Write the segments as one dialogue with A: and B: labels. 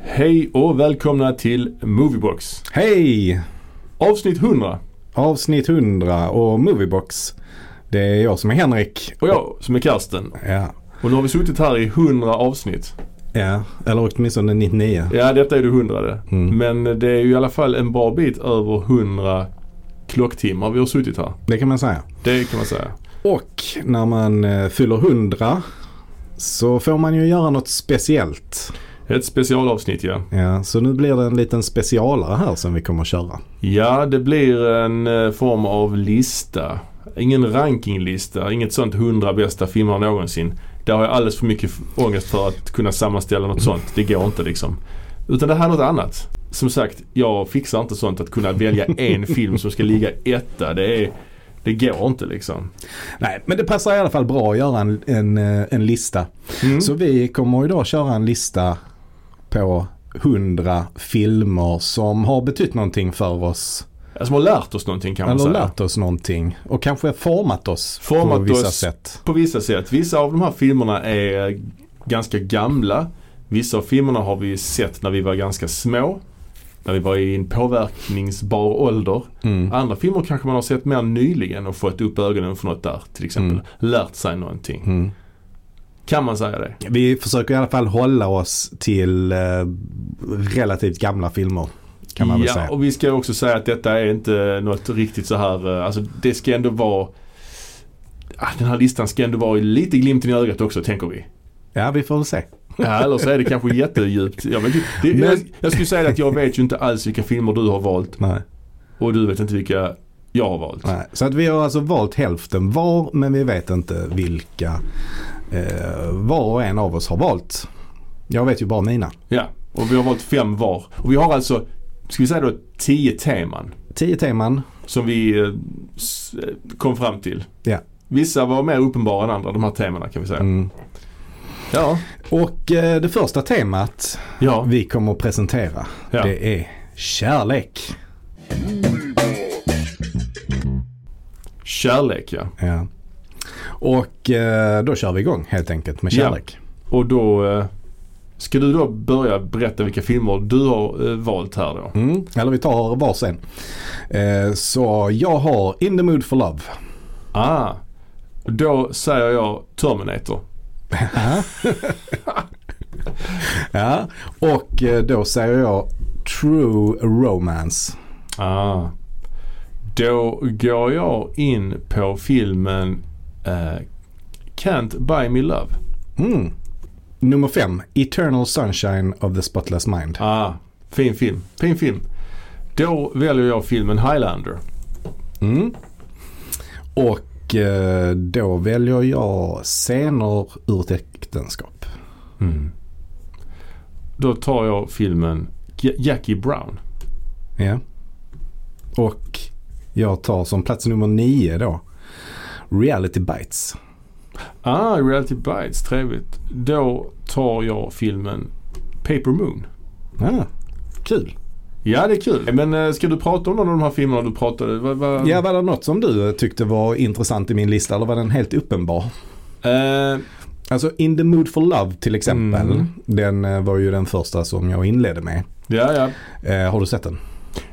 A: Hej och välkomna till Moviebox.
B: Hej!
A: Avsnitt 100
B: Avsnitt 100 och Moviebox. Det är jag som är Henrik.
A: och jag som är Karsten.
B: Ja.
A: Och nu har vi suttit här i 100 avsnitt.
B: ja. Eller åtminstone 99.
A: Ja, detta är det hundrade.
B: Mm.
A: Men det är ju i alla fall en bra bit över 100 klocktimmar vi har suttit här.
B: Det kan man säga.
A: Det kan man säga.
B: Och när man eh, fyller 100 så får man ju göra något speciellt.
A: Ett specialavsnitt ja.
B: Ja, så nu blir det en liten specialare här som vi kommer att köra.
A: Ja, det blir en eh, form av lista. Ingen rankinglista, inget sånt 100 bästa filmer någonsin. Där har jag alldeles för mycket f- ångest för att kunna sammanställa något sånt. Det går inte liksom. Utan det här är något annat. Som sagt, jag fixar inte sånt att kunna välja en film som ska ligga etta. Det, är, det går inte liksom.
B: Nej, men det passar i alla fall bra att göra en, en, eh, en lista.
A: Mm.
B: Så vi kommer idag köra en lista på 100 filmer som har betytt någonting för oss
A: Ja, Som har lärt oss någonting kan Alltså, man
B: Eller
A: säga.
B: lärt oss någonting och kanske format oss
A: Format
B: på vissa
A: oss.
B: sätt.
A: På vissa sätt. Vissa av de här filmerna är ganska gamla. Vissa av filmerna har vi sett när vi var ganska små. När vi var i en påverkningsbar ålder.
B: Mm.
A: Andra filmer kanske man har sett mer nyligen och fått upp ögonen för något där till exempel.
B: Mm.
A: Lärt sig någonting.
B: Mm.
A: Kan man säga det?
B: Vi försöker i alla fall hålla oss till eh, relativt gamla filmer. Kan man väl
A: ja,
B: säga.
A: och vi ska också säga att detta är inte något riktigt så här, eh, alltså det ska ändå vara Ah, den här listan ska ändå vara lite glimten i ögat också tänker vi.
B: Ja, vi får väl se.
A: Ja, eller så är det kanske jättedjupt. Jag, vet, inte. det,
B: Men-
A: jag, jag skulle säga att jag vet ju inte alls vilka filmer du har valt
B: Nej,
A: och du vet inte vilka jag har valt.
B: nej. Så att vi har alltså valt hälften var, men vi vet inte vilka eh, var och en av oss har valt. Jag vet ju bara mina.
A: Ja, och vi har valt fem var. Och vi har alltså, ska vi säga då, tio teman
B: Tio teman.
A: som vi eh, s- eh, kom fram till.
B: Ja.
A: Vissa var mer uppenbara än andra, de här temana kan vi säga.
B: Mm.
A: Ja,
B: Och eh, det första temat
A: ja,
B: vi kommer att presentera
A: ja.
B: det är kärlek.
A: Kärlek ja.
B: Ja. Och eh, då kör vi igång helt enkelt med kärlek.
A: Och då eh, ska du då börja berätta vilka filmer du har eh, valt här då.
B: Mm. Eller vi tar var sen. Eh, så jag har In the Mood for Love.
A: Ah, då säger jag Terminator.
B: Ja. Och eh, då säger jag True Romance.
A: Ah. Då går jag in på filmen eh, Can't Buy Me Love.
B: Mm. Nummer fem, Eternal Sunshine of the Spotless Mind.
A: Ah, fin film. Fin film. Då väljer jag filmen Highlander.
B: Mm. Och eh, då väljer jag scener ur ett äktenskap.
A: Då tar jag filmen Ja- Jackie Brown.
B: Ja. Och jag tar som plats nummer nio då Reality Bites.
A: Ah, Reality Bites. Trevligt. Då tar jag filmen Paper Moon.
B: Ja, kul.
A: Ja, det är kul. Men eh, ska du prata om någon av de här filmerna du pratade? Vad- vad-
B: Ja, var det något som du eh, tyckte var intressant i min lista eller var den helt uppenbar?
A: Eh,
B: Alltså In the Mood for Love till exempel.
A: Mm.
B: Den eh, var ju den första som jag inledde med.
A: ja, ja.
B: Eh, har du sett den?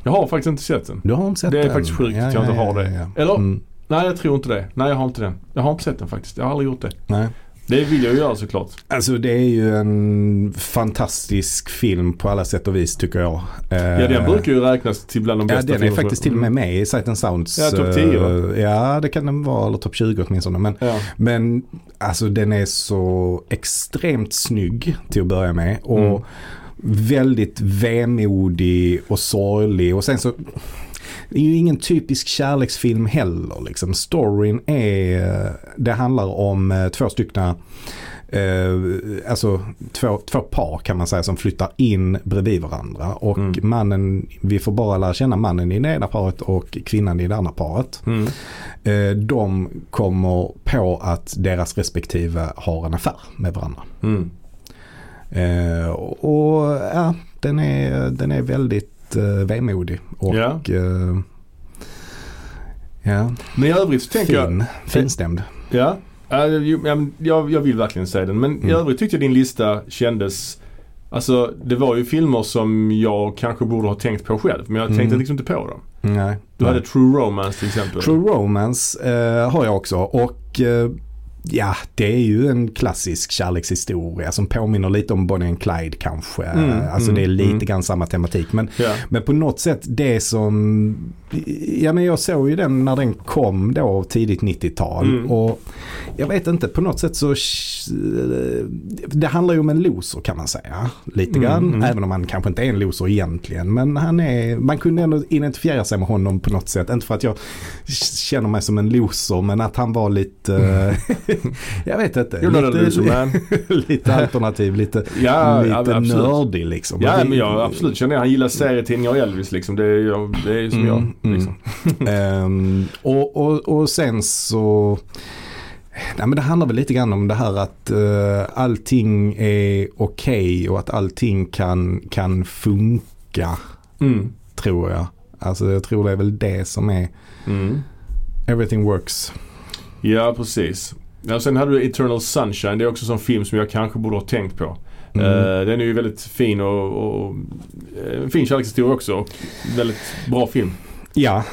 A: Jag har faktiskt inte sett den.
B: Du har inte sett
A: Det är
B: den?
A: faktiskt sjukt att jag inte har det. Eller?
B: Mm,
A: Nej, jag tror inte det. Nej, jag har inte den. Jag har inte sett den faktiskt. Jag har aldrig gjort det.
B: nej.
A: Det vill jag ju göra såklart.
B: Alltså det är ju en fantastisk film på alla sätt och vis tycker jag. Eh,
A: Ja, den brukar ju räknas till bland de
B: Ja,
A: bästa
B: den är
A: filmerna. Mm.
B: faktiskt till och med med i Sight and Sounds.
A: Ja, topp 10 va?
B: eh, Ja, det kan den vara. Eller topp 20 åtminstone. Men,
A: Ja.
B: men alltså den är så extremt snygg till att börja med. Och
A: Mm.
B: väldigt vemodig och sorglig. Och sen så, det är ju ingen typisk kärleksfilm heller. Liksom. Storyn är, det handlar om eh, två styckna Eh, alltså två, två par kan man säga som flyttar in bredvid varandra. Och
A: Mm.
B: mannen, vi får bara lära känna mannen i det ena paret och kvinnan i det andra paret.
A: Mm.
B: Eh, de kommer på att deras respektive har en affär med varandra.
A: Mm.
B: Eh, och ja, den är, den är väldigt eh, vemodig. Och,
A: Ja.
B: eh, ja,
A: Men i övrigt så tänker jag...
B: fin, finstämd.
A: Ja, Ja, jo, ja, men jag, jag vill verkligen säga den. Men i
B: Mm.
A: övrigt tyckte jag din lista kändes Alltså det var ju filmer som jag kanske borde ha tänkt på själv men jag tänkte
B: Mm.
A: liksom inte på dem.
B: Nej.
A: Du
B: nej.
A: hade True Romance till exempel.
B: True Romance eh, har jag också och eh, ja, det är ju en klassisk kärlekshistoria som påminner lite om Bonnie and Clyde kanske.
A: Mm,
B: alltså
A: mm,
B: det är lite
A: mm.
B: grann samma tematik. Men,
A: Ja.
B: men på något sätt det som, ja men jag såg ju den när den kom då tidigt 90-tal
A: Mm.
B: och jag vet inte, på något sätt så, eh, det handlar ju om en loser kan man säga. Lite
A: Mm,
B: grann,
A: mm.
B: även om han kanske inte är en loser egentligen. Men han är, man kunde ändå identifiera sig med honom på något sätt. Inte för att jag känner mig som en loser men att han var lite, eh, jag vet inte,
A: You're not a
B: lite,
A: loser man.
B: lite alternativ, lite,
A: Ja, ja
B: lite
A: absolut.
B: nördig liksom.
A: Ja,
B: Vi-
A: men jag absolut känner jag. Han gillar serietidningar och Elvis liksom. Det är, jag, det är ju som
B: Mm,
A: jag. Liksom.
B: Ehm, och, och, och sen så... Nej, men det handlar väl lite grann om det här att eh, allting är okej och att allting kan, kan funka,
A: Mm.
B: tror jag. Alltså jag tror det är väl det som är
A: Mm.
B: everything works.
A: Ja, precis. Ja, sen hade du Eternal Sunshine. Det är också en sån film som jag kanske borde ha tänkt på.
B: Mm.
A: Eh, den är ju väldigt fin och, och eh, en fin kärlekshistoria också. Och väldigt bra film.
B: Ja,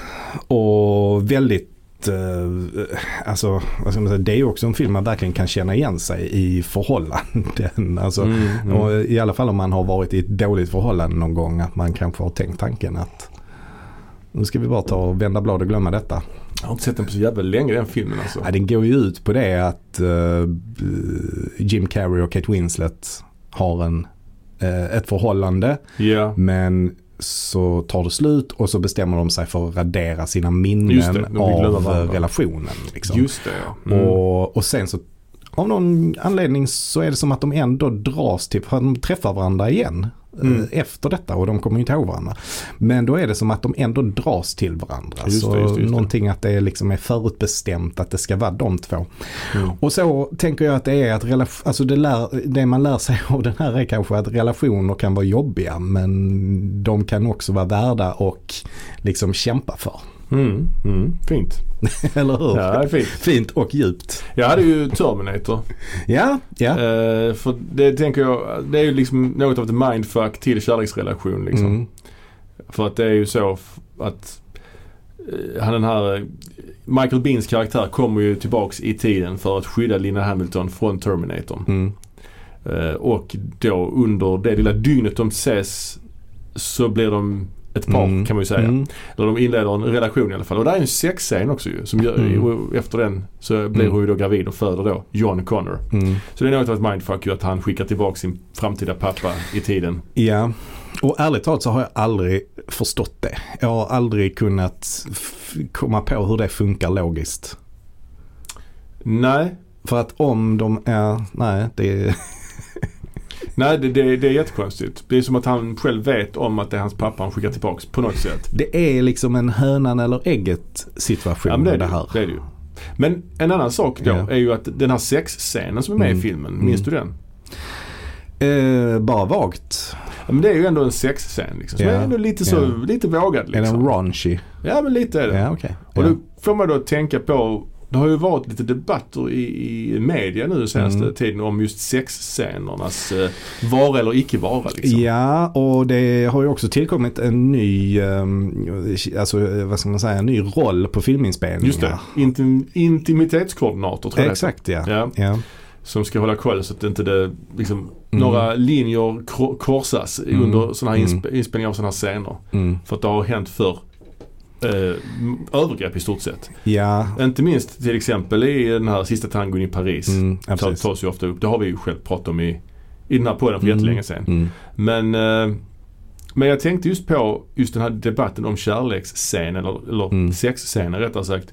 B: och väldigt eh, Alltså, vad ska man säga, det är ju också en film man verkligen kan känna igen sig i förhållanden. Alltså,
A: Mm, mm.
B: Och I alla fall om man har varit i ett dåligt förhållande någon gång att man kanske har tänkt tanken att nu ska vi bara ta och vända blad och glömma detta.
A: Jag har inte sett den på så jävla länge den filmen alltså.
B: Ja, den går ju ut på det att eh, Jim Carrey och Kate Winslet har en, eh, ett förhållande
A: Ja.
B: men så tar det slut och så bestämmer de sig för att radera sina
A: Just det,
B: minnen
A: de vill glömma
B: av
A: varandra.
B: relationen. Liksom.
A: Just det ja. Mm.
B: Och, och sen så av någon anledning så är det som att de ändå dras till, för de träffar varandra igen
A: Mm.
B: eh, efter detta och de kommer ju inte ihåg varandra. Men då är det som att de ändå dras till varandra.
A: Just det,
B: så
A: just det, just det.
B: någonting att det liksom är förutbestämt att det ska vara de två.
A: Mm.
B: Och så tänker jag att det är att relation, alltså det, lär, det man lär sig av den här är kanske att relationer kan vara jobbiga men de kan också vara värda och liksom kämpa för.
A: Mm. Mm. Fint.
B: Eller hur?
A: Ja, det är fint.
B: Fint och djupt.
A: Jag hade ju Terminator.
B: Ja, ja.
A: Eh, för det tänker jag, det är ju liksom något av ett mindfuck till kärleksrelation liksom.
B: Mm.
A: För att det är ju så f- att eh, han den här eh, Michael Beans karaktär kommer ju tillbaks i tiden för att skydda Lina Hamilton från Terminatorn.
B: Mm.
A: Eh, och då under det lilla dygnet de ses så blir de ett par
B: Mm.
A: kan man ju säga.
B: Mm.
A: Eller de inleder en relation i alla fall. Och där är en sexscen också ju. Som gör,
B: Mm.
A: och efter den så blir
B: Mm.
A: hon ju då gravid och föder då John Connor.
B: Mm.
A: Så det är något av ett mindfuck ju att han skickar tillbaka sin framtida pappa i tiden.
B: Ja, och ärligt talat så har jag aldrig förstått det. Jag har aldrig kunnat f- komma på hur det funkar logiskt.
A: Nej,
B: För att om de är, nej det är,
A: Nej, det, det, det är jättekonstigt. Det är som att han själv vet om att det är hans pappa han skickar tillbaks på något sätt.
B: det är liksom en hönan eller ägget situation
A: Ja, men det, är det,
B: här.
A: ju. det är det ju. Men en annan sak då
B: Ja.
A: är ju att den här sexscenen som är med
B: Mm.
A: i filmen, minns
B: Mm.
A: du den?
B: Eh, bara vagt.
A: Ja, men det är ju ändå en sexscen liksom. Som
B: Ja.
A: är ändå lite så,
B: Ja.
A: lite vågad
B: Är den
A: liksom.
B: raunchy?
A: Ja men lite är det.
B: Ja, okej.
A: Och
B: Ja.
A: då får man då tänka på, det har ju varit lite debatter i, i media nu den senaste
B: Mm.
A: tiden om just sexscenernas eh, vara eller icke vara liksom.
B: Ja, och det har ju också tillkommit en ny, eh, alltså eh, vad ska man säga, en ny roll på filminspelningar.
A: Just det, Intim, intimitetskoordinator tror jag det heter.
B: Exakt ja.
A: Ja.
B: ja.
A: som ska hålla koll så att inte det, liksom, några linjer kro- korsas
B: Mm.
A: under sådana här
B: Mm.
A: insp- inspelningar av sådana här scener.
B: Mm.
A: För att det har hänt för eh, m- övergrepp i stort sett.
B: Ja,
A: Inte minst till exempel i den här sista tangon i Paris.
B: mm, ja,
A: Ta,
B: precis.
A: tas ju ofta upp. Det har vi ju själv pratat om i, i den här podden för
B: Mm.
A: jättelänge sedan.
B: Mm.
A: Men, eh, men jag tänkte just på just den här debatten om kärleksscenen eller, eller
B: Mm.
A: sexscenen rättare sagt.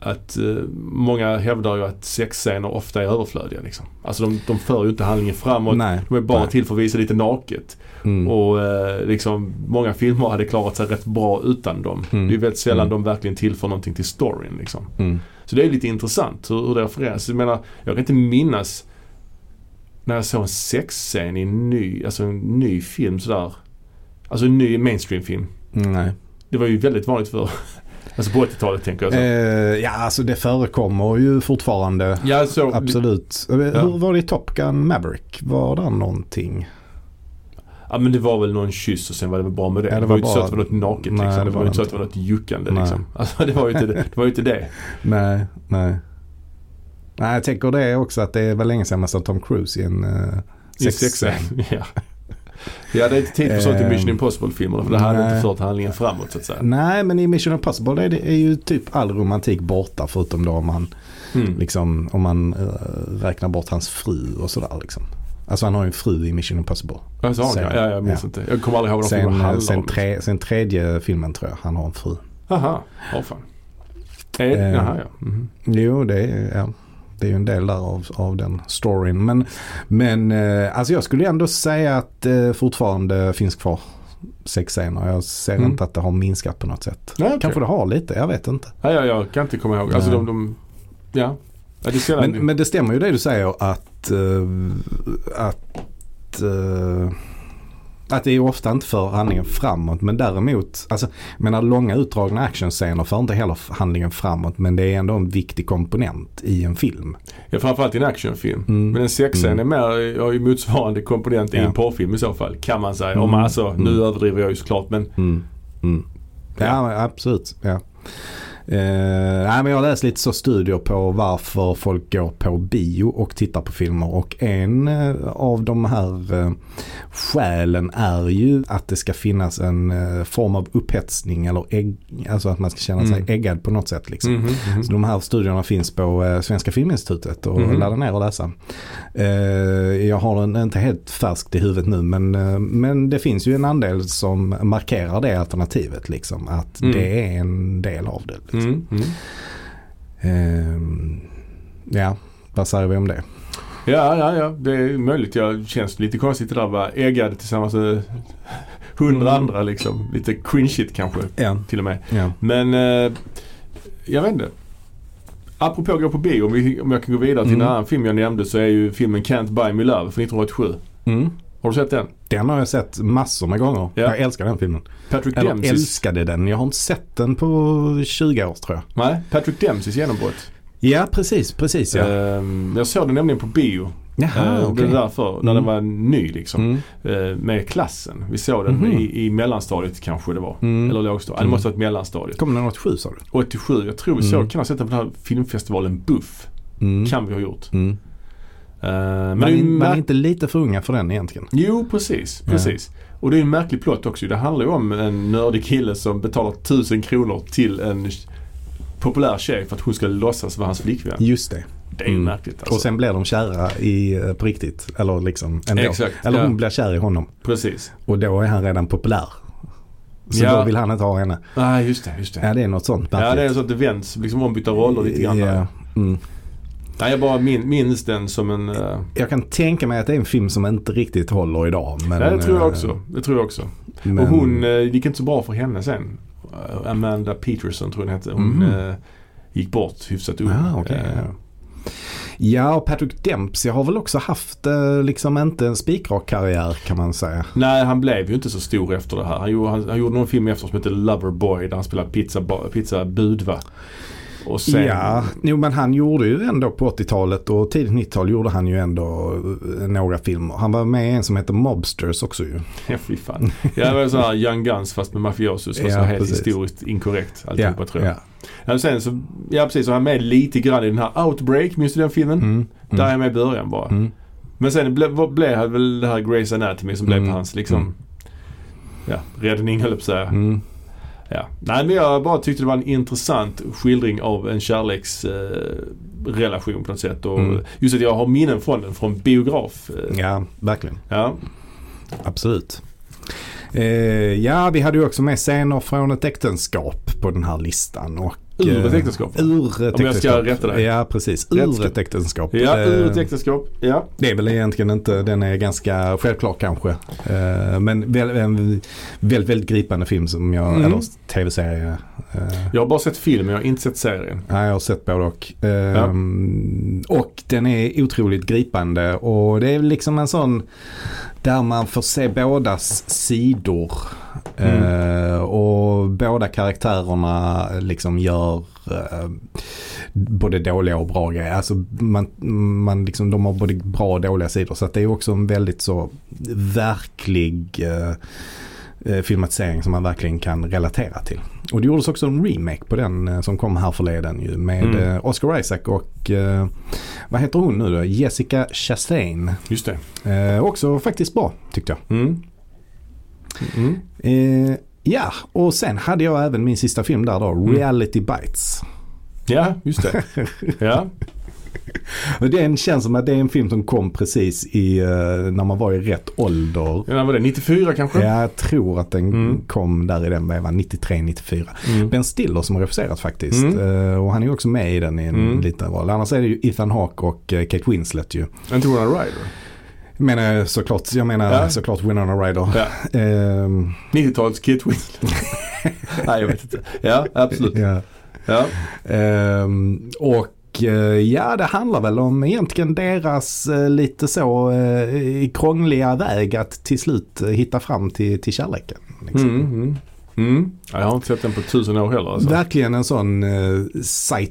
A: Att eh, många hävdar ju att sexscener ofta är överflödiga liksom. Alltså de, de för ju inte handlingen framåt.
B: Nej.
A: De är bara
B: Nej.
A: till för att visa lite naket.
B: Mm.
A: Och eh, liksom många filmer hade klarat sig rätt bra utan dem.
B: Mm.
A: Det är ju väldigt sällan
B: Mm.
A: de verkligen tillför någonting till storyn liksom.
B: Mm.
A: Så det är lite intressant hur, hur det har förändrats. Jag menar, jag kan inte minnas när jag såg en sexscen i en ny, alltså en ny film sådär. Alltså en ny mainstreamfilm.
B: Nej.
A: Det var ju väldigt vanligt för Alltså på 80-talet tänker jag så.
B: Eh, ja, alltså det förekommer ju fortfarande.
A: ja, så
B: Absolut. Eh, Hur var det i Top Gun Maverick? Var det någonting?
A: Ja men det var väl någon kyss och sen var det väl bra med det.
B: Ja,
A: det,
B: det
A: var
B: var
A: ju inte så
B: bara-
A: att det var något naket
B: Nej,
A: liksom. Det
B: det var
A: var ju inte så
B: det
A: att det var något juckande
B: Nej.
A: liksom. Alltså det var ju inte det. Det, var ju inte det.
B: Nej, nej. Nej, jag tänker det också att det var länge sedan man såg Tom Cruise i en eh,
A: I en
B: sexscen.
A: sexscen. ja. Vi hade inte tid för sånt i
B: Ehm,
A: Mission Impossible-filmerna för det hade
B: nej. Mm.
A: inte fört handlingen framåt så att säga.
B: Nej, men i Mission Impossible är, det, är ju typ all romantik borta förutom då om man,
A: Mm.
B: liksom, om man eh, räknar bort hans fru och sådär. Liksom. Alltså han har ju en fru i Mission Impossible.
A: Alltså, har han-
B: sen-
A: ja, jag minns
B: ja.
A: inte. Jag kommer aldrig ihåg vad de filmerna
B: Sen,
A: handlar
B: sen,
A: om.
B: tre, sen tredje filmen tror jag han har en fru.
A: Aha, åh fan. Är,
B: Ehm,
A: jaha, ja. Mhm.
B: Jo, det är, ja, det är ju en del där av, av den storyn. Men, men eh, alltså jag skulle ändå säga att eh, fortfarande finns kvar sexscener. Jag ser
A: Mm.
B: inte att det har minskat på något sätt.
A: Nej, okej.
B: Kanske det har lite, jag vet inte.
A: Ja, ja, jag kan inte komma ihåg. Alltså
B: Nej.
A: de, de ja. ja det ser
B: Men,
A: men,
B: men det stämmer ju det du säger att, eh, att, eh, att det är ju ofta inte för handlingen framåt. Men däremot, alltså, jag menar långa utdragna actionscener för inte heller handlingen framåt. Men det är ändå en viktig komponent i en film.
A: ja, framförallt i en actionfilm.
B: Mm.
A: Men en sexscen
B: Mm.
A: är mer, har ju motsvarande komponent i
B: Ja.
A: en porrfilm i så fall. Kan man säga.
B: Mm.
A: Om man, alltså, nu
B: Mm.
A: överdriver jag ju såklart men
B: Mm. Mm. Ja,
A: Ja.
B: men absolut. Ja. Eh, nej, men jag har läst lite så studier på varför folk går på bio och tittar på filmer. Och en eh, av de här eh, skälen är ju att det ska finnas en eh, form av upphetsning eller ägg, alltså att man ska känna sig
A: Mm.
B: äggad på något sätt. Liksom.
A: Mhm, mhm.
B: Så de här studierna finns på eh, Svenska Filminstitutet och
A: Mhm.
B: ladda ner och läsa. Eh, jag har den inte helt färskt i huvudet nu men, eh, men det finns ju en andel som markerar det alternativet. Liksom, att
A: Mm.
B: det är en del av det. Liksom.
A: Mm, mm.
B: Ehm, ja, vad säger vi om det?
A: Ja, ja, ja. Det är möjligt. Jag känns lite konstigt det där va. Äggad tillsammans med hundra
B: Mm.
A: andra liksom. Lite cringeigt kanske
B: Ja.
A: till och med.
B: ja.
A: Men eh, jag vet inte. Apropå att gå på bio, om, vi, om jag kan gå vidare till
B: Mm.
A: en annan film jag nämnde så är ju filmen Can't Buy Me Love från 1987.
B: Mm.
A: Har du sett den?
B: Den har jag sett massor med gånger.
A: Ja.
B: Jag älskar den filmen.
A: Patrick
B: Eller
A: Dempseys...
B: älskade den. Jag har inte sett den på 20 år tror jag.
A: Nej, Patrick Dempseys genombrott.
B: Ja, precis. precis ja.
A: Ehm, jag såg den nämligen på bio.
B: Jaha,
A: Ehm,
B: okej.
A: Det var därför, när
B: Mm.
A: den var ny liksom.
B: Mm.
A: Ehm, med klassen. Vi såg den
B: Mhm.
A: i, i mellanstadiet kanske det var.
B: Mm.
A: Eller lågstadiet. Det
B: Mm.
A: måste ha varit mellanstadiet.
B: Kom den 87 sa du?
A: 87, jag tror vi såg,
B: Mm.
A: kan ha sett den på den här filmfestivalen Buff.
B: Mm.
A: Kan vi ha gjort.
B: Mm.
A: Ehm, men
B: Men
A: det är ju
B: man, man är
A: märk-
B: inte lite för unga för den egentligen.
A: Jo, precis.
B: Ja.
A: precis. Och det är en märklig plott också. Det handlar ju om en nördig kille som betalar 1000 kronor till en populär tjej för att hon ska låtsas vara hans flickvän.
B: Just det.
A: Det är ju
B: Mm.
A: märkligt
B: Och
A: alltså.
B: sen blir de kära i, eh, på riktigt. Eller liksom ändå.
A: Exakt.
B: Eller
A: ja,
B: hon blir kär i honom.
A: Precis.
B: Och då är han redan populär. Så
A: Ja.
B: då vill han inte ha henne.
A: Nej, ah, just det. Just det.
B: Ja det är något sånt
A: Ja, det är så att det vänds, liksom ombytta roller lite grann.
B: Ja. Mm.
A: Nej, jag bara min, minns den som en... eh,
B: Jag kan tänka mig att det är en film som inte riktigt håller idag. Men,
A: nej, det tror jag
B: eh,
A: också. Det tror jag också.
B: Men,
A: Och hon, eh, det gick inte så bra för henne sen. Eh, Amanda Peterson tror jag hon hette. Hon
B: Mhm.
A: eh, gick bort hyfsat ung.
B: Ah, okej,
A: Eh,
B: ja. Ja, och Patrick Dempsey har väl också haft eh, liksom inte en spikrak karriär kan man säga.
A: Nej, han blev ju inte så stor efter det här. Han gjorde, han, han gjorde någon film efter som hette Loverboy där han spelade pizza, pizza bud va? Och sen...
B: Ja, jo, men han gjorde ju ändå på 80-talet och tidigt 90-tal gjorde han ju ändå eh, några filmer. Han var med i en som heter Mobsters också ju.
A: Ja, fy fan. Ja, det var sån här Young Guns fast med mafiosus. Och
B: Ja,
A: så helt
B: precis.
A: historiskt inkorrekt alltihopa tror jag.
B: ja.
A: Ja, men sen så, ja precis, så han är med lite grann i den här Outbreak, minns du den filmen?
B: Mm, mm,
A: Där är han med i början bara.
B: mm.
A: Men sen ble- vad blev han väl det här Grey's Anatomy som
B: Mm.
A: blev hans liksom,
B: Mm.
A: ja, räddning höll jag på att säga.
B: Mm.
A: Ja. Nej men jag bara tyckte det var en intressant skildring av en kärleksrelation på något sätt. Och
B: Mm.
A: Just att jag har minnen från den från biograf. Eh,
B: ja, verkligen.
A: Ja.
B: Absolut. Eh, ja, vi hade ju också med scener från ett äktenskap på den här listan. Och,
A: Ur ett
B: eh,
A: äktenskap.
B: Ur ett
A: Om jag ska
B: äktenskap.
A: rätta dig.
B: Ja, precis. Ur
A: Rättskap.
B: ett äktenskap.
A: Ja, ur ett
B: Eh,
A: äktenskap. Ja.
B: Det är väl egentligen inte, den är ganska självklar kanske. Eh, men väl, en väldigt, väldigt gripande film som jag,
A: Mm.
B: eller tv-serie. eh,
A: Jag har bara sett filmen, jag har inte sett serien.
B: Ja, jag har sett både och. Ehm, Och den är otroligt gripande och det är liksom en sån där man får se bådas sidor. Ehm,
A: Mm.
B: Eh, och båda karaktärerna liksom gör eh, både dåliga och bra grejer. Alltså man, man liksom, de har både bra och dåliga sidor. Så att det är också en väldigt så verklig eh, filmatisering som man verkligen kan relatera till. Och det gjordes också en remake på den eh, som kom här förleden ju med
A: Mm.
B: eh, Oscar Isaac och eh, vad heter hon nu då? Jessica Chastain.
A: Just det.
B: Eh, också faktiskt bra tyckte jag.
A: Mm. Mm.
B: Eh, ja, och sen hade jag även min sista film där då,
A: Mm.
B: Reality Bites.
A: Ja, just det. Ja.
B: Och den känns som att det är en film som kom precis i, eh, när man var i rätt ålder.
A: ja, vad var det? 94 kanske?
B: Jag tror att den
A: Mm.
B: kom där i den vevan, 93-94.
A: Mm.
B: Ben Stiller som har regisserat faktiskt.
A: Mm.
B: Eh, och han är ju också med i den i en
A: Mm.
B: liten roll. Annars är det ju Ethan Hawke och eh, Kate Winslet ju.
A: Inte Ronald Ryder?
B: Jag menar såklart, jag menar
A: Ja.
B: såklart Winona Ryder.
A: Ja.
B: Ehm,
A: 90-talets Kit Winslet. Nej, jag vet inte. Ja, absolut.
B: ja.
A: Ja.
B: Ehm, och eh, ja, det handlar väl om egentligen deras eh, lite så eh, krångliga väg att till slut eh, hitta fram till, till kärleken. Liksom.
A: Mm, mm. Mm. Ja, jag har inte sett den på tusen år heller alltså.
B: Verkligen en sån eh,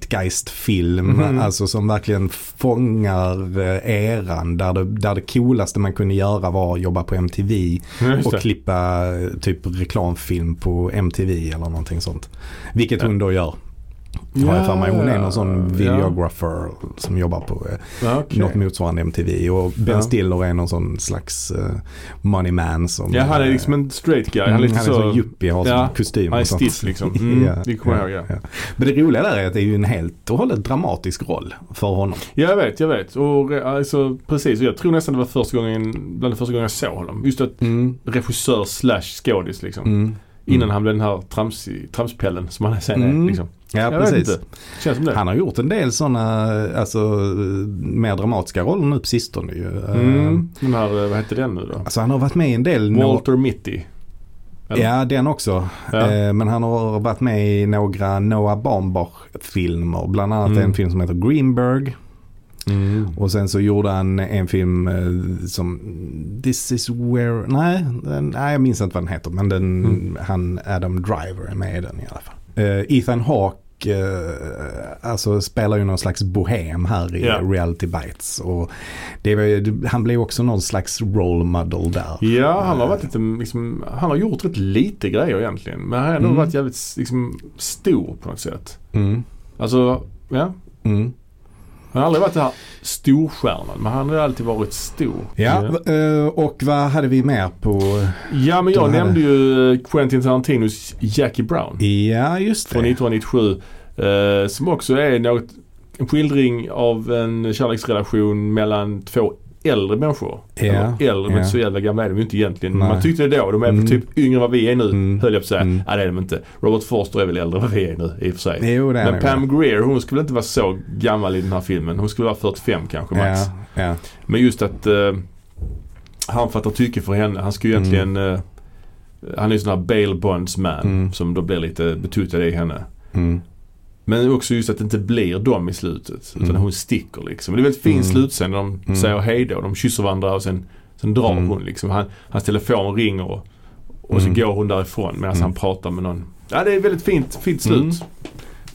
B: zeitgeist-film.
A: Mhm.
B: Alltså som verkligen fångar eh, eran. Där det, där det coolaste man kunde göra var att jobba på MTV.
A: Ja, just
B: Och
A: det.
B: klippa eh, typ reklamfilm på MTV eller någonting sånt. Vilket hon då gör. Har jag för mig. Hon är någon sån
A: Ja.
B: videographer som jobbar på eh,
A: Ja, okej.
B: något motsvarande MTV. Och Ben
A: Ja.
B: Stiller är någon sån slags eh, money man som...
A: Ja, han är
B: eh,
A: liksom en straight guy. Han är lite
B: Mm, han är
A: så...
B: så yuppie, har
A: Ja,
B: sån kostym
A: han är
B: och sånt.
A: stiff liksom. Mm, det kommer jag ihåg, ja.
B: Men det roliga där är att det är ju en helt och hållet dramatisk roll för honom.
A: Ja, jag vet, jag vet. Och eh, alltså, precis. Och Jag tror nästan det var första gången, bland de första gången jag såg honom. Just att regissör slash skådis liksom.
B: Mm.
A: Innan han blev den här trams, tramspellen som han sen
B: Mm.
A: är. Liksom.
B: Ja,
A: jag
B: precis.
A: vet inte. Känns som det.
B: Han har gjort en del sådana alltså, mer dramatiska roller nu på sistone ju. Eh,
A: Mm. Den här, eh, vad hette den nu då?
B: Alltså han har varit med i en del... nå-
A: Walter Mitty. eller?
B: Ja, den också.
A: Ja.
B: Eh, Men han har varit med i några Noah Baumbach-filmer. Bland annat
A: Mm.
B: en film som heter Greenberg.
A: Mm.
B: Och sen så gjorde han en film eh, som This is where... Nej, den, nej jag minns inte vad den heter. Men den,
A: Mm.
B: han Adam Driver är med i den i alla fall. Eh, Ethan Hawke eh, alltså spelar ju någon slags bohem här i
A: Ja.
B: Reality Bites. Och det var, ju- han blev också någon slags role model där.
A: Ja, han
B: Eh.
A: har varit lite, liksom, han har gjort rätt lite grejer egentligen. Men han har ändå
B: Mm.
A: varit jävligt liksom, stor på något sätt.
B: Mm.
A: Alltså, ja.
B: Mm.
A: Han har aldrig varit den här storstjärnan, men han har alltid varit stor.
B: Ja, v- eh, och vad hade vi mer på?
A: ja men jag
B: Den här-
A: nämnde ju eh, Quentin Tarantinos Jackie Brown.
B: Ja, just
A: från
B: det.
A: 1997. Eh, som också är något, en skildring av en kärleksrelation mellan två äldre människor.
B: Ja,
A: Eller äldre,
B: ja.
A: men så jävla gamla är de ju inte egentligen.
B: Nej.
A: Man tyckte det då. De är
B: Mm.
A: väl typ yngre än vad vi är nu,
B: Mm.
A: höll jag på att säga.
B: Mm.
A: Nej, det är de inte. Robert Forster är väl äldre än vad vi är nu, i och för sig.
B: Jo, det är
A: Men
B: nog.
A: Pam Greer, hon skulle inte vara så gammal i den här filmen. Hon skulle vara 45 kanske, max.
B: Ja, ja.
A: Men just att eh, han fattar tycke för henne. Han ska ju egentligen... Eh, han är ju sån här bail bondsman
B: Mm.
A: som då blir lite betuttad i henne.
B: Mm.
A: Men också just att det inte blir dem i slutet. Utan
B: Mm.
A: hon sticker liksom. Det är en väldigt fin
B: Mm.
A: slutscen. när De
B: Mm.
A: säger hej då. De kysser varandra och sen, sen drar
B: Mm.
A: hon liksom. Han, hans telefon ringer och, och
B: Mm.
A: så går hon därifrån medan
B: Mm.
A: han pratar med någon. Ja, det är ett väldigt fint, fint slut.
B: Mm.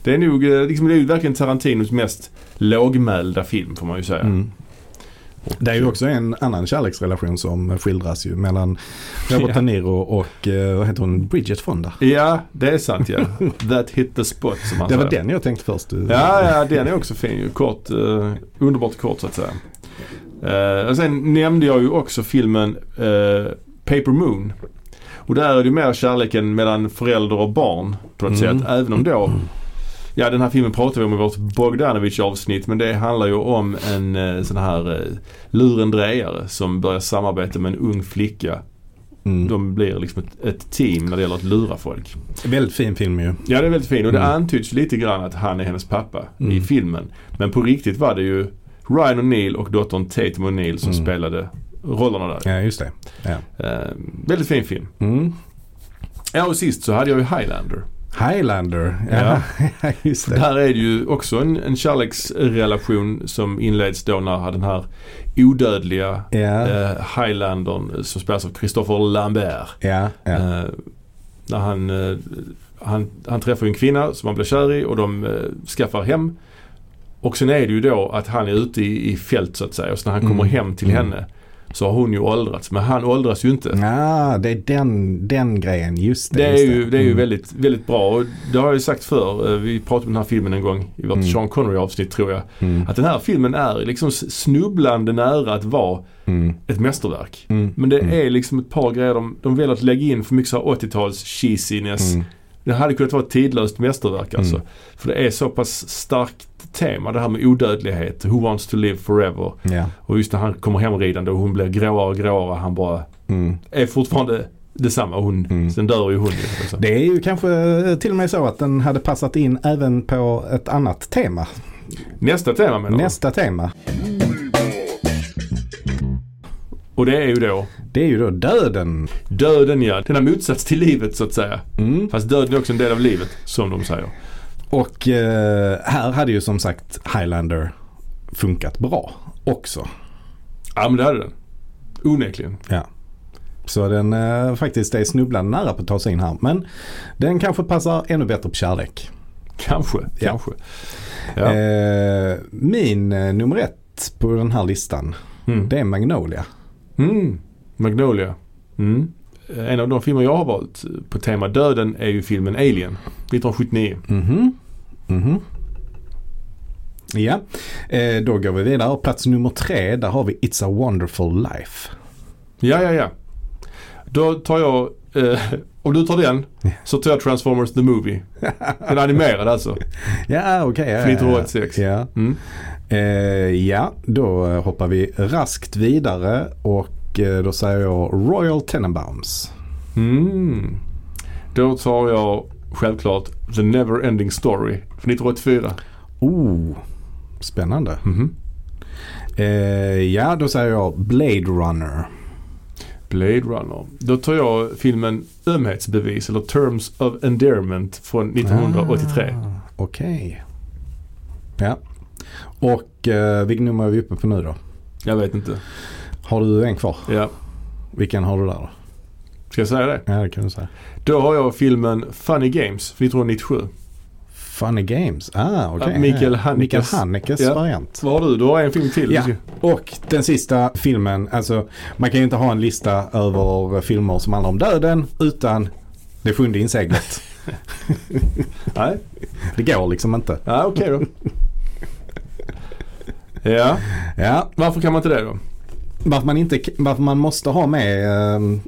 A: Det är nog eh, liksom, det är ju verkligen Tarantinos mest lågmälda film får man ju säga.
B: Mm. Det är ju också en annan kärleksrelation som skildras ju mellan Robert
A: Ja.
B: De Niro och, eh, vad heter hon, Bridget Fonda.
A: Ja, det är sant ja. That hit the spot som han
B: Det var
A: säger.
B: den jag tänkte först.
A: Alltså- Ja, ja, den är också fin ju. Kort, eh, underbart kort så att säga. Eh, och sen nämnde jag ju också filmen eh, Paper Moon. Och där är det ju mer kärleken mellan förälder och barn på något
B: Mm.
A: sätt. Även om då, ja den här filmen pratar vi om i vårt Bogdanovich avsnitt men det handlar ju om en eh, sån här eh, lurendrejare som börjar samarbeta med en ung flicka.
B: Mm.
A: De blir liksom ett, ett team när det gäller att lura folk.
B: Väldigt fin film ju.
A: Ja, det är väldigt fin. Och det
B: Mm.
A: antyds lite grann att han är hennes pappa
B: Mm.
A: i filmen. Men på riktigt var det ju Ryan O'Neill och dottern Tatum O'Neill som
B: Mm.
A: spelade rollerna där.
B: Ja, just det.
A: Eh, väldigt fin film.
B: Mm.
A: Ja, och sist så hade jag ju Highlander.
B: Highlander. Ja, ja. just det.
A: Där är det ju också en, en kärleksrelation som inleds då när den här odödliga
B: Ja,
A: eh, Highlandern som spelas av Christopher Lambert.
B: ja, ja.
A: Eh, när han, eh, han, han träffar ju en kvinna som han blir kär i och de eh, skaffar hem. Och sen är det ju då att han är ute i, i fält så att säga och så när han kommer
B: Mm.
A: hem till
B: Mm.
A: henne så har hon ju åldrats. Men han åldras ju inte.
B: Ja, det är den, den grejen. Just det.
A: Det är
B: just
A: ju, det är ju
B: Mm.
A: väldigt, väldigt bra och det har jag ju sagt förr. eh, Vi pratade om den här filmen en gång i vårt
B: Mm.
A: Sean Connery avsnitt tror jag.
B: Mm.
A: Att den här filmen är liksom s- snubblande nära att vara
B: Mm.
A: ett mästerverk.
B: Mm.
A: Men det
B: Mm.
A: är liksom ett par grejer de, de väljer att lägga in för mycket så här 80-tals cheesiness.
B: Mm.
A: Det hade kunnat vara ett tidlöst mästerverk alltså. För det är så pass starkt tema det här med odödlighet. Who wants to live forever?
B: Ja.
A: Och just när han kommer hemridande och hon blir gråare och gråare. Han bara
B: Mm.
A: är fortfarande detsamma. Hon,
B: Mm.
A: Sen dör ju hon. ju, Alltså.
B: Det är ju kanske till och med så att den hade passat in även på ett annat tema.
A: Nästa tema menar jag.
B: Nästa tema.
A: Och det är ju då
B: Det är ju då döden.
A: döden ja. Den har motsats till livet så att säga.
B: Mm.
A: Fast döden är också en del av livet som de säger.
B: Och eh, här hade ju som sagt Highlander funkat bra också.
A: Ja men det hade den. Onekligen.
B: Ja. Så den eh, faktiskt är snubblande nära på att ta sig in här. Men den kanske passar ännu bättre på kärlek.
A: Kanske.
B: Ja.
A: Kanske. Ja.
B: Eh, min eh, nummer ett på den här listan,
A: Mm.
B: det är Magnolia.
A: Mm. Magnolia. Mm. En av de filmer jag har valt eh, på tema döden är ju filmen Alien 1979.
B: Mhm. Mhm. Ja, eh, då går vi vidare. Plats nummer tre, där har vi It's a wonderful life.
A: Ja, ja, ja. Då tar jag, eh, om du tar den, så tar jag Transformers The Movie. Den animerade alltså.
B: Ja, okej. ja,
A: Från
B: ja, ja.
A: 1986.
B: Ja.
A: Mm.
B: Eh, ja, då eh, hoppar vi raskt vidare och eh, då säger jag Royal Tenenbaums.
A: Mm. Då tar jag självklart The Neverending Story från 1984.
B: Oh, spännande.
A: Mhm.
B: Eh, ja, då säger jag Blade Runner.
A: Blade Runner. Då tar jag filmen Ömhetsbevis eller Terms of Endearment från 1983.
B: Ah, Okej. Ja. Och eh, vilken nummer är vi uppe på nu då?
A: Jag vet inte.
B: Har du en kvar?
A: Ja,
B: Vilken har du där då?
A: ska jag säga det?
B: Ja, det kan du säga.
A: Då har jag filmen Funny Games från 1997.
B: Funny Games. Ah, okej.
A: Ja, Mikael Hanekes-
B: Mikael Hanekes
A: Ja.
B: variant.
A: Vad har du? Du har en film till.
B: Ja, och den sista filmen. Alltså, man kan ju inte ha en lista över filmer som handlar om döden utan det sjunde inseglet.
A: Nej,
B: Det går liksom inte.
A: ja, okej då. ja,
B: Ja,
A: varför kan man inte det då?
B: varför man, inte, varför man måste ha med... ehm,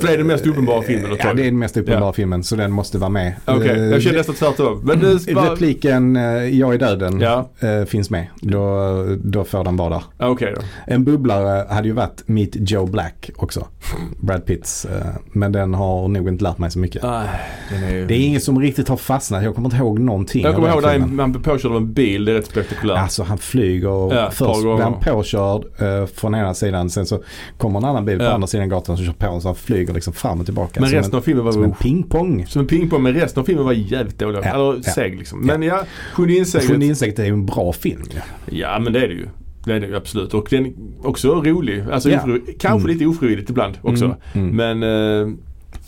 A: För det är den mest uppenbara filmen att ta.
B: ja, det är den mest uppenbara
A: Eh, Ja.
B: filmen så den måste vara med.
A: Okej,
B: Eh,
A: jag kände nästan tvärtom. Men det var...
B: Repliken eh, “Jag är döden”
A: Ja,
B: eh, finns med. Då, då får den vara där.
A: ja, okej då.
B: En bubblare hade ju varit Meet Joe Black också. Brad Pitts. eh, Men den har nog inte lärt mig så mycket. Det är ingen som riktigt har fastnat. Jag kommer inte ihåg någonting.
A: Jag kommer
B: av
A: ihåg
B: den
A: där
B: filmen.
A: man blir påkörd av en bil. Det är rätt spektakulärt.
B: Alltså han flyger och
A: Ja, ett par
B: först blir
A: gånger.
B: han påkörd eh, från ena sidan. Sen så kommer en annan bil på
A: Ja.
B: andra sidan gatan som kör på honom så han flyger liksom fram och tillbaka.
A: men
B: som
A: resten
B: en,
A: av filmen var...
B: som en pingpong.
A: Som en pingpong, men resten av filmen var jävligt dålig.
B: Ja,
A: Eller
B: ja,
A: seg liksom. Men ja, Sjunde
B: Sjunde
A: inseglet.
B: insektet är ju en bra film. Ja.
A: Ja, men det är det ju. Det är det ju absolut. Och den är också rolig. Alltså
B: Ja.
A: ofri- kanske lite ofrivilligt ibland också.
B: Mm, mm.
A: Men, eh,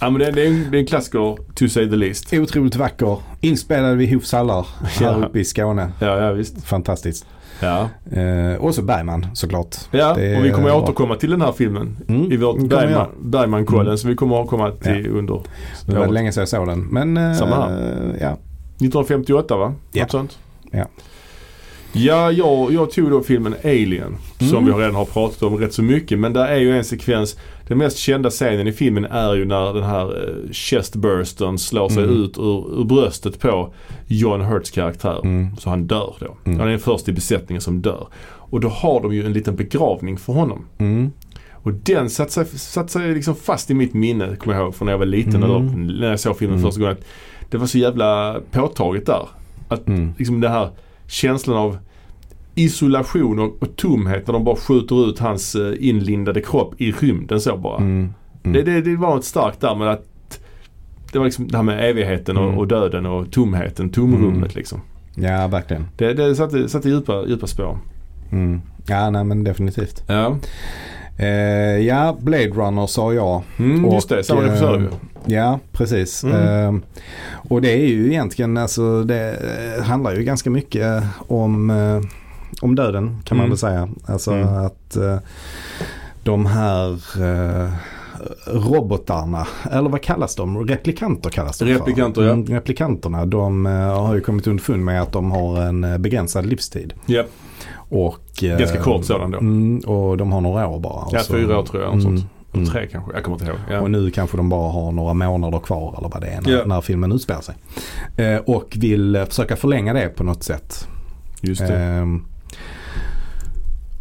A: ja, men det, det, är en, det är en klassiker to say the least.
B: Otroligt vacker. Inspelad vid Hofs hallar här
A: Ja.
B: uppe i Skåne.
A: Ja, ja visst.
B: Fantastiskt.
A: Ja.
B: Eh, och så Bergman såklart.
A: ja
B: Det är
A: och vi kommer
B: bra.
A: återkomma till den här filmen
B: Mm,
A: i vårt
B: det kommer vi göra.
A: Bergman, Bergmankollen som vi kommer att komma till under
B: Det var
A: året.
B: länge sedan jag såg den. Men eh,
A: Samma
B: ja.
A: 1958 va?
B: Ja.
A: Något sånt?
B: Ja.
A: Ja, jag, jag tog då filmen Alien. Som
B: Mm.
A: vi redan har pratat om rätt så mycket. Men där är ju en sekvens. Den mest kända scenen i filmen är ju när den här eh, chestbursten slår sig
B: Mm.
A: ut ur, ur bröstet på John Hurts karaktär.
B: Mm,
A: Så han dör då. Han är den första i besättningen som dör. Och då har de ju en liten begravning för honom.
B: Mm.
A: Och den satt sig, satt sig liksom fast i mitt minne, kommer jag ihåg, från när jag var liten eller när jag såg filmen första gången. Att det var så jävla påtagligt där. Att
B: Mm.
A: liksom den här känslan av isolation och, och tomhet när de bara skjuter ut hans eh, inlindade kropp i rymden så bara.
B: Mm.
A: Det, det, det var något starkt där men att det var liksom det här med evigheten och, och döden och tomheten, tomrummet liksom.
B: Ja, verkligen.
A: Det, det satte, satte djupa, djupa spår.
B: Mm. Ja, nej men definitivt.
A: Ja,
B: Eh, ja, Blade Runner sa jag. eh,
A: mm, just det. Samma regissör ju.
B: Ja, precis.
A: Mm.
B: Eh, och det är ju egentligen, alltså, det eh, handlar ju ganska mycket om, eh, om döden kan man
A: Mm.
B: väl säga. Alltså
A: Mm.
B: att eh, de här eh, robotarna, eller vad kallas de? Replikanter kallas de
A: Replikanter,
B: för.
A: ja.
B: Mm, Replikanterna, de eh, har ju kommit underfund med att de har en eh, begränsad livstid.
A: Ja,
B: Och, eh,
A: ganska kort sådan då.
B: Mm, och de har några år bara.
A: Ja,
B: Och så-
A: fyra år tror jag.
B: Mm,
A: Mm. Sånt.
B: mm.
A: Tre kanske, jag kommer inte ihåg. Ja.
B: Och nu kanske de bara har några månader kvar eller vad det är när,
A: Ja.
B: när filmen utspelar sig. Eh, och vill eh, försöka förlänga det på något sätt.
A: Just det.
B: Ehm,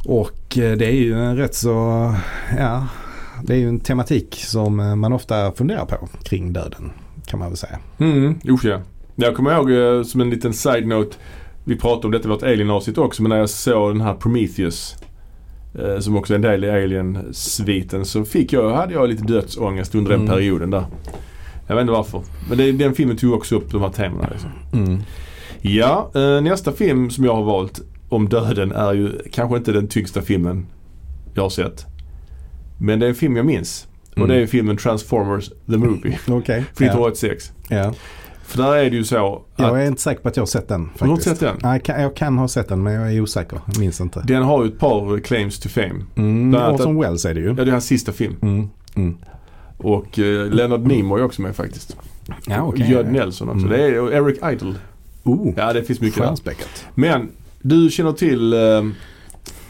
B: och eh, det är ju en rätt så, ja, det är ju en tematik som eh, man ofta funderar på kring döden kan man väl säga.
A: Mm, usch ja. Jag kommer ihåg eh, som en liten side-note. Vi pratade om detta i vårt Alien-avsnitt också men när jag såg den här Prometheus eh, som också är en del i Alien-sviten så fick jag, hade jag lite dödsångest under den
B: Mm.
A: perioden där. Jag vet inte varför. Men det, den filmen tog också upp de här temana. Liksom. Ja, eh, nästa film som jag har valt om döden är ju kanske inte den tyngsta filmen jag har sett. Men det är en film jag minns. Och
B: Mm.
A: det är filmen Transformers The Movie.
B: Okej.
A: Från
B: Ja,
A: 1986.
B: ja.
A: För där är det ju så att
B: Jag är inte säker på att jag har sett den faktiskt.
A: Har du inte sett den?
B: Nej, jag kan, jag kan ha sett den men jag är osäker. Jag minns inte.
A: Den har ju ett par claims to fame.
B: Mm,
A: Bland annat
B: Orson Welles är det ju.
A: Ja, det är hans sista film.
B: Mm, mm.
A: Och eh, Leonard Nimoy är också med faktiskt.
B: Ja,
A: Och Judd Nelson också.
B: Mm.
A: Det är, och Eric Idle.
B: Oh,
A: Ja, det finns mycket där.
B: stjärnspäckat.
A: Men du känner till eh,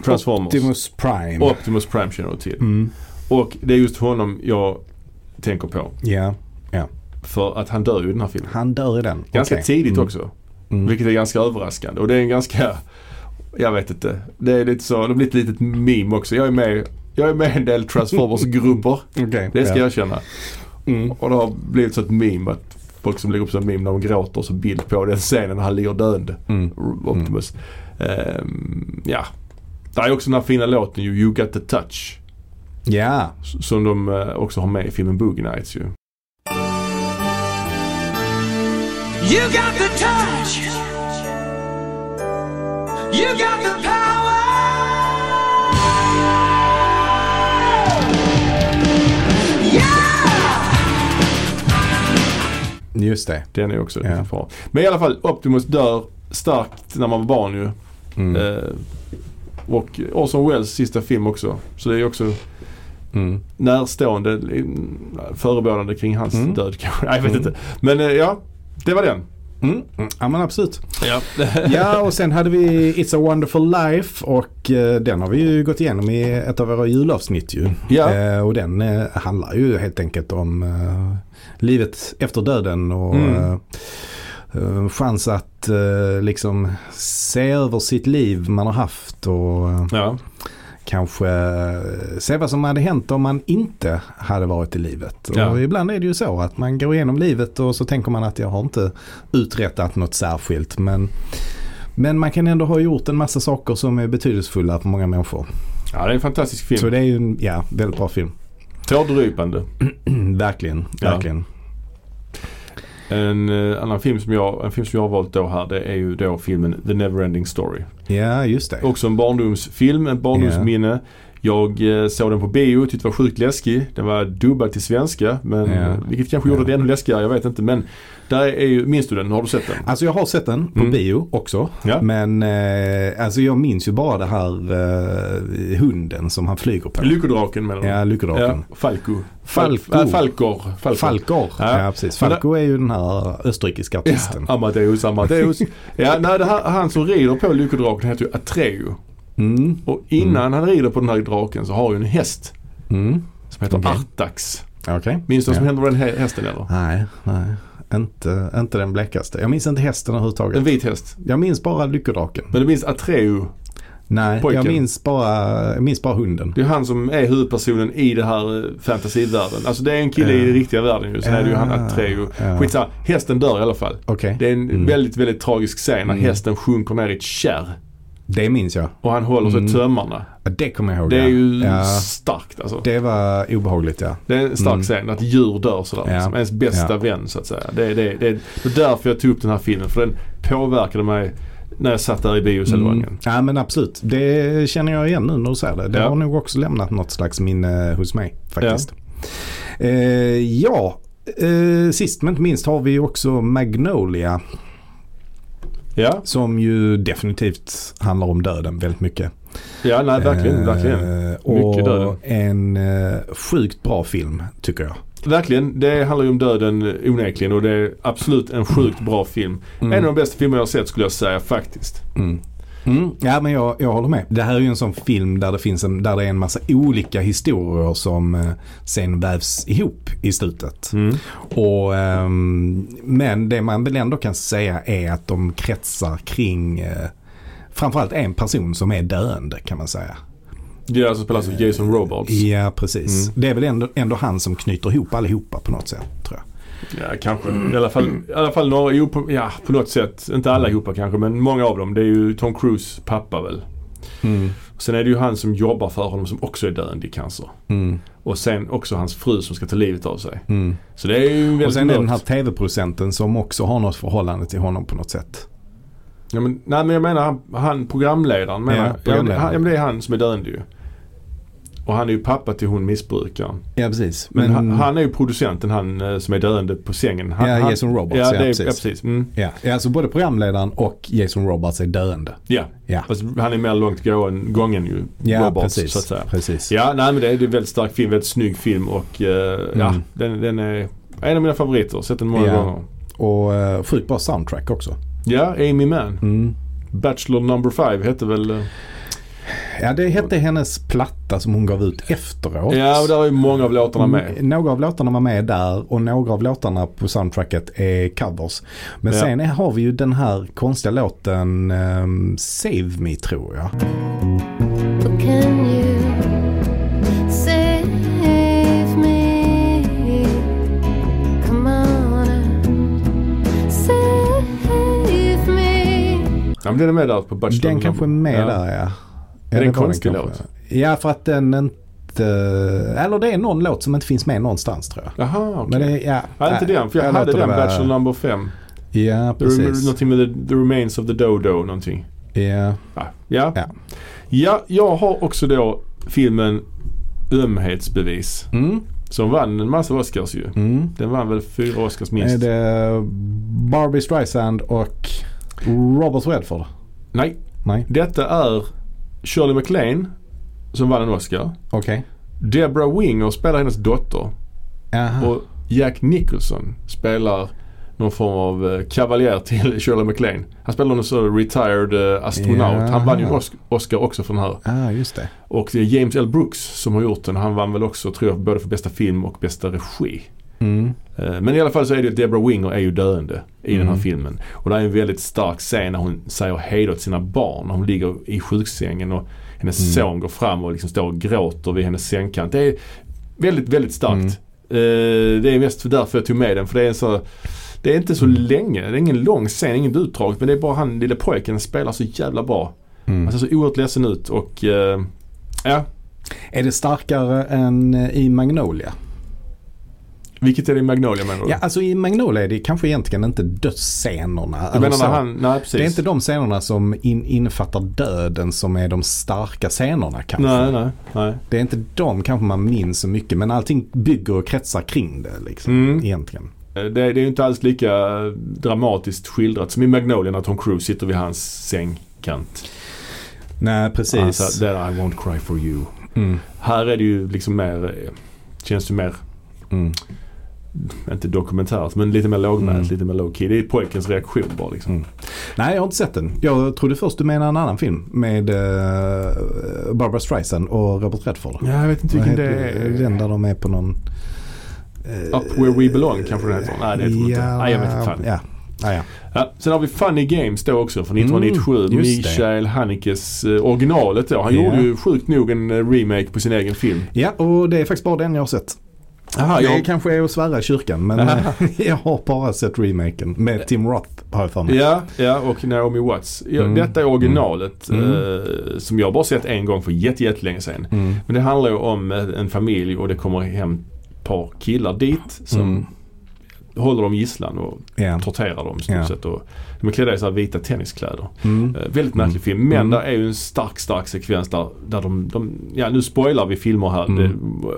A: Transformers. Optimus.
B: Optimus Prime.
A: Prime känner du till.
B: Mm.
A: Och det är just honom jag tänker på.
B: Ja,
A: För att han dör ju i den här filmen.
B: han dör i den.
A: Ganska
B: Okej.
A: tidigt
B: Mm.
A: också.
B: Mm.
A: Vilket är ganska överraskande. Och det är en ganska, jag vet inte. Det är lite så, det blir ett litet meme också. Jag är med, jag är med i en del Transformers-grupper.
B: Okej.
A: Det ska
B: ja.
A: jag erkänna.
B: Mm.
A: Och det har blivit så ett meme att folk som lägger upp sådana meme när de gråter så bild på den scenen när han ligger döende.
B: Mm.
A: Optimus. Ehm, ja. Det är också den här fina låten ju, You Got The Touch.
B: Ja,
A: s- Som de eh, också har med i filmen Boogie Nights ju.
C: You got the touch. You got the power. Yeah.
B: just det.
A: Den är också
B: Ja.
A: bra. Men i alla fall, Optimus dör starkt när man var barn ju.
B: Mm.
A: Eh, och Orson Welles sista film också. Så det är också
B: Mm.
A: närstående eh, förebådande kring hans
B: Mm.
A: död kanske. Nej, jag vet
B: Mm.
A: inte. Men eh, ja, det var den.
B: Mm. Mm. Ja men absolut.
A: Ja.
B: Ja och sen hade vi It's a wonderful life och eh, den har vi ju gått igenom i ett av våra julavsnitt ju.
A: Ja.
B: Eh, och den eh, handlar ju helt enkelt om eh, livet efter döden och
A: Mm.
B: eh, eh, chans att eh, liksom se över sitt liv man har haft och eh,
A: ja.
B: kanske eh, se vad som hade hänt om man inte hade varit i livet.
A: Ja.
B: Och ibland är det ju så att man går igenom livet och så tänker man att jag har inte uträttat något särskilt. Men, men man kan ändå ha gjort en massa saker som är betydelsefulla för många människor.
A: ja, det är en fantastisk
B: Så
A: film.
B: det är ju en ja, väldigt bra film.
A: Tårdrypande.
B: verkligen,
A: Ja.
B: verkligen.
A: En eh, annan film som, jag, en film som jag har valt då här det är ju då filmen The Neverending Story.
B: Ja, just det.
A: Också en barndomsfilm, ett barndomsminne. Jag eh, såg den på bio och tyckte den var sjukt läskig. Den var dubbad till svenska. Men,
B: Ja.
A: eh, Vilket kanske gjorde
B: Ja.
A: det ännu läskigare, jag vet inte. Men där är ju, minns du den? Har du sett den?
B: Alltså jag har sett den på
A: Mm.
B: bio också.
A: Ja.
B: Men eh, alltså jag minns ju bara det här eh, hunden som han flyger på.
A: Lyckodraken menar du?
B: ja, lyckodraken.
A: Ja, Falco.
B: Falco.
A: Fal- äh, Falkor. Falkor.
B: Falkor. Ja.
A: Ja.
B: precis. Falco är ju den här österrikiska artisten.
A: Ja, Amadeus, Amadeus. ja, nej, det här, han som rider på lyckodraken heter ju Atreo.
B: Mm.
A: Och innan han rider på den här draken så har ju en häst
B: Mm.
A: som heter
B: Okej.
A: Artax.
B: Okej.
A: Minns du vad som
B: Ja.
A: hände med den hä- hästen eller?
B: Nej, nej. Inte, inte den blekaste. Jag minns inte hästen överhuvudtaget.
A: En vit häst.
B: Jag minns bara lyckodraken.
A: Men du minns Atreo.
B: Nej, jag
A: Pojken.
B: minns bara, jag minns bara hunden.
A: Det är han som är huvudpersonen i det här eh, fantasivärlden. Alltså det är en kille i
B: Ja.
A: den riktiga världen ju. Sen är det ju han Atreo.
B: Ja.
A: Skitsamma. Hästen dör i alla fall.
B: Okej, Mm.
A: Det
B: det...
A: är en väldigt, väldigt tragisk scen när hästen sjunker ner i ett kärr.
B: minns jag.
A: Och han håller sig i tömmarna.
B: Det kommer jag ihåg.
A: Det är
B: ja.
A: ju
B: ja.
A: starkt alltså. Det,
B: Det var obehagligt ja.
A: är en stark scen att djur dör sådär.
B: Ja.
A: Liksom. Ens bästa
B: Ja.
A: vän så att säga. Det, det, det, det är därför jag tog upp den här filmen. För den påverkade mig när jag satt där i biosalongen.
B: Mm. Ja men absolut. Det känner jag igen nu när du säger det. Det
A: Ja.
B: har nog också lämnat något slags minne hos mig faktiskt. Ja, eh, ja Eh, sist men inte minst har vi också Magnolia
A: Ja,
B: som ju definitivt handlar om döden väldigt mycket.
A: ja nej verkligen,
B: Eh,
A: verkligen.
B: Och
A: Mycket döden.
B: en eh, sjukt bra film tycker jag.
A: Verkligen, det handlar ju om döden eh, onekligen och det är absolut en sjukt bra film. En av de bästa filmer jag har sett skulle jag säga faktiskt.
B: Mm. Mm. Ja men jag, jag håller med. Det här är ju en sån film där det, finns en, där det är en massa olika historier som eh, sen vävs ihop i slutet. Och, ehm, men det man väl ändå kan säga är att de kretsar kring eh, framförallt en person som är döende kan man säga.
A: Det är alltså spelas av Jason Robards.
B: Ja precis. Det är väl ändå, ändå han som knyter ihop allihopa på något sätt tror jag.
A: Ja, kanske. I alla fall, i alla fall några, jo, på, ja, på något sätt. Inte allihopa kanske, men många av dem. Det är ju Tom Cruise pappa väl.
B: Mm.
A: Sen är det ju han som jobbar för honom som också är döende i cancer.
B: Mm.
A: Och sen också hans fru som ska ta livet av sig. Så det är ju väldigt
B: Och sen är det den här
A: mörkt.
B: tv-producenten som också har något förhållande till honom på något sätt.
A: ja, men, Nej men jag menar han, han programledaren. Menar,
B: Ja,
A: ja,
B: programledaren.
A: det- han, ja men det är han som är döende ju. Och han är ju pappa till hon missbrukaren.
B: Ja precis.
A: Men han, han är ju producenten han eh, som är döende på sängen. Han,
B: Ja,
A: han,
B: Jason Robards,
A: Ja,
B: ja,
A: det är,
B: precis.
A: ja precis. Mm,
B: Ja, ja, alltså både programledaren och Jason Roberts är döende.
A: ja.
B: Ja,
A: Fast han är mer långt gåen, gången ju.
B: ja
A: Robards,
B: precis.
A: så att säga.
B: precis.
A: Ja, nej men det är det är en väldigt stark film, väldigt snygg film och eh, ja, den, den är en av mina favoriter. Sett den många
B: Mm. Ja.
A: gånger.
B: Och uh, sjukt bra soundtrack också.
A: Ja, Amy Mann.
B: Mm.
A: Bachelor number five hette väl... eh,
B: Ja, det hette hennes platta som hon gav ut efteråt.
A: Ja, och där är ju många av låtarna med.
B: Mm, Några av låtarna var med där och några av låtarna på soundtracket är covers. Men
A: Ja.
B: sen är- har vi ju den här konstiga låten ehm, Save Me tror jag.
D: But can you save me? Come on, and save me.
A: Ja, men den är med där på Bachelor
B: Den
A: number-
B: kanske är med
A: ja.
B: där ja.
A: Är det en
B: det var
A: konstig
B: kanske.
A: låt?
B: Ja för att den inte... Eller det är någon låt som inte finns med någonstans tror jag.
A: Jaha, okej.
B: Men det, ja.
A: Ja, inte den, för jag, hade
B: låter
A: den,
B: det vara-
A: Bachelor number fem.
B: Ja,
A: The rem-
B: precis.
A: någonting med the, the Remains of the Dodo, någonting.
B: Ja.
A: Ja. Ja.
B: Ja.
A: ja, jag har också då filmen Ömhetsbevis.
B: Mm.
A: Som vann en massa Oscars ju.
B: Mm.
A: Den vann väl fyra Oscars
B: Är
A: minst.
B: det Barbie Streisand och Robert Redford?
A: Nej,
B: Nej,
A: detta är Shirley MacLaine som vann en Oscar.
B: okej.
A: Deborah Winger spelar hennes dotter.
B: Jaha.
A: Och Jack Nicholson spelar någon form av eh, kavaljer till Shirley MacLaine. Han spelar någon sån retired eh, astronaut. Han vann ju en
B: Ja.
A: Os- Oscar också för den här.
B: Ah, just det.
A: Och det är James L. Brooks som har gjort den. Han vann väl också tror jag både för bästa film och bästa regi.
B: Mm.
A: Eh, Men i alla fall så är det ju Deborah Winger är ju döende i den
B: Mm.
A: här filmen. Och det är en väldigt stark scen när hon säger hej då till sina barn. När hon ligger i sjuksängen och hennes
B: Mm.
A: son går fram och liksom står och gråter vid hennes sängkant. Det är väldigt, väldigt starkt.
B: Mm.
A: Eh, Det är mest därför jag tog med den. För det är en så det är inte så
B: Mm.
A: länge, det är ingen lång scen, inget utdraget. Men det är bara han lille pojken spelar så jävla bra.
B: Mm.
A: Han ser så oerhört ledsen ut och eh, ja,
B: Är det starkare än eh, i Magnolia?
A: vilket är det i Magnolia menar du?
B: Ja, alltså i Magnolia är det kanske egentligen inte dödsscenerna.
A: du
B: eller
A: menar
B: så.
A: när han, nej precis.
B: Det är inte de scenerna som in, innefattar döden som är de starka scenerna kanske.
A: Nej, nej, nej.
B: Det är inte de kanske man minns så mycket men allting bygger och kretsar kring det liksom,
A: Mm.
B: egentligen.
A: Det, det är ju inte alls lika eh, dramatiskt skildrat som i Magnolia när Tom Cruise sitter vid hans sängkant.
B: Nej,
A: Han
B: precis.
A: sa There I won't cry for Alltså, you.
B: Mm.
A: Här är det ju liksom mer, eh, känns det mer, mm,
B: Mm.
A: inte dokumentärt men lite mer lågmält,
B: Mm.
A: lite mer low key. Det är pojkens reaktion bara liksom.
B: Mm. Nej, jag har inte sett den. Jag trodde först du menade en annan film med eh, Barbara Streisand och Robert Redford.
A: Ja, jag vet inte
B: Vad
A: vilken
B: heter
A: det är.
B: Den där de är på någon...
A: Up where we belong kanske den heter. Nej, det heter den inte. Nej, jag vet inte fan.
B: Ja. Ja, ja.
A: Ja, sen har vi Funny Games då också från
B: Mm,
A: 1997.
B: just det.
A: Michael Hanekes eh, originalet då. Han
B: Ja.
A: gjorde ju sjukt nog en eh, remake på sin egen film.
B: ja, och det är faktiskt bara den jag har sett.
A: Aha,
B: Det kanske är att svära i kyrkan men eh, jag har bara sett remaken med Tim Roth har jag för mig.
A: Ja, ja och Naomi Watts. Ja,
B: Mm.
A: Detta är originalet
B: Mm.
A: eh, som jag bara sett en gång för jätte, jättelänge sedan.
B: Mm.
A: Men det handlar ju om eh, en familj och det kommer hem ett par killar dit som
B: Mm.
A: håller dem gisslan och
B: Ja.
A: torterar dem i stort
B: Ja.
A: sett. Och de är klädda i så här vita tenniskläder.
B: Mm.
A: Eh, väldigt märklig film men där är ju en stark, stark sekvens där, där de, de, ja nu spoilar vi filmer här,
B: Mm.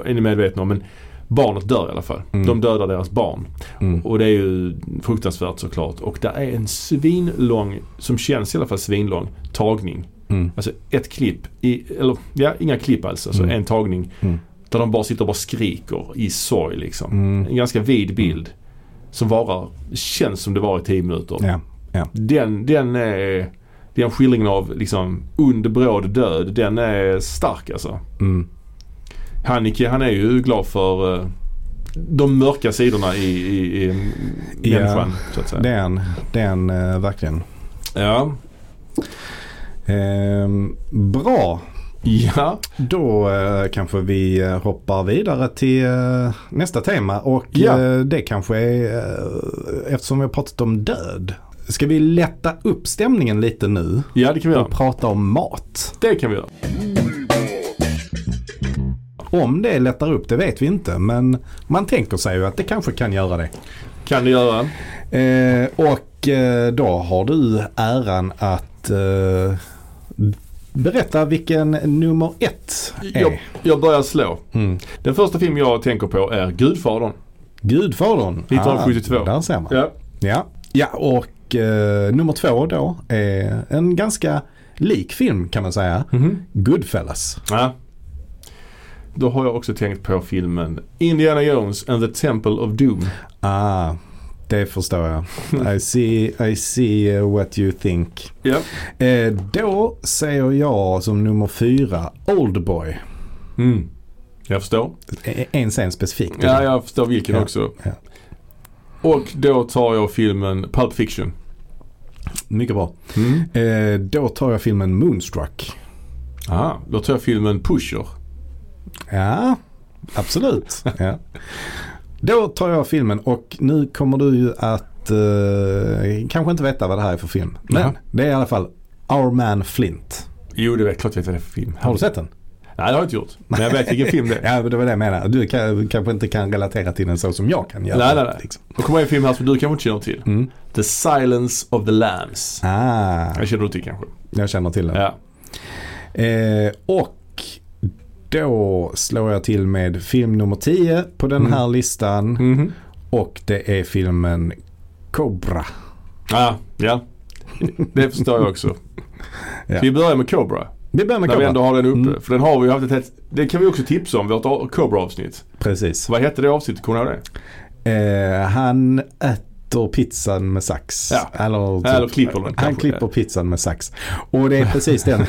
A: det är ni medvetna om. Men Barnet dör i alla fall.
B: Mm.
A: De dödar deras barn.
B: Mm.
A: Och det är ju fruktansvärt såklart. Och det är en svinlång, som känns i alla fall svinlång, tagning.
B: Mm.
A: Alltså ett klipp, i, eller ja, inga klipp alls. Alltså
B: Mm.
A: en tagning.
B: Mm.
A: Där de bara sitter och bara skriker i sorg liksom.
B: Mm.
A: En ganska vid bild. Som varar, känns som det var i 10 minuter.
B: Ja.
A: Den, den är, den skildringen av liksom ond, bråd död, den är stark alltså.
B: Mm.
A: Haneke han är ju glad för eh, de mörka sidorna i, i, i
B: Ja,
A: människan så att säga.
B: Den, den eh, verkligen.
A: Ja.
B: Ehm, bra.
A: Ja.
B: Då eh, kanske vi eh, hoppar vidare till eh, nästa tema och
A: Ja.
B: eh, det kanske är eh, eftersom vi har pratat om död. Ska vi lätta upp stämningen lite nu
A: ja, det kan vi
B: och
A: göra.
B: prata om mat?
A: Det kan vi göra.
B: Om det lättar upp det vet vi inte men man tänker sig ju att det kanske kan göra det.
A: Kan du göra.
B: Eh, och eh, då har du äran att eh, berätta vilken nummer ett är.
A: Jag, jag börjar slå.
B: Mm.
A: Den första film jag tänker på är Gudfadern.
B: Gudfadern.
A: 1972.
B: Ah, där ser man.
A: Ja.
B: Ja, ja och eh, nummer två då är en ganska lik film kan man säga.
A: Mhm.
B: Goodfellas.
A: ja. Då har jag också tänkt på filmen Indiana Jones and the Temple of Doom.
B: Ah, det förstår jag. I see, I see eh, what you think.
A: Ja.
B: Eh, då säger jag som nummer fyra Oldboy.
A: Mm. Jag förstår.
B: Eh, En scen specifikt.
A: Ja, jag förstår vilken
B: Ja,
A: också.
B: ja.
A: Och då tar jag filmen Pulp Fiction.
B: Mycket bra. Eh, då tar jag filmen Moonstruck.
A: Aha, då tar jag filmen Pusher.
B: Ja, absolut. ja. Då tar jag filmen och nu kommer du ju att eh, kanske inte veta vad det här är för film. Men
A: Jaha.
B: det är i alla fall Our Man Flint.
A: Jo, det är klart jag vet vad det är för film.
B: Har du sett den?
A: Nej, det har jag inte gjort. Men jag vet vilken film det är.
B: Ja, men det var det jag menade. Du kan, kanske inte kan relatera till den så som jag kan göra.
A: Nej, nej, nej.
B: liksom. Mm.
A: Då kommer en film här som du kanske inte känner till. The Silence of the Lambs.
B: Ah,
A: Jag känner du till kanske.
B: jag känner till den.
A: Ja.
B: Eh, och då slår jag till med film nummer 10 på
A: Mm.
B: den här listan.
A: Mhm.
B: Och det är filmen Cobra.
A: Ja, ja. Det förstår jag också.
B: Ja.
A: Ska vi börja med Cobra?
B: Vi börjar med
A: När vi
B: Cobra.
A: ändå har den uppe.
B: Mm.
A: För den har vi ju haft ett helt... Det kan vi också tipsa om. Vårt Cobra-avsnitt.
B: Precis.
A: Vad hette det avsnittet? Kommer du ihåg det?
B: Eh, han äter pizzan med sax.
A: Ja.
B: Eller, typ-
A: Eller klipper den
B: Han
A: kanske.
B: klipper pizzan med sax. Och det är precis den,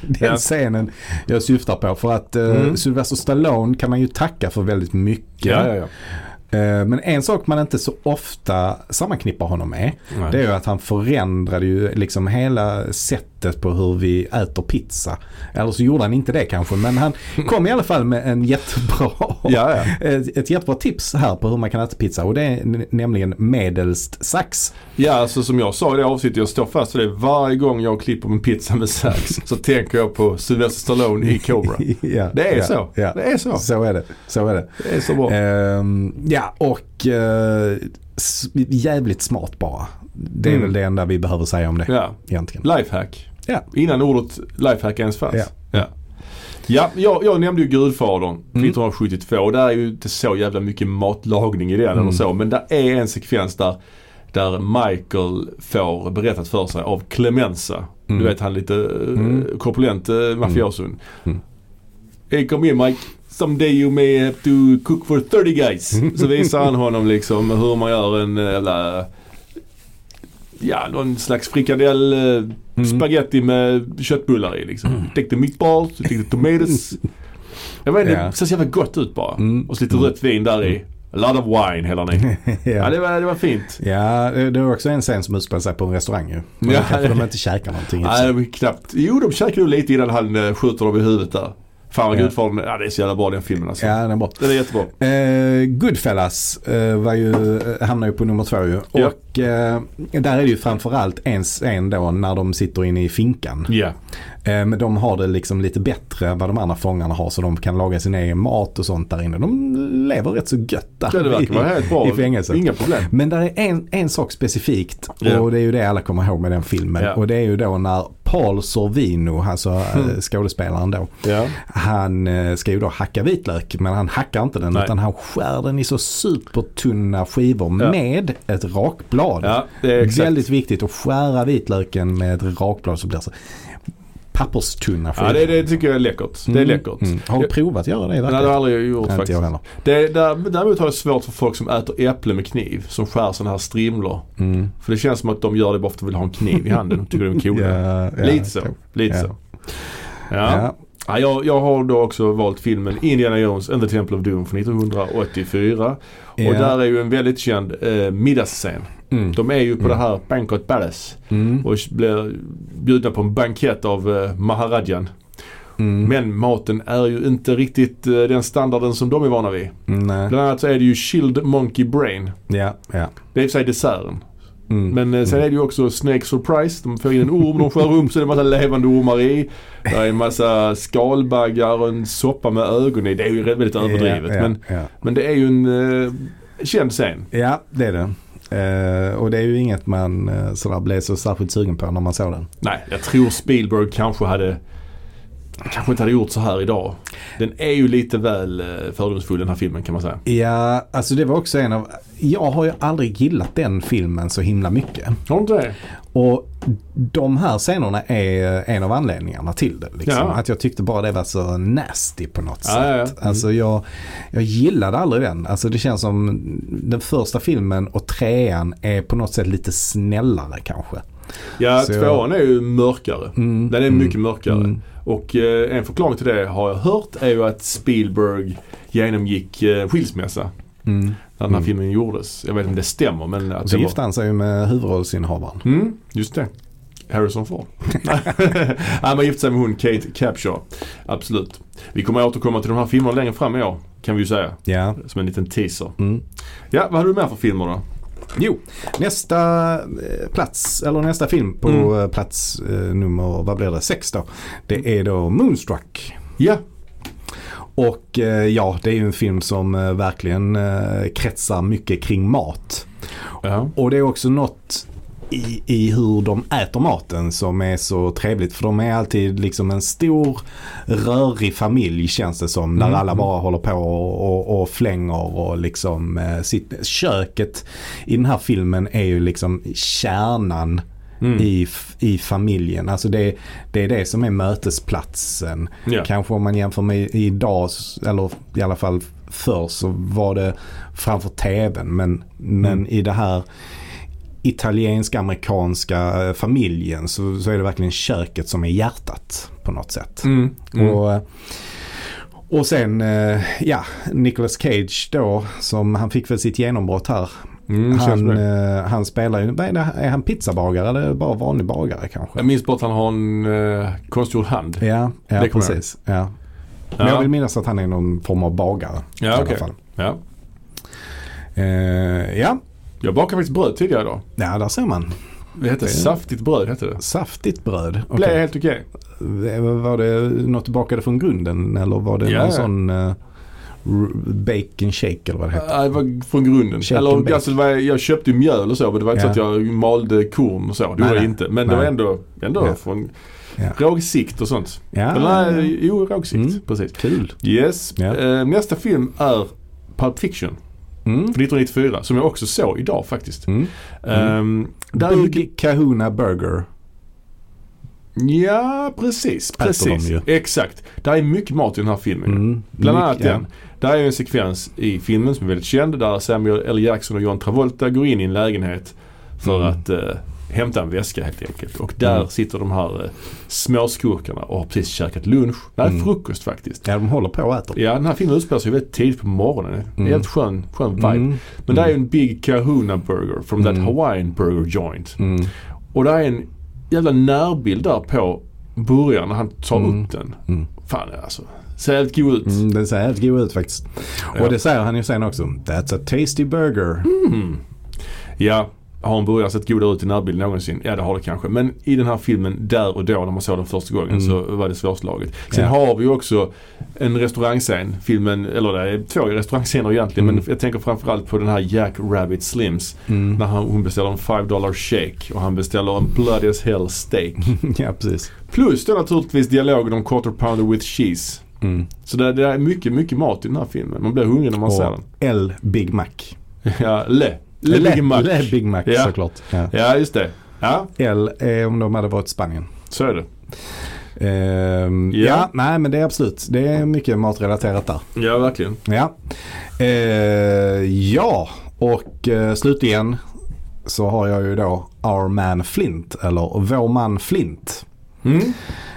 B: den
A: Ja.
B: scenen jag syftar på. För att eh,
A: Mm.
B: Sylvester Stallone kan man ju tacka för väldigt mycket. Eh, Men en sak man inte så ofta sammanknippar honom med
A: Nej.
B: det är ju att han förändrade ju liksom hela sättet på hur vi äter pizza. Eller så gjorde han inte det kanske men han kom i alla fall med en jättebra,
A: Ja, ja.
B: Ett, ett jättebra tips här på hur man kan äta pizza och det är n- nämligen medelst sax.
A: Ja, alltså som jag sa i det avsnittet, jag står fast vid det. Varje gång jag klipper min pizza med sax så tänker jag på Sylvester Stallone i Cobra.
B: ja,
A: Det är
B: ja,
A: så.
B: Ja.
A: Det är så.
B: Så är det. Så är det.
A: Det är så bra.
B: Ehm, ja, och eh, s- jävligt smart bara. Det är
A: Mm.
B: väl det enda vi behöver säga om det.
A: Ja.
B: Egentligen.
A: Lifehack.
B: Ja.
A: Innan ordet lifehack ens fanns.
B: Ja.
A: ja. Ja, jag, jag nämnde ju Gudfadern
B: Mm.
A: 1972 och där är ju inte så jävla mycket matlagning i den
B: Mm.
A: eller så. Men där är en sekvens där, där Michael får berättat för sig av Clemenza. Du vet han lite eh, korpulent eh, mafiosun.
B: Mm.
A: Hey come here Mike. Someday you may have to cook for 30 guys. Så visar han honom liksom hur man gör en eh, jävla Ja, någon slags frikadell
B: Mm.
A: eh, spaghetti med köttbullar i liksom. Take the meatballs, take the tomatoes. Jag vet inte,
B: Ja.
A: det ser så jävla gott ut bara.
B: Mm.
A: Och så lite rött vin där i. A lot of wine hela ni. Ja, det var, det var fint.
B: Ja, det det var också en scen som utspelar sig på en restaurang ju. Men
A: Ja.
B: då kanske de inte käkar någonting.
A: Nej, det var knappt. Jo, de käkade nog lite innan han eh, skjuter dem i huvudet där. Fan vad
B: Ja.
A: gudfadern, ja det är så jävla bra den filmen alltså.
B: Ja, den är bra.
A: Den är jättebra.
B: Eh, Goodfellas eh, var ju, eh, hamnade ju på nummer två ju.
A: Ja.
B: Och eh, där är det ju framförallt en scen då när de sitter inne i finkan.
A: Ja.
B: Eh, men de har det liksom lite bättre än vad de andra fångarna har så de kan laga sin egen mat och sånt där inne. De lever rätt så gött där
A: Det verkar vara helt bra.
B: i fängelset.
A: Inga problem.
B: Men där är en, en sak specifikt
A: Ja.
B: och det är ju det alla kommer ihåg med den filmen.
A: Ja.
B: Och det är ju då när Paul Sorvino, alltså mm. skådespelaren då.
A: Hmm. Ja.
B: Han eh, ska ju då hacka vitlök men han hackar inte den
A: Nej.
B: utan han skär den i så supertunna skivor
A: Ja.
B: med ett rakblad.
A: Ja, det är exakt.
B: Väldigt viktigt att skära vitlöken med ett rakblad så blir det så papperstunna skivor.
A: Ja, det, det tycker jag är läckert. Det är
B: Mm,
A: läckert.
B: mm. Har du
A: Jag-
B: provat att göra det i
A: Nej, det har jag aldrig gjort
B: Nej, inte
A: faktiskt.
B: jag heller.
A: Det, där, däremot har jag svårt för folk som äter äpple med kniv. Som skär sådana här strimlor.
B: Mm.
A: För det känns som att de gör det bara för att de vill ha en kniv i handen. De tycker det är en cool.
B: Ja, ja,
A: lite så.
B: kanske.
A: Lite
B: Ja.
A: så. Ja. Ja. jag, jag har då också valt filmen Indiana Jones and the Temple of Doom från 1984.
B: Ja.
A: Och där är ju en väldigt känd eh, middagsscen.
B: Mm.
A: De är ju på det här Banquet Palace
B: Mm.
A: och blir bjudna på en bankett av eh, Maharajan.
B: Mm.
A: Men maten är ju inte riktigt eh, den standarden som de är vana vid.
B: mm, Nej.
A: Bland annat så är det ju chilled monkey brain.
B: Ja, ja.
A: Det är i och för sig desserten.
B: Mm.
A: Men eh, sen är det ju också Snake Surprise. De får in en orm, de skär upp så är det en massa levande ormar i. Det är en massa skalbaggar och en soppa med ögon i. Det är ju rätt- väldigt överdrivet.
B: Ja, ja,
A: Men,
B: ja.
A: men det är ju en eh, känd scen.
B: ja, det är det. Eh, och det är ju inget man eh, sådär blev så särskilt sugen på när man såg den.
A: Nej, jag tror Spielberg kanske hade kanske inte hade gjort så här idag. Den är ju lite väl eh, fördomsfull den här filmen kan man säga.
B: Ja, alltså det var också en av... Jag har ju aldrig gillat den filmen så himla mycket.
A: Har du inte det?
B: Och de här scenerna är en av anledningarna till det. Liksom.
A: Ja.
B: Att jag tyckte bara det var så nasty på något
A: Ja,
B: sätt.
A: ja, ja. Mm.
B: Alltså jag, jag gillade aldrig den. Alltså det känns som den första filmen och trean är på något sätt lite snällare kanske.
A: Ja,
B: Så Mm. jag-
A: tvåan är ju mörkare. Den är mycket mörkare. Och eh, en förklaring till det har jag hört är ju att Spielberg genomgick eh, skilsmässa när den här filmen gjordes. Jag vet inte om det stämmer men att
B: Mm. Och så
A: det
B: gifte han sig ju med huvudrollsinnehavaren.
A: Mm, just det. Harrison Ford. Nej, man gifte sig med hon Kate Capshaw. Absolut. Vi kommer återkomma till de här filmerna längre fram i år. Kan vi ju säga.
B: Ja.
A: Som en liten teaser.
B: Mm.
A: Ja, vad hade du med för filmer då?
B: Jo, nästa eh, plats, eller nästa film på
A: Mm.
B: eh, plats eh, nummer, vad blir det, sex då. Det är då Moonstruck.
A: Ja,
B: Och eh, ja, det är ju en film som eh, verkligen eh, kretsar mycket kring mat.
A: ja.
B: Och det är också något i, i hur de äter maten som är så trevligt. För de är alltid liksom en stor rörig familj känns det som. Där alla bara håller på och, och, och flänger och liksom eh, sitt, Köket i den här filmen är ju liksom kärnan i, f- i familjen. Alltså det, det är det som är mötesplatsen.
A: Ja.
B: Kanske om man jämför med idag, s- eller i alla fall förr så var det framför tvn. Men,
A: Mm.
B: men i det här italiensk-amerikanska eh, familjen så, så är det verkligen köket som är hjärtat på något sätt.
A: Mm.
B: Och, eh, och sen, eh, ja, Nicolas Cage då, som han fick väl sitt genombrott här.
A: Mm, känns
B: han,
A: bra.
B: eh, han spelar ju, vad är, det, är han pizzabagare eller bara vanlig bagare kanske?
A: Jag minns bara att han har en eh, konstgjord hand.
B: Ja, ja
A: Det kommer
B: precis. Ja. Men jag vill minnas att han är någon form av bagare. i
A: ja,
B: alla
A: okej.
B: fall.
A: ja.
B: Eh, ja.
A: Jag bakade faktiskt bröd tidigare idag.
B: ja, där ser man.
A: Det hette saftigt bröd. Hette det.
B: Saftigt bröd.
A: Blev
B: Okej.
A: helt okej.
B: Var det något du bakade från grunden eller var det
A: Ja,
B: någon
A: ja.
B: sån eh, r- bacon shake eller vad det heter?
A: Ja, Det var från grunden.
B: Shake and
A: Eller,
B: bake.
A: alltså, det var, jag köpte ju mjöl och så men det var inte
B: Ja.
A: så att jag malde korn och så. Det gjorde
B: Nej,
A: jag
B: nej.
A: inte. Men det
B: Nej.
A: var ändå, ändå
B: Ja.
A: från
B: Ja.
A: rågsikt och sånt.
B: Ja,
A: Eller,
B: ja, ja.
A: nej, Jo, rågsikt.
B: Mm.
A: Precis.
B: Kul.
A: Yes.
B: Ja.
A: Eh, nästa film är Pulp Fiction.
B: Mm.
A: Från 1994 som jag också såg idag faktiskt.
B: Mm.
A: Ehm, där är
B: Big
A: mycket-
B: Kahuna Burger.
A: Ja, precis.
B: de
A: precis.
B: ju.
A: Exakt. Det är mycket mat i den här filmen.
B: Mm,
A: Bland
B: mycket,
A: annat
B: ja.
A: den. Där är ju en sekvens i filmen som är väldigt känd där Samuel L. Jackson och John Travolta går in i en lägenhet för
B: Mm.
A: att eh, hämta en väska helt enkelt. Och där
B: Mm.
A: sitter de här eh, småskurkarna och har precis käkat lunch. Nej,
B: Mm.
A: frukost faktiskt.
B: Ja, de håller på och äter.
A: Ja, den här filmen utspelar sig ju väldigt tidigt på morgonen. Det är en helt skön, skön vibe.
B: Mm.
A: Men det är ju en Big Kahuna Burger from that Hawaiian Burger Joint.
B: Mm.
A: Och det är en jävla närbild där på burgaren när han tar upp den.
B: Mm.
A: Fan alltså. Ser helt god ut.
B: Mm, den ser helt god ut faktiskt.
A: Ja.
B: Och det säger han ju sen också. That's a tasty burger.
A: Ja. har en burgare sett godare ut i närbild någonsin? Ja det har det kanske. Men i den här filmen där och då när man såg den första gången
B: Mm.
A: så var det svårslaget. Sen
B: Ja.
A: har vi ju också en restaurangscen. Filmen, eller det är två restaurangscener egentligen
B: Mm.
A: men jag tänker framförallt på den här Jack Rabbit Slims.
B: Mm.
A: När han, hon beställer en 5 dollar shake och han beställer en bloody as hell steak.
B: ja, precis.
A: Plus då naturligtvis dialogen om quarter pounder with cheese.
B: Mm.
A: Så det, det är mycket, mycket mat i den här filmen. Man blir hungrig när man ser den.
B: Och L Big Mac.
A: Ja, le. Le, Big Mac.
B: Le Big Mac
A: Ja.
B: såklart. Ja.
A: Ja, just det. Ja,
B: L är om de hade varit i Spanien.
A: så är det.
B: Ehm,
A: Ja.
B: Ja, nej men det är absolut. Det är mycket matrelaterat där.
A: Ja, verkligen.
B: Ja, eh, ja. och eh, slutligen så har jag ju då Our Man Flint, eller Vår Man Flint.
A: Mm.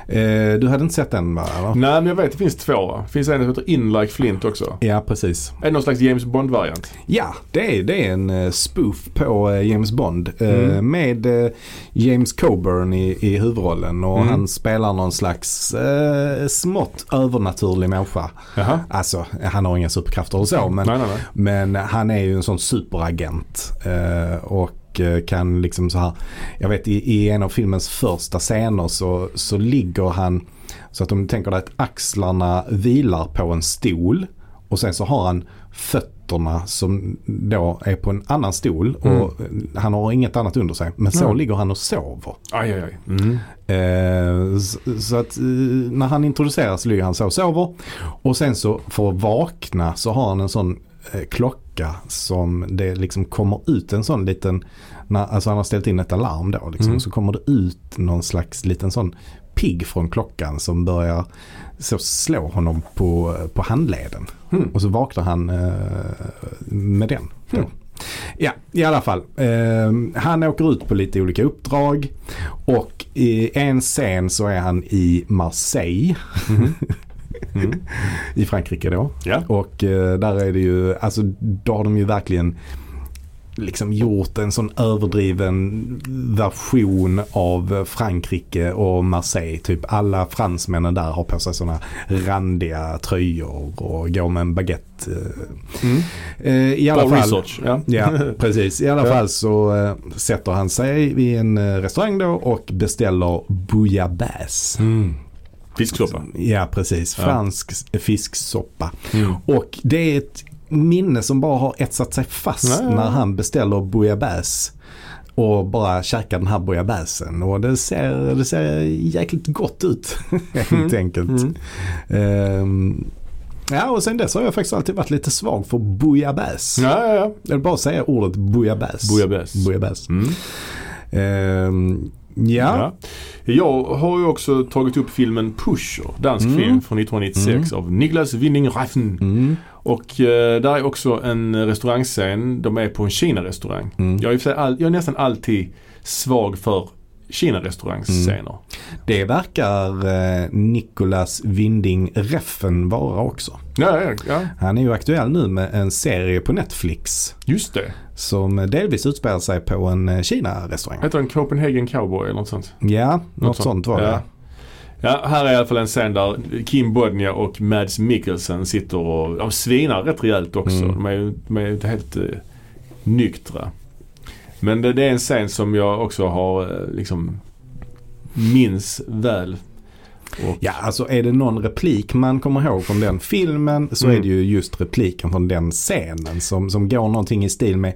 B: Eh, du hade inte sett den va? eller?
A: Nej, men jag vet det finns två va? Det finns en som heter In Like Flint också.
B: Ja, precis.
A: Är det någon slags James Bond-variant?
B: Ja, det är, det är en eh, spoof på eh, James Bond. eh,
A: Mm.
B: Med eh, James Coburn i, i huvudrollen
A: Mm.
B: och han spelar någon slags eh, smått övernaturlig människa.
A: Jaha.
B: Alltså, han har inga superkrafter och så men
A: Nej, nej, nej.
B: Men han är ju en sån superagent. eh, Och eh, kan liksom så här. Jag vet i, i en av filmens första scener så, så ligger han. Så att de tänker dig att axlarna vilar på en stol. Och sen så har han fötterna som då är på en annan stol. Och
A: Mm.
B: eh, han har inget annat under sig. Men så
A: Nej.
B: ligger han och sover.
A: Aj, aj, aj. Mm.
B: Eh, s- Så att eh, när han introduceras ligger han så och sover. Och sen så för att vakna så har han en sån eh, klocka som det liksom kommer ut en sån liten, när, alltså han har ställt in ett alarm då liksom. Och så kommer det ut någon slags liten sån pigg från klockan som börjar så slå honom på, på handleden. Och så vaknar han eh, med den. Då. Ja, i alla fall. Eh, han åker ut på lite olika uppdrag. Och i en scen så är han i Marseille. I Frankrike då.
A: Mm-hmm. Ja.
B: Och eh, där är det ju, alltså då har de ju verkligen liksom gjort en sån överdriven version av Frankrike och Marseille. Typ alla fransmännen där har på sig såna randiga tröjor och går med en baguette. eh. Eh, I alla
A: Mm. Bra
B: fall.
A: research. Ja.
B: Ja, precis. I alla
A: Ja.
B: fall så eh, sätter han sig vid en eh, restaurang då och beställer bouillabaisse.
A: Mm. Fisksoppa.
B: Ja, precis. Fransk s- fisksoppa.
A: Mm.
B: Och det är ett minne som bara har etsat sig fast
A: Ja, ja, ja.
B: när han beställer bouillabaisse. Och bara käkar den här bouillabaisen. Och det ser, det ser jäkligt gott ut. Helt enkelt.
A: Mm.
B: Ehm, ja, och sen dess har jag faktiskt alltid varit lite svag för bouillabaisse.
A: Ja, ja, ja.
B: Jag vill bara säga ordet bouillabaisse.
A: Bouillabaisse. Mm.
B: Bouillabaisse. Ehm, ja.
A: Ja. Jag har ju också tagit upp filmen Pusher, dansk film från 1996 av Niklas Winning Refn. Och eh, där är också en restaurangscen. De är på en Kina-restaurang. Jag, är i och för sig all, jag är nästan alltid svag för Kina-restaurangsscener.
B: det verkar eh, Nicolas Winding Refn vara också.
A: Ja, ja, ja,
B: Han är ju aktuell nu med en serie på Netflix
A: just det.
B: som delvis utspelar sig på en eh, Kina-restaurang.
A: Heter den Copenhagen Cowboy eller något sånt?
B: Ja, något sånt var
A: Ja.
B: det.
A: Ja, här är i alla fall en scen där Kim Bodnia och Mads Mikkelsen sitter och de svinar rätt rejält också.
B: Mm.
A: De är ju de är ju inte helt eh, nyktra. Men det, det är en scen som jag också har eh, liksom minns väl.
B: Ja, alltså är det någon replik man kommer ihåg från den filmen så
A: Mm.
B: är det ju just repliken från den scenen som, som går någonting i stil med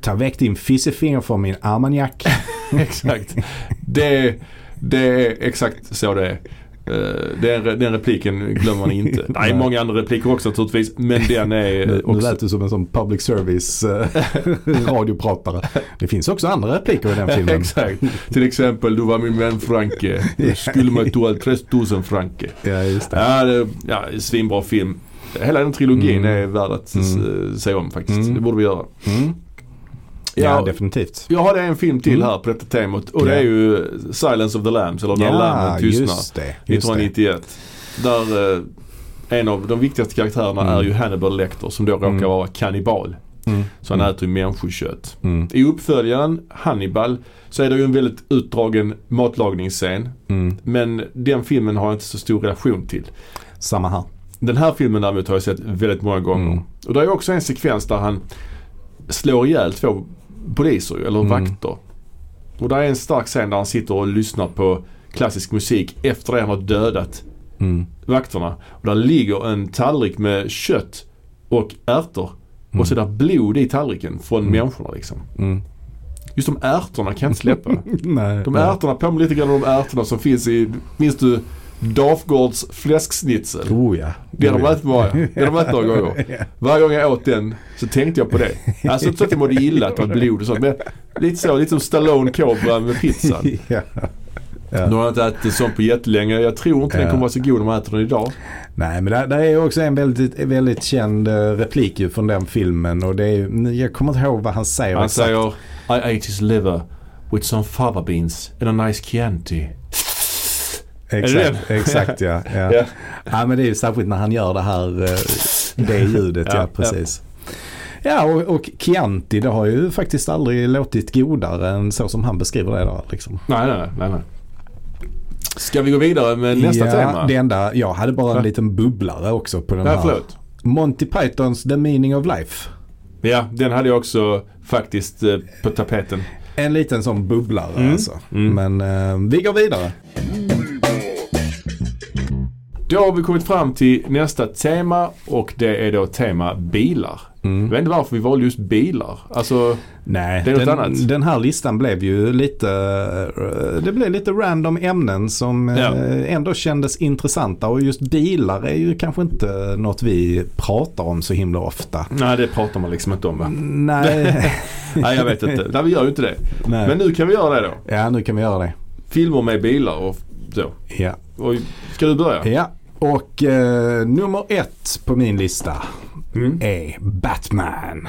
B: Ta väck din fissefinger från min armagnack.
A: exakt. Det, det är exakt så det är. Eh, Den, den repliken glömmer ni inte. Det är
B: Nej.
A: många andra repliker också naturligtvis men den är
B: Nu,
A: eh,
B: nu
A: också
B: lät du som en sån public service eh, radiopratare. Det finns också andra repliker i den filmen.
A: Exakt. Till exempel, du var min vän Franke. Du skulle mig ta 3000 Franke.
B: Ja, Mm. just det.
A: Ja, det, ja, svinbra film. Hela den trilogin är värd att s-
B: Mm.
A: se om faktiskt. Det borde vi göra.
B: Ja,
A: Ja,
B: definitivt. Mm.
A: jag hade en film till här på detta temat och det är
B: Ja.
A: ju Silence of the Lambs, eller När
B: Ja,
A: Lammen tystnar.
B: Ah, just det, just
A: 1991. Där eh, en av de viktigaste karaktärerna
B: Mm.
A: är ju Hannibal Lecter som då råkar vara kannibal. Så han
B: Mm.
A: äter ju människokött. I uppföljaren Hannibal så är det ju en väldigt utdragen matlagningsscen.
B: mm.
A: Men den filmen har jag inte så stor relation till.
B: Samma här.
A: Den här filmen däremot har jag sett väldigt många gånger. Och det är också en sekvens där han slår ihjäl två poliser ju, eller
B: Mm.
A: vakter. Och där är en stark scen där han sitter och lyssnar på klassisk musik efter det han har dödat
B: Mm.
A: vakterna. Och där ligger en tallrik med kött och ärtor. Och så är det blod i tallriken från människorna liksom.
B: Mm.
A: Just de ärtorna kan jag inte släppa.
B: Nej.
A: De
B: nej.
A: ärtorna påminner lite grann om de ärtorna som finns i, minns du Dafgårds fläsksnitzel?
B: Oh ja.
A: Den har
B: Oh,
A: man
B: ja.
A: ätit många, den har man ätit några gånger. Varje gång jag åt den så tänkte jag på det. Alltså inte så att jag mådde illa att det var blod och sånt men lite så, lite som Stallone Cobra med pizzan.
B: ja.
A: Nu har jag inte ätit sånt på jättelänge. Jag tror inte den kommer vara så god om man äter den idag.
B: Nej men där, där är också en väldigt, väldigt känd eh, replik ju från den filmen och det är ju- jag kommer inte ihåg vad han säger
A: Han
B: exakt.
A: säger I ate his liver with some fava beans and a nice Chianti. Är det
B: Exakt,
A: det?
B: exakt ja. Ja.
A: Ja.
B: ja. men det är ju särskilt när han gör det här eh, det ljudet. ja,
A: Ja,
B: precis. Ja, och, och Chianti det har ju faktiskt aldrig låtit godare än så som han beskriver det där. Liksom.
A: Nej, nej, nej, nej. Ska vi gå vidare med nästa
B: ja,
A: tema?
B: Det enda, jag hade bara
A: Ja.
B: en liten bubblare också på den
A: Nej,
B: här.
A: förlåt.
B: Monty Pythons The Meaning of Life.
A: Ja, den hade jag också faktiskt eh, på tapeten.
B: En liten sån bubblare
A: Mm.
B: alltså. Men eh, vi går vidare.
A: Då har vi kommit fram till nästa tema och det är då tema bilar.
B: Mm.
A: Jag vet inte varför vi valde just bilar. Alltså,
B: Nej,
A: Det är något
B: den,
A: annat.
B: den här listan blev ju lite, eh, det blev lite random ämnen som eh,
A: Ja.
B: ändå kändes intressanta och just bilar är ju kanske inte något vi pratar om så himla ofta.
A: nej det pratar man liksom inte om va?
B: Nej,
A: Nej jag vet inte. Nej vi gör ju inte det.
B: Nej.
A: Men nu kan vi göra det då.
B: ja nu kan vi göra det.
A: Filmer med bilar och så.
B: Ja,
A: Och, ska du börja?
B: ja. och eh, nummer ett på min lista
A: Mm.
B: är Batman.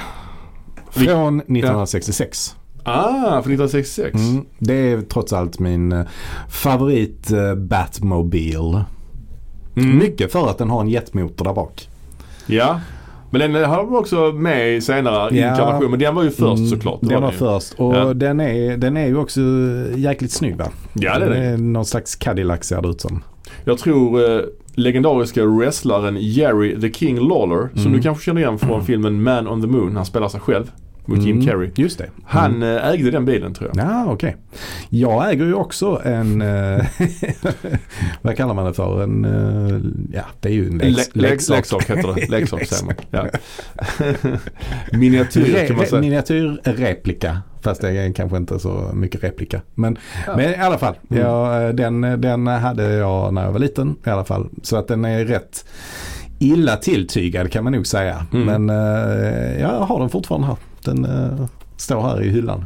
B: Från 1966.
A: Ah, från 1966.
B: Mm, det är trots allt min eh, favorit eh, Batmobile.
A: Mm.
B: Mycket för att den har en jetmotor där bak.
A: Ja. Men den har de också med i senare
B: Ja. Mm.
A: inkarnation. Men den var ju först såklart. det
B: Den var
A: ju.
B: först och
A: Ja.
B: den, är, den är ju också jäkligt snygg va?
A: Ja, det är
B: Den
A: det.
B: är någon slags Cadillac ser det ut som.
A: Jag tror eh, legendariska wrestlaren Jerry the King Lawler,
B: Mm.
A: som du kanske känner igen från filmen Man on the Moon. Han spelar sig själv mot
B: Mm.
A: Jim Carrey.
B: Just det.
A: Han
B: Mm.
A: eh, ägde den bilen tror jag.
B: Ja, okej. Jag äger ju också en, eh, vad kallar man det för? En, eh, ja, det är ju en
A: Lex-
B: leks-
A: Lex- Leksak heter det. Leksak säger man. Ja. Miniatyr kan man
B: Re- re-
A: säga.
B: Miniatyrreplika. Fast det är kanske inte så mycket replika. Men, men i alla fall.
A: Mm.
B: Jag, eh, den, den hade jag när jag var liten i alla fall. Så att den är rätt illa tilltygad kan man nog säga.
A: Mm.
B: Men eh, jag har den fortfarande här. Den eh, står här i hyllan.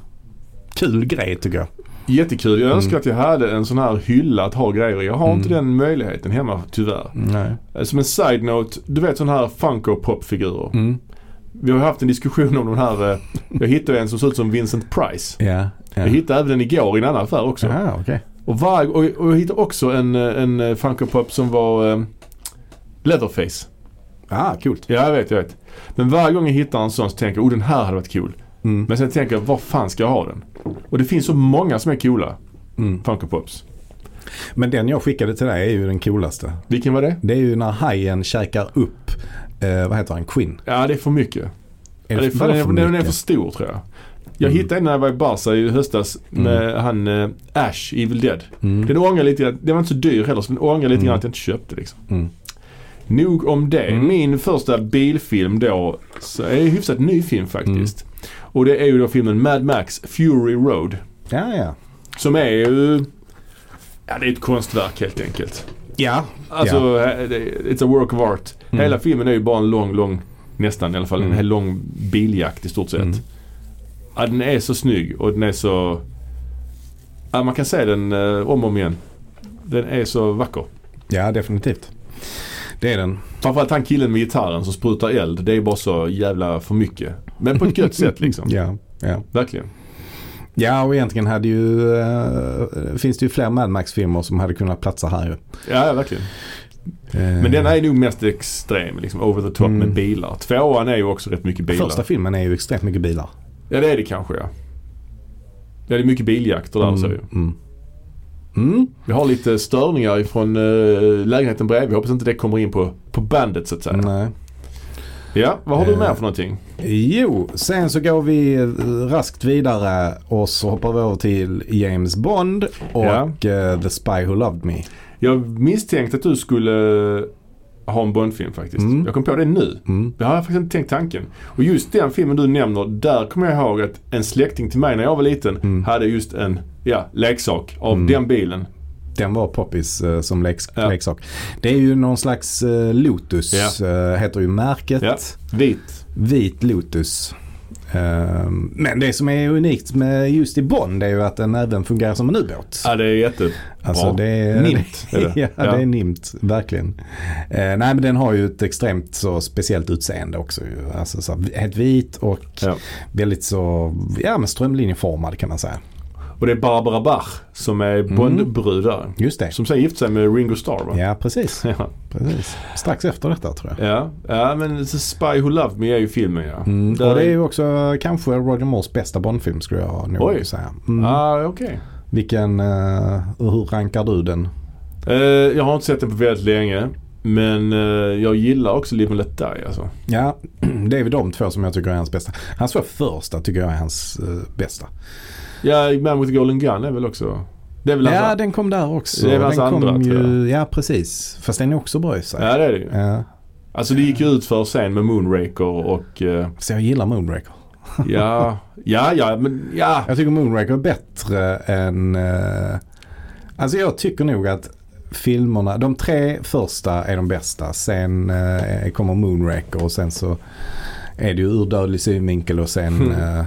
B: Kul grej tycker jag.
A: Jättekul.
B: Mm.
A: Jag önskar att jag hade en sån här hylla att ha grejer i. Jag har inte den möjligheten hemma tyvärr.
B: Nej.
A: Eh, Som en side-note, du vet sådana här Funko Pop-figurer.
B: Mm.
A: Vi har haft en diskussion om de här. eh, Jag hittade en som såg ut som Vincent Price.
B: Ja. ja.
A: Jag hittade även den igår i en annan affär också.
B: Ah, okej.
A: Och, var, och, och jag hittade också en, eh, en eh, Funko Pop som var eh, Leatherface.
B: Ah, coolt.
A: Ja, jag vet, jag vet. Men varje gång jag hittar en sån så tänker jag, oh den här hade varit cool.
B: Mm.
A: Men sen tänker jag, var fan ska jag ha den? Och det finns så många som är coola.
B: Mm.
A: Funko Pops.
B: Men den jag skickade till dig är ju den coolaste.
A: Vilken var det?
B: Det är ju när hajen käkar upp, eh, vad heter han, Quinn.
A: Ja, det är för mycket.
B: Är
A: ja, det är för,
B: vadå
A: den, den är
B: mycket? Mm.
A: för stor tror jag. Jag hittade en när jag var i Barca i höstas med han eh, Ash, i Evil Dead.
B: Mm.
A: Den ångrar lite grann, den var inte så dyr heller, så den ångrar lite grann att jag inte köpte liksom.
B: Mm.
A: Nog om det. Min första bilfilm då, så är en hyfsat ny film faktiskt.
B: Mm.
A: Och det är ju då filmen Mad Max Fury Road.
B: Ja, ja.
A: Som är ju... Ja, det är ett konstverk helt enkelt.
B: Ja. Mm.
A: Alltså, he- det- it's a work of art. Hela filmen är ju bara en lång, lång, nästan i alla fall, en hel lång biljakt i stort sett.
B: Mm.
A: Ja, den är så snygg och den är så... Ja, man kan se den eh, om och om igen. Den är så vacker.
B: ja, definitivt. Det är den.
A: Framförallt han killen med gitarren som sprutar eld. Det är bara så jävla för mycket. Men på ett gött sätt liksom.
B: Ja, ja.
A: Verkligen.
B: ja och egentligen hade ju, eh, finns det ju fler Mad Max-filmer som hade kunnat platsa här ju.
A: Ja, ja, verkligen.
B: Eh,
A: Men den är nog mest extrem, liksom over the top med bilar. Tvåan är ju också rätt mycket bilar.
B: Mm. Första filmen är ju extremt mycket bilar.
A: Ja det är det kanske ja. Ja det är mycket biljakter där och så ju.
B: Mm. Mm.
A: Vi har lite störningar ifrån eh, lägenheten bredvid. Jag hoppas inte det kommer in på, på bandet så att säga.
B: Mm, Nej.
A: Ja, vad har du med för någonting?
B: Jo, sen så går vi eh, raskt vidare och så hoppar vi över till James Bond och eh, The Spy Who Loved Me.
A: Jag misstänkte att du skulle ha en Bondfilm faktiskt.
B: Mm.
A: Jag kom på det nu.
B: Mm.
A: Det har jag faktiskt inte tänkt tanken. Och just den filmen du nämner, där kommer jag ihåg att en släkting till mig när jag var liten
B: Mm.
A: hade just en ja, leksak av den bilen.
B: Den var poppis eh, som leks-
A: Ja.
B: leksak. Det är ju någon slags eh, Lotus,
A: Ja.
B: eh, heter ju märket.
A: Ja, vit.
B: Vit Lotus. Eh, Men det som är unikt med just i Bond är ju att den även fungerar som en ubåt.
A: Ja, det är jättebra.
B: Alltså det är,
A: Nimt är det.
B: ja,
A: Ja.
B: det är nimt, verkligen. Eh, nej, men den har ju ett extremt så speciellt utseende också. ju. Alltså så här, helt vit och
A: Ja.
B: väldigt så, ja men strömlinjeformad kan man säga.
A: Och det är Barbara Bach som är
B: Mm.
A: Bondbrudare.
B: Just det.
A: Som sen gifte sig med Ringo Starr va?
B: Ja, precis.
A: Ja.
B: precis. Strax efter detta tror jag.
A: Ja, ja men The Spy Who Loved Me är ju filmen ja.
B: Mm,
A: Där
B: och det är ju också kanske Roger Moores bästa Bondfilm skulle jag nog
A: Oj.
B: säga. Mm.
A: Ah, okej.
B: Vilken, eh, hur rankar du den?
A: Eh, jag har inte sett den på väldigt länge. Men eh, jag gillar också Live and Let Die alltså.
B: Ja, det är väl de två som jag tycker är hans bästa. Hans två första tycker jag är hans eh, bästa.
A: Ja, Man with a Golden Gun är väl också... Det är väl alltså-
B: Ja,
A: hans...
B: den kom där också.
A: Det är väl hans
B: den
A: andra,
B: kom
A: tror
B: ju, Ja, precis. Fast den är också bra i sig. Eh,
A: Ja, det är det ju.
B: Ja.
A: Alltså det gick ju ut för sen med Moonraker och... eh,
B: Så jag gillar Moonraker.
A: ja, ja, ja, men ja.
B: Jag tycker Moonraker är bättre än... eh, alltså jag tycker nog att filmerna, de tre första är de bästa. Sen eh, kommer Moonraker och sen så är det ju ur dödlig synvinkel och sen...
A: Mm.
B: eh,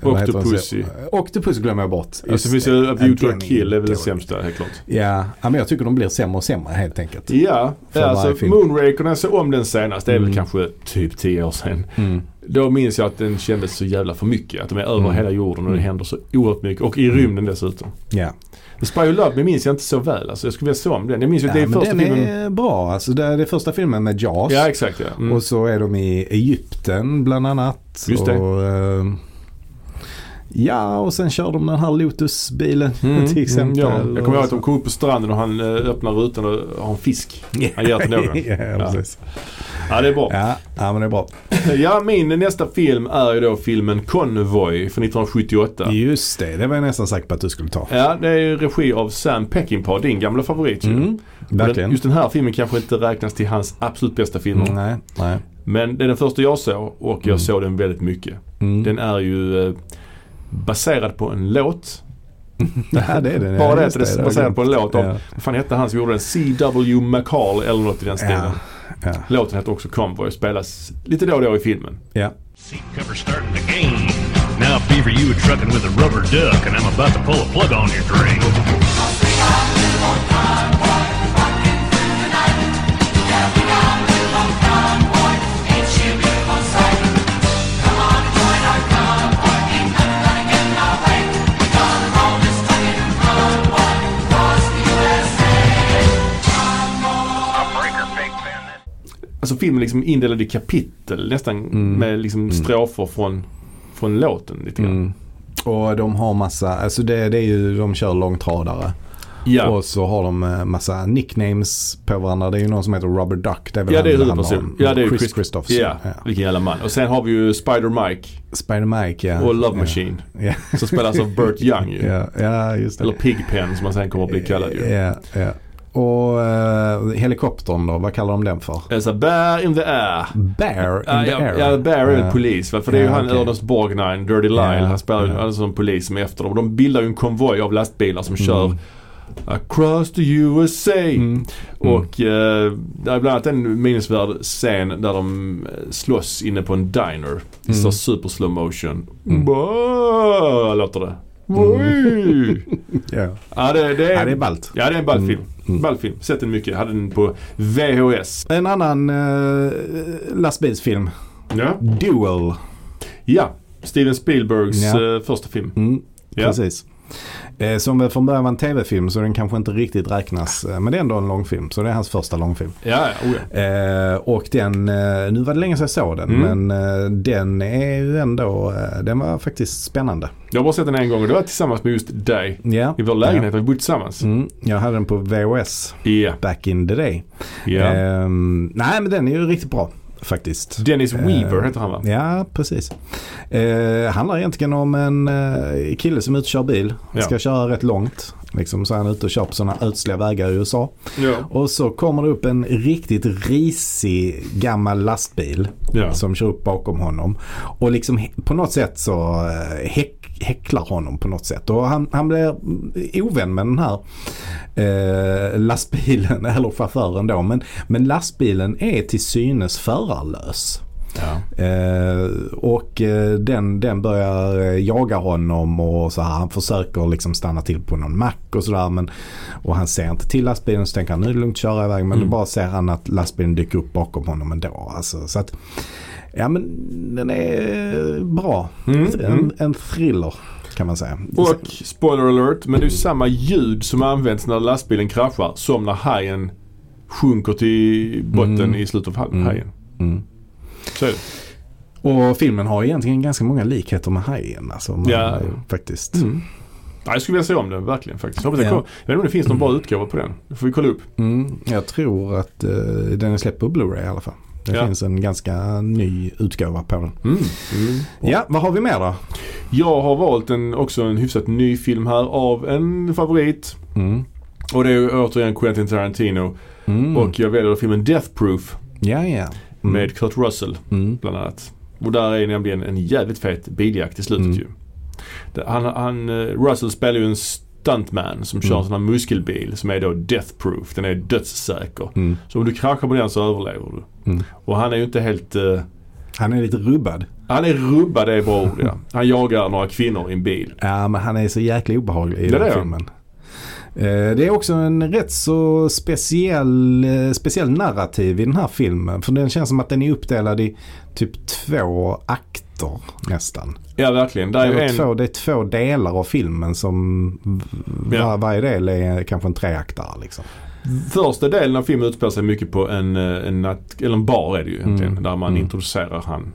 B: vad heter den?
A: Octopussy. Alltså,
B: Octopussy glömmer jag bort.
A: Och så
B: Just
A: finns
B: det.
A: det A View to a
B: Den är
A: Kill är väl den
B: dålig.
A: sämsta helt klart.
B: Ja, ja, men jag tycker de blir sämre och sämre helt enkelt.
A: Ja,
B: För varje
A: alltså
B: film.
A: Moonraker när jag såg om den senast, det är väl kanske typ 10 år sedan.
B: Mm.
A: Då minns jag att den kändes så jävla för mycket. Att de är över hela jorden
B: Mm.
A: och det händer så oerhört mycket. Och i rymden dessutom.
B: Ja.
A: Men Spy Who Loved Me minns jag inte så väl. Alltså, jag skulle vilja se om den. Jag minns ju att det är
B: Ja, men
A: första
B: den
A: filmen.
B: är bra. Alltså, det, det är första filmen med Jaws.
A: Ja, exakt ja. Mm.
B: Och så är de i Egypten bland annat.
A: Just det.
B: Och, eh, ja, och sen kör de den här Lotus-bilen till exempel.
A: Mm, ja. Jag kommer ihåg att de kom upp på stranden och han eh, öppnar rutan och har en fisk. Han ger till någon.
B: ja, precis.
A: Ja, det är bra.
B: Ja. ja, men det är bra.
A: Ja, min nästa film är ju då filmen Convoy från 1978.
B: Just det, det var jag nästan säker på att du skulle ta.
A: Ja, det är ju regi av Sam Peckinpah, din gamla favorit ju.
B: Mm,
A: Men
B: verkligen.
A: Just den här filmen kanske inte räknas till hans absolut bästa filmer.
B: Mm, Nej, nej.
A: Men det är den första jag såg och jag såg den väldigt mycket.
B: Mm.
A: Den är ju eh, baserad på en låt.
B: ja, det är den.
A: Bara
B: ja,
A: det att
B: just
A: den är
B: har
A: baserad
B: jag
A: på en låt av,
B: Ja.
A: vad fan hette han som gjorde den? C.W. McCall eller något i den stilen.
B: Ja, ja.
A: Låten heter också Convoy och spelas lite då och då i filmen.
B: Ja.
E: Seat cover starting the game. Now, Beaver, you were trucking with a rubber duck, and I'm about to pull a plug on your drain.
A: Alltså filmen är liksom indelad i kapitel nästan
B: Mm.
A: med liksom strofer från, från låten lite grann.
B: Mm. Och de har massa, alltså det, det är ju, de kör långtradare.
A: Ja.
B: Och så har de eh, massa nicknames på varandra. Det är ju någon som heter Rubber Duck. Det är väl
A: Ja det är
B: han handlar
A: huvudperson.
B: om.
A: Ja det är
B: Chris
A: Chris-
B: Christopherson.
A: Ja,
B: Ja.
A: vilken jävla man. Och sen har vi ju Spider Mike
B: Spider-Mike ja.
A: och Love Machine.
B: Ja,
A: Som spelas av Burt Young ju.
B: ja, ja just det.
A: Eller Pigpen som han sen kommer att bli kallad ju.
B: Ja, ja. Och eh, helikoptern då, vad kallar de den för?
A: Det är så här, bear in the air.
B: Bear in
A: Ja,
B: the
A: ja,
B: air.
A: ja, Bear är
B: Ja.
A: väl polis va? För det är ju
B: Ja,
A: han
B: okej.
A: Ernest Borgnine, Dirty Lyle.
B: Ja,
A: han spelar ju
B: ja.
A: alltså som polis som är efter dem. De bildar ju en konvoj av lastbilar
B: Mm.
A: som kör Across the USA. Och eh, det är bland annat en minnesvärd scen där de eh, slåss inne på en diner. Det
B: Mm.
A: står super slow motion. Bah, låter det. Oj.
B: Ja.
A: ja, det, det, är,
B: Mm. Ja, det är Mm. ballt.
A: Ja, det är en ball film. Ball film. Sett den mycket. Hade den på VHS.
B: En annan eh, lastbilsfilm,
A: Ja.
B: Duel.
A: Ja, Steven Spielbergs
B: Ja.
A: eh, första film.
B: Mm,
A: Ja.
B: Precis. Eh, Som väl från början var en tv-film så den kanske inte riktigt räknas. Eh, Men det är ändå en långfilm. Så det är hans första långfilm.
A: Ja, ja, oh ja.
B: Eh, och den, eh, nu var det länge sedan jag såg den,
A: Mm.
B: men eh, den är ju ändå, eh, den var faktiskt spännande.
A: Jag har bara sett den en gång och det var tillsammans med just dig.
B: Ja.
A: I vår lägenhet har vi bott tillsammans.
B: Mm, jag hade den på VHS
A: Ja,
B: back in the day.
A: ja.
B: Eh, Ehm, nej men den är ju riktigt bra. faktiskt.
A: Dennis Weaver
B: Eh,
A: heter han va?
B: Ja, precis. Eh, handlar egentligen om en eh, kille som är ute och kör bil. Han ska
A: Ja.
B: köra rätt långt. Liksom, så är han ute och kör på sådana ödsliga vägar i USA.
A: Ja.
B: Och så kommer det upp en riktigt risig gammal lastbil
A: Ja.
B: som kör upp bakom honom. Och liksom he- på något sätt så eh, häck, häcklar honom på något sätt. Och han, han blir ovän med den här eh, lastbilen, eller chauffören då. Men, men lastbilen är till synes förarlös.
A: Ja.
B: Eh, och eh, den, den börjar eh, jaga honom och så här. Han försöker liksom stanna till på någon mack och sådär. men- Och han ser inte till lastbilen så tänker han nu är det lugnt köra iväg. Men
A: Mm.
B: då bara ser han att lastbilen dyker upp bakom honom ändå. Alltså, så att, ja men den är eh, bra. En, en thriller kan man säga.
A: Mm, Och, spoiler alert, men det är ju samma ljud som används när lastbilen kraschar som när hajen sjunker till botten
B: Mm.
A: i slutet av ha- hajen. Så är det.
B: och filmen har egentligen ganska många likheter med Hajen. Alltså, om man,
A: Ja. Mm.
B: Faktiskt.
A: Ja, jag skulle vilja se om den, verkligen faktiskt. Jag, hoppas
B: Ja.
A: jag, kommer, jag vet inte om det finns någon bra utgåva på den. Det får vi kolla upp.
B: Mm, jag tror att eh, den är släppt på Blu-ray i alla fall. Det
A: Ja.
B: finns en ganska ny utgåva på den.
A: Mm.
B: Ja, vad har vi mer då?
A: Jag har valt en, också en hyfsat ny film här av en favorit.
B: Mm.
A: Och det är ju återigen Quentin Tarantino.
B: Mm.
A: Och jag väljer filmen Death Proof
B: ja, ja. Mm.
A: med Kurt Russell.
B: Mm.
A: bland annat. Och där är nämligen en jävligt fet biljakt i slutet
B: Mm.
A: ju. Där Han, han, eh, Russell spelar ju en stuntman som kör en
B: Mm.
A: sån här muskelbil som är då death proof. Den är dödssäker.
B: Mm.
A: Så om du kraschar på den så överlever du.
B: Mm.
A: Och han är ju inte helt... eh,
B: Han är lite rubbad.
A: han är rubbad, det är bra ord ja. Han jagar några kvinnor i en bil.
B: Ja, men han är så jäkla obehaglig i
A: Det är
B: den
A: det.
B: filmen. Eh, Det är också en rätt så speciell, eh, speciell narrativ i den här filmen. För den känns som att den är uppdelad i typ två akter nästan.
A: Ja, verkligen. Där är
B: Eller
A: ju en...
B: två, det är två delar av filmen som v-
A: Ja.
B: var, varje del är kanske en treaktare. Liksom.
A: Första delen av filmen utspelar sig mycket på en, eh, en, natt, eller en bar är det ju egentligen.
B: Mm.
A: Där man
B: Mm.
A: introducerar han.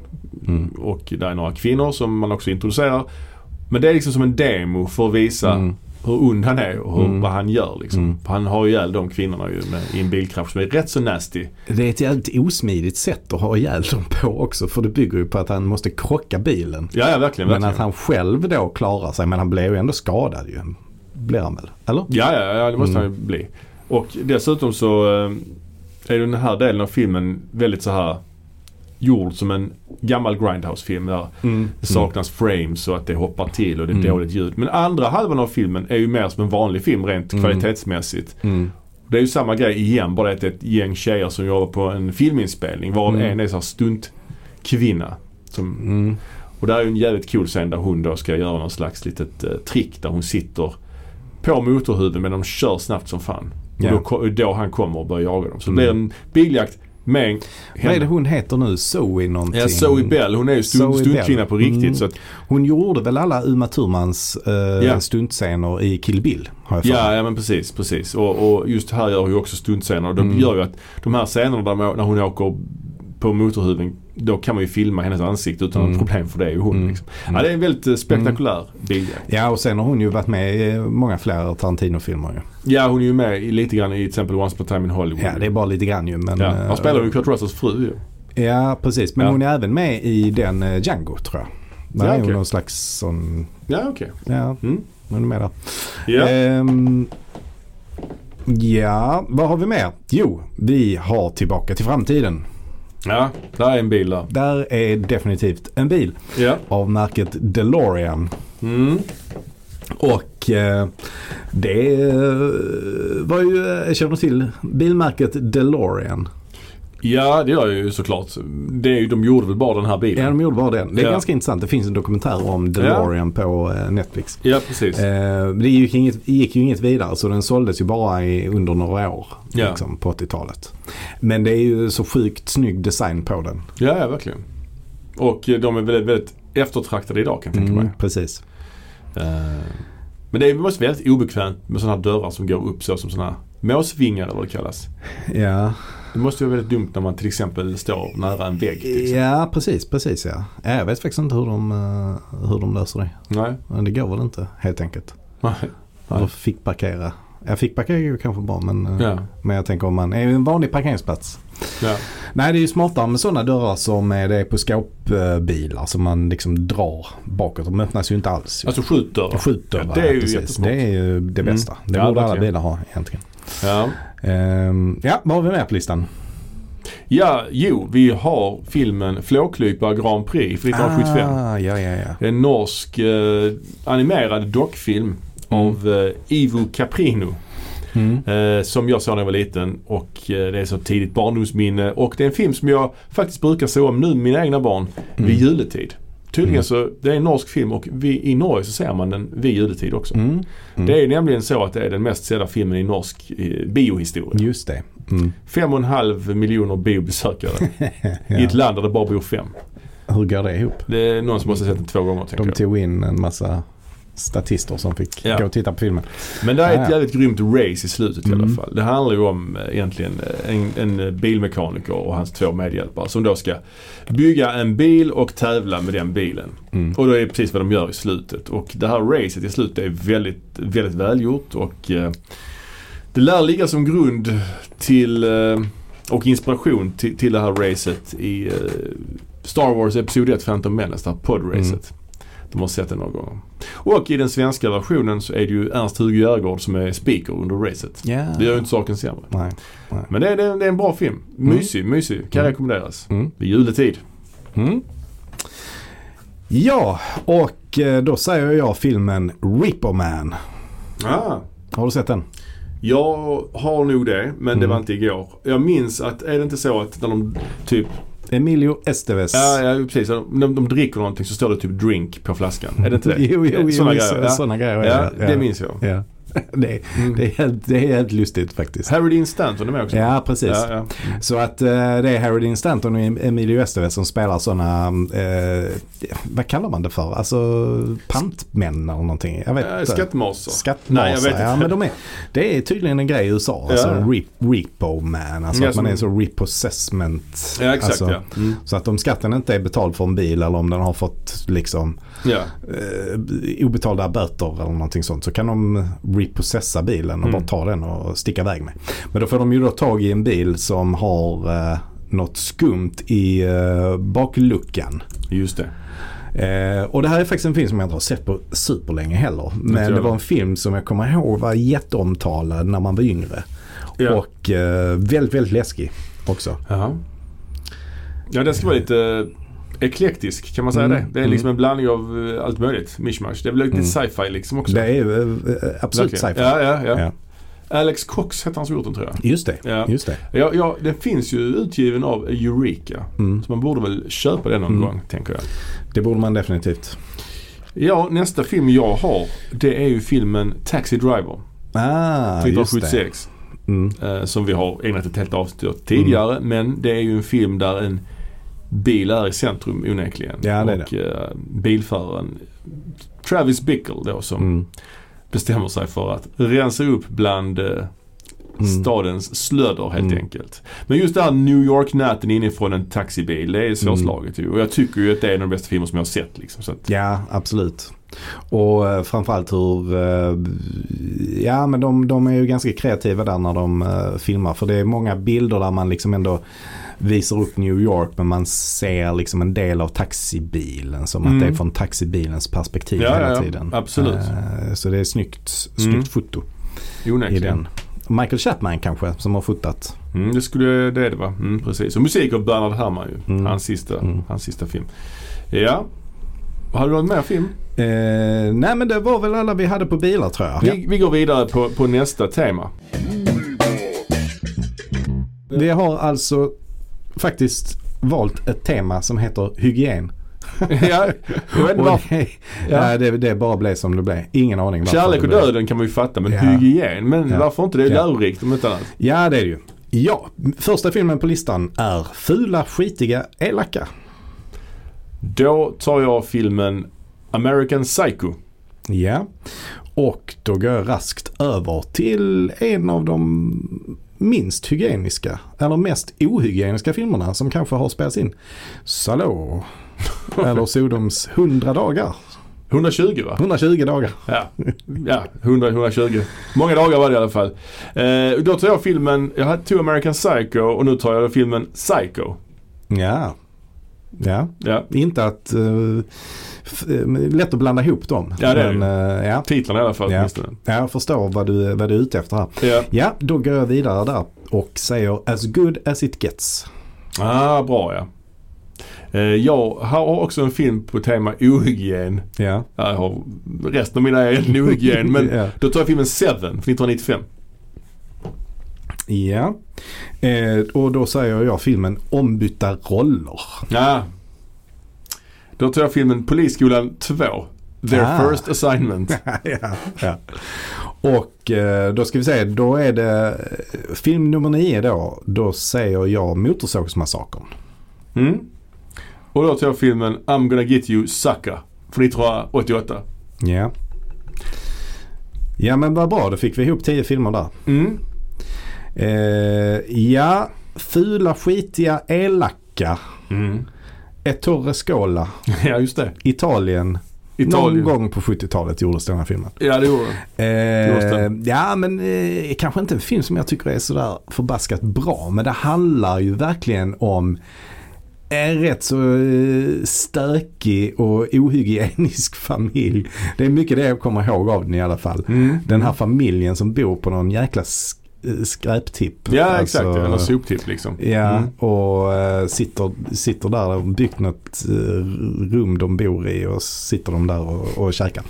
A: Och där är några kvinnor som man också introducerar. Men det är liksom som en demo för att visa
B: Mm.
A: hur ond han är och hur,
B: Mm.
A: vad han gör. Liksom.
B: Mm.
A: För Han har ju ihjäl de kvinnorna ju med, i en bilkrasch som är rätt så nasty.
B: Det är ett jävligt osmidigt sätt att ha ihjäl dem på också. För det bygger ju på att han måste krocka bilen.
A: Ja, ja verkligen.
B: Men
A: verkligen.
B: att han själv då klarar sig. Men han blev ju ändå skadad ju. Blir han väl? Eller?
A: Ja, ja, ja det måste han ju bli. Och dessutom så eh, är den här delen av filmen väldigt så här gjord som en gammal Grindhouse-film där det saknas frames och att det hoppar till och det är dåligt ljud. Men andra halvan av filmen är ju mer som en vanlig film rent kvalitetsmässigt. Det är ju samma grej igen bara att det är ett gäng tjejer som jobbar på en filminspelning
B: Mm.
A: varav en är så här stunt kvinna. Som, Och där är ju en jävligt cool scen där hon då ska göra någon slags litet eh, trick där hon sitter på motorhuven men de kör snabbt som fan.
B: Ja. Mm.
A: Och då, ko- då han kommer och börjar jaga dem. Så det blir en biljakt med en
B: Vad är det hon heter nu? Zoe någonting?
A: Ja, Zoe Bell. Hon är ju stund,
B: Zoe
A: stuntkvinna
B: Bell.
A: på riktigt.
B: Mm.
A: Så att,
B: Hon gjorde väl alla Uma Thurmans eh,
A: Ja.
B: stuntscener i Kill Bill? Har jag för mig.
A: ja, ja, men precis. precis. Och, och just här gör hon ju också stuntscener. Och de
B: Mm.
A: gör ju att de här scenerna där man, när hon åker på motorhuven då kan man ju filma hennes ansikte
B: Mm.
A: utan något problem för det är ju hon. Liksom. Ja, det är en väldigt eh, spektakulär biljakt.
B: ja, och sen har hon ju varit med i många fler Tarantino-filmer ju.
A: Ja, hon är ju med i, lite grann i till exempel Once upon a time in Hollywood.
B: Ja, det är bara lite grann ju. Men,
A: Ja,
B: eh,
A: han spelar ju Kurt Russells fru ju.
B: Ja, precis. Men
A: Ja.
B: hon är även med i den eh, Django tror jag. Där
A: Ja,
B: är hon
A: okej.
B: någon slags sån...
A: Ja, okej.
B: Ja,
A: Mm.
B: hon är med där.
A: Ja.
B: Ehm, ja, vad har vi mer? Jo, vi har Tillbaka till framtiden.
A: ja, där är en bil där.
B: Där är definitivt en bil
A: Ja. Mm.
B: av märket DeLorean. Och eh, det eh, var ju, jag känner till bilmärket DeLorean.
A: ja, det gör jag ju såklart. Det är ju, de gjorde väl bara den här
B: Ja,
A: bilen?
B: de gjorde bara den. Det är
A: Ja.
B: ganska intressant. Det finns en dokumentär om DeLorean på eh, Netflix.
A: Ja, precis.
B: Eh, det gick, inget, gick ju inget vidare så den såldes ju bara i, under några år
A: Ja.
B: liksom, på 80-talet. Men det är ju så sjukt snygg design på den.
A: Ja, ja verkligen. Och eh, de är väldigt, väldigt eftertraktade idag kan jag tänka
B: Mm.
A: mig.
B: Precis.
A: Eh, Men det måste vara väldigt obekvämt med sådana här dörrar som går upp så som sådana här måsvingar eller vad det kallas.
B: Ja.
A: Det måste ju vara väldigt dumt när man till exempel står nära en vägg. liksom. Till exempel.
B: ja, precis. precis ja. Jag vet faktiskt inte hur de, eh, hur de löser det.
A: Nej.
B: Men det går väl inte helt enkelt.
A: Nej.
B: Eller fick parkera. Jag fick parkera är ju kanske bra men, eh,
A: Ja.
B: men jag tänker om man är ju en vanlig parkeringsplats.
A: Ja.
B: Nej, det är ju smartare med sådana dörrar som eh, det är på skåpbilar som man liksom drar bakåt. De öppnas ju inte alls. ju.
A: Alltså skjutdörrar.
B: Skjutdörrar,
A: Ja, det är ju
B: precis.
A: jättesmart.
B: Det är ju det
A: Mm.
B: bästa. Det
A: Ja,
B: borde alla
A: verkligen.
B: bilar ha egentligen.
A: Ja.
B: Ehm, ja, vad har vi mer på listan?
A: ja, jo, vi har filmen Flåklypare Grand Prix från 1975.
B: Ah, ja, ja, ja.
A: En norsk eh, animerad dockfilm av eh, Ivo Caprino.
B: Mm.
A: Eh, som jag såg när jag var liten och eh, det är så tidigt barndomsminne. Och det är en film som jag faktiskt brukar se om nu med mina egna barn vid
B: Mm.
A: juletid. Tydligen så, det är en norsk film och vi, i Norge så ser man den vid juletid också.
B: Mm. Mm.
A: Det är nämligen så att det är den mest sedda filmen i norsk eh, biohistoria.
B: Just det. Mm.
A: Fem och en halv miljoner biobesökare i ett land där det bara bor fem.
B: Hur går det ihop?
A: Det är någon som måste ha sett den två gånger tänker
B: De
A: jag.
B: tog in en massa statister som fick
A: Ja.
B: gå och titta på filmen.
A: Men det är
B: Ah,
A: ett
B: ja.
A: jävligt grymt race i slutet i alla
B: Mm.
A: fall. Det handlar ju om eh, egentligen eh, en, en bilmekaniker och hans två medhjälpare som då ska bygga en bil och tävla med den bilen.
B: Mm.
A: Och det är precis vad de gör i slutet. Och det här racet i slutet är väldigt, väldigt välgjort och eh, det lär ligga som grund till eh, och inspiration till, till det här racet i eh, Star Wars Episod 1 Phantom Menace, det här podracet.
B: Mm.
A: De har sett det några gånger. Och i den svenska versionen så är det ju Ernst-Hugo Järegård som är speaker under racet.
B: Ja.
A: Det gör ju inte saken sämre.
B: Nej.
A: Men det är, det är, det är en bra film. Mysig, mysig. Kan rekommenderas.
B: Mm.
A: Vid juletid.
B: Ja, och eh, då säger jag filmen Ripper Man.
A: Ah.
B: Har du sett den?
A: Jag har nog det, men det
B: Mm.
A: var inte igår. Jag minns att, är det inte så att när de typ,
B: Emilio Esteves.
A: ja, ja precis, när de dricker någonting så står det typ drink på flaskan. Är det inte det?
B: Jo, jo, jo
A: Såna
B: sådana grejer.
A: ja.
B: Såna grejer är
A: Ja, det minns jag. Mm.
B: Ja. Det, det, är helt, det är helt lustigt faktiskt.
A: Harry Dean Stanton är med också.
B: Ja, precis.
A: Ja, ja.
B: Så att eh, det är Harry Dean Stanton och Em- Emilio Estevez som spelar sådana, eh, vad kallar man det för? Alltså pantmän eller någonting. Jag vet
A: Eh,
B: inte.
A: Skattmasor.
B: Skattmasar.
A: Nej, jag vet inte.
B: ja, men de är, det är tydligen en grej i USA. Alltså
A: Ja.
B: rip, repo man. Alltså
A: Ja,
B: att man
A: som-
B: är så repossessment.
A: Ja, exakt,
B: alltså,
A: ja. Mm.
B: Så att om skatten inte är betald för en bil eller om den har fått liksom
A: Ja.
B: eh, obetalda böter eller någonting sånt så kan de repossessa bilen
A: Mm.
B: och bara ta den och sticka iväg med. Men då får de ju då tag i en bil som har eh, något skumt i eh, bakluckan.
A: Just det.
B: Eh, och det här är faktiskt en film som jag inte har sett på superlänge heller.
A: tror
B: Men
A: jag
B: det var
A: det.
B: en film som jag kommer ihåg var jätteomtalad när man var yngre.
A: Ja.
B: Och eh, väldigt, väldigt läskig också.
A: Jaha. Ja, den ska vara lite eklektisk, kan man säga
B: Mm.
A: det? Det är liksom en blandning av eh, allt möjligt, mishmash. Det är väl lite sci-fi liksom också.
B: Det är ju eh, absolut
A: Verkligen.
B: sci-fi.
A: Ja, ja, ja,
B: Ja.
A: Alex Cox heter han som gjort den tror jag.
B: Just det,
A: Ja.
B: just det.
A: Ja, ja, den finns ju utgiven av Eureka.
B: Mm.
A: Så man borde väl köpa den någon gång, tänker jag.
B: Det borde man definitivt.
A: Ja, nästa film jag har, det är ju filmen Taxi Driver.
B: Ah, just det. Mm.
A: 1976. Eh, som vi har ägnat ett helt avsnitt åt tidigare. Men det är ju en film där en bil är i centrum onekligen.
B: Ja, det är
A: och Eh, bilföraren Travis Bickle då som
B: Mm.
A: bestämmer sig för att rensa upp bland eh,
B: Mm.
A: stadens slödder helt enkelt. Men just det här New York-natten inifrån en taxibil, det
B: Mm.
A: är svårslaget ju. Och jag tycker ju att det är en av de bästa filmer som jag har sett. Liksom, så att,
B: Ja, absolut. Och eh, framförallt hur, eh, ja men de, de är ju ganska kreativa där när de eh, filmar. För det är många bilder där man liksom ändå visar upp New York men man ser liksom en del av taxibilen. Som att det är från taxibilens perspektiv
A: Mm. Ja, ja,
B: hela
A: ja.
B: tiden.
A: Absolut. Mm.
B: Eh, Så det är snyggt, snyggt foto i
A: onekligen.
B: den. Michael Chapman kanske som har fotat.
A: Mm, det skulle det är det va? Mm, precis. Och musik av Bernard Herrmann ju.
B: Mm.
A: Hans, sista, hans sista film. Ja. Har du någon mer film?
B: Eh, nej men det var väl alla vi hade på bilar tror jag.
A: Vi, vi går vidare på, på nästa tema.
B: Vi har alltså faktiskt valt ett tema som heter hygien.
A: ja. jag vet inte
B: Och
A: varför.
B: det, nej, det, det bara blev som det blev. Ingen aning varför
A: Kärlek
B: det
A: och
B: blev.
A: döden kan man ju fatta men
B: Ja.
A: hygien. Men
B: Ja.
A: varför inte? Det är
B: Ja.
A: lärorikt om inte annat.
B: Ja, det är det ju. Ja, första filmen på listan är Fula, skitiga, elaka.
A: Då tar jag filmen American Psycho.
B: Ja, och då går jag raskt över till en av de minst hygieniska, eller mest ohygieniska filmerna som kanske har spelats in. Salå, eller Sodoms 100 dagar.
A: 120 va?
B: 120 dagar.
A: Ja, ja 100, 120. Många dagar var det i alla fall. Eh, då tar jag filmen, jag tog American Psycho och nu tar jag filmen Psycho.
B: Ja. Ja.
A: Ja,
B: Inte att... eh, f- eh, lätt att blanda ihop dem.
A: Ja, det är det
B: eh, ja.
A: titlarna i alla fall
B: Ja.
A: åtminstone.
B: ja, jag förstår vad du, vad du är ute efter här.
A: Ja.
B: Ja, då går jag vidare där och säger as good as it gets.
A: Ah, bra ja. Eh, jag har också en film på tema ohygien.
B: Ja.
A: Ja, Jag har, resten av mina är en ohygien men
B: Ja.
A: då tar jag filmen Seven från 1995.
B: Ja. Eh, och då säger jag filmen Ombytta roller.
A: Ja. Då tar jag filmen Polisskolan 2. Their
B: Ah.
A: first assignment.
B: ja, ja. Och eh, då ska vi se, då är det eh, film nummer nio då. Då säger jag Motorsågsmassakern.
A: Mm. Och då tar jag filmen I'm gonna get you sucker från 1988.
B: Ja. Ja men vad bra, då fick vi ihop tio filmer där.
A: Mm.
B: Eh, ja, fula, skitiga, elaka.
A: Mm.
B: Ettore Scola,
A: Ja, just det.
B: Italien.
A: Italien.
B: Någon gång på 70-talet gjordes den här filmen.
A: Ja, det gjorde den. Gjordes
B: Eh,
A: den?
B: ja men eh, kanske inte en film som jag tycker är sådär förbaskat bra. Men det handlar ju verkligen om en rätt så eh, stökig och ohygienisk familj. Det är mycket det jag kommer ihåg av den i alla fall.
A: Mm.
B: Den här familjen som bor på någon jäkla sk- eh, skräptipp.
A: Ja,
B: Alltså,
A: exakt. Ja. Eller soptipp liksom.
B: Ja,
A: Mm.
B: och eh, sitter, sitter där och byggt något eh, rum de bor i och sitter de där och, och käkar.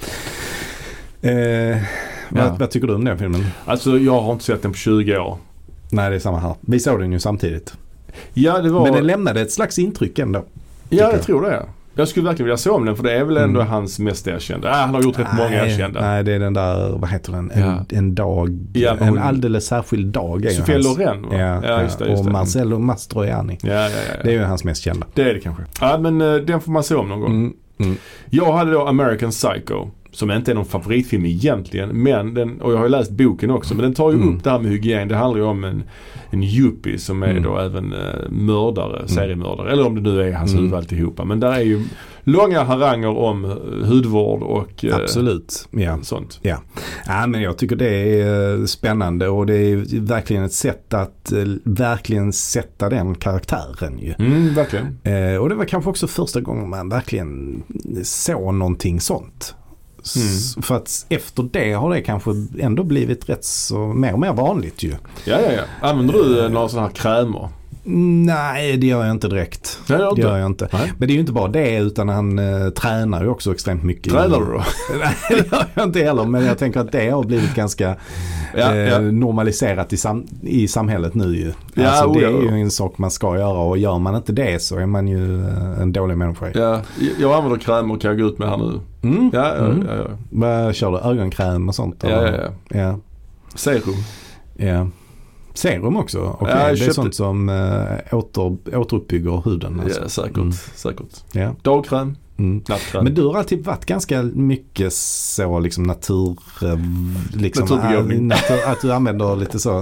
B: Eh, vad, vad tycker du om den filmen?
A: Alltså, jag har inte sett den på 20 år.
B: Nej, det är samma här. Vi såg den ju samtidigt.
A: Ja, det var...
B: Men den lämnade ett slags intryck ändå.
A: ja,
B: jag.
A: jag tror det. ja. Jag skulle verkligen vilja se om den för det är väl ändå hans mest erkända. Ah, han har gjort rätt många erkända.
B: Mm. Nej, det är den där, vad heter den, en,
A: Ja.
B: en dag,
A: Ja, men
B: en
A: hon-
B: alldeles särskild dag. är ju
A: Sofia
B: hans.
A: Loren va?
B: Ja, ja,
A: just det. Just
B: och
A: det.
B: Marcello Mastroianni.
A: Ja, ja, ja.
B: Det är ju hans mest kända.
A: Det är det kanske. Ja, men eh, den får man se om någon gång.
B: Mm, mm.
A: Jag hade då American Psycho. Som inte är någon favoritfilm egentligen. Men den, och jag har ju läst boken också. Men den tar ju
B: Mm.
A: upp det här med hygien. Det handlar ju om en, en yuppie som är
B: Mm.
A: då även eh, mördare, seriemördare. Eller om det nu är hans
B: Mm.
A: huvud alltihopa. Men där är ju långa haranger om eh, hudvård och eh,
B: Absolut. Ja.
A: sånt.
B: Ja. ja, men jag tycker det är eh, spännande och det är verkligen ett sätt att eh, verkligen sätta den karaktären ju.
A: Mm, verkligen.
B: Eh, och det var kanske också första gången man verkligen eh, såg någonting sånt. S-
A: Mm.
B: För att efter det har det kanske ändå blivit rätt så mer och mer vanligt ju.
A: Ja, ja, ja. Använder du eh, några sådana här krämer?
B: Nej, det gör jag inte direkt.
A: Nej, jag har
B: Det
A: inte.
B: gör jag inte.
A: Nej.
B: Men det är ju inte bara det utan han eh, tränar ju också extremt mycket.
A: Tränar du då?
B: Nej, det gör jag inte heller. Men jag tänker att det har blivit ganska
A: Ja,
B: eh,
A: ja.
B: normaliserat i, sam- i samhället nu ju.
A: Ja,
B: alltså, det
A: oja,
B: är ju
A: oja.
B: en sak man ska göra och gör man inte det så är man ju eh, en dålig människa.
A: Ja, jag använder krämer kan jag gå ut med här nu.
B: Mm.
A: Ja, ja,
B: Mm.
A: ja, ja.
B: Vad kör du? Ögonkräm och sånt?
A: Ja,
B: eller?
A: ja,
B: ja.
A: Serum.
B: ja. Serum också? Okej,
A: Ja, jag
B: det är
A: köpte-
B: sånt som eh, åter, återuppbygger huden. Alltså.
A: Ja, säkert.
B: Mm.
A: säkert.
B: Ja.
A: Dagkräm,
B: Mm.
A: nattkräm.
B: Men du har alltid varit ganska mycket så liksom natur... eh, Liksom,
A: Naturbegåvning.
B: äh, natur, att du använder lite så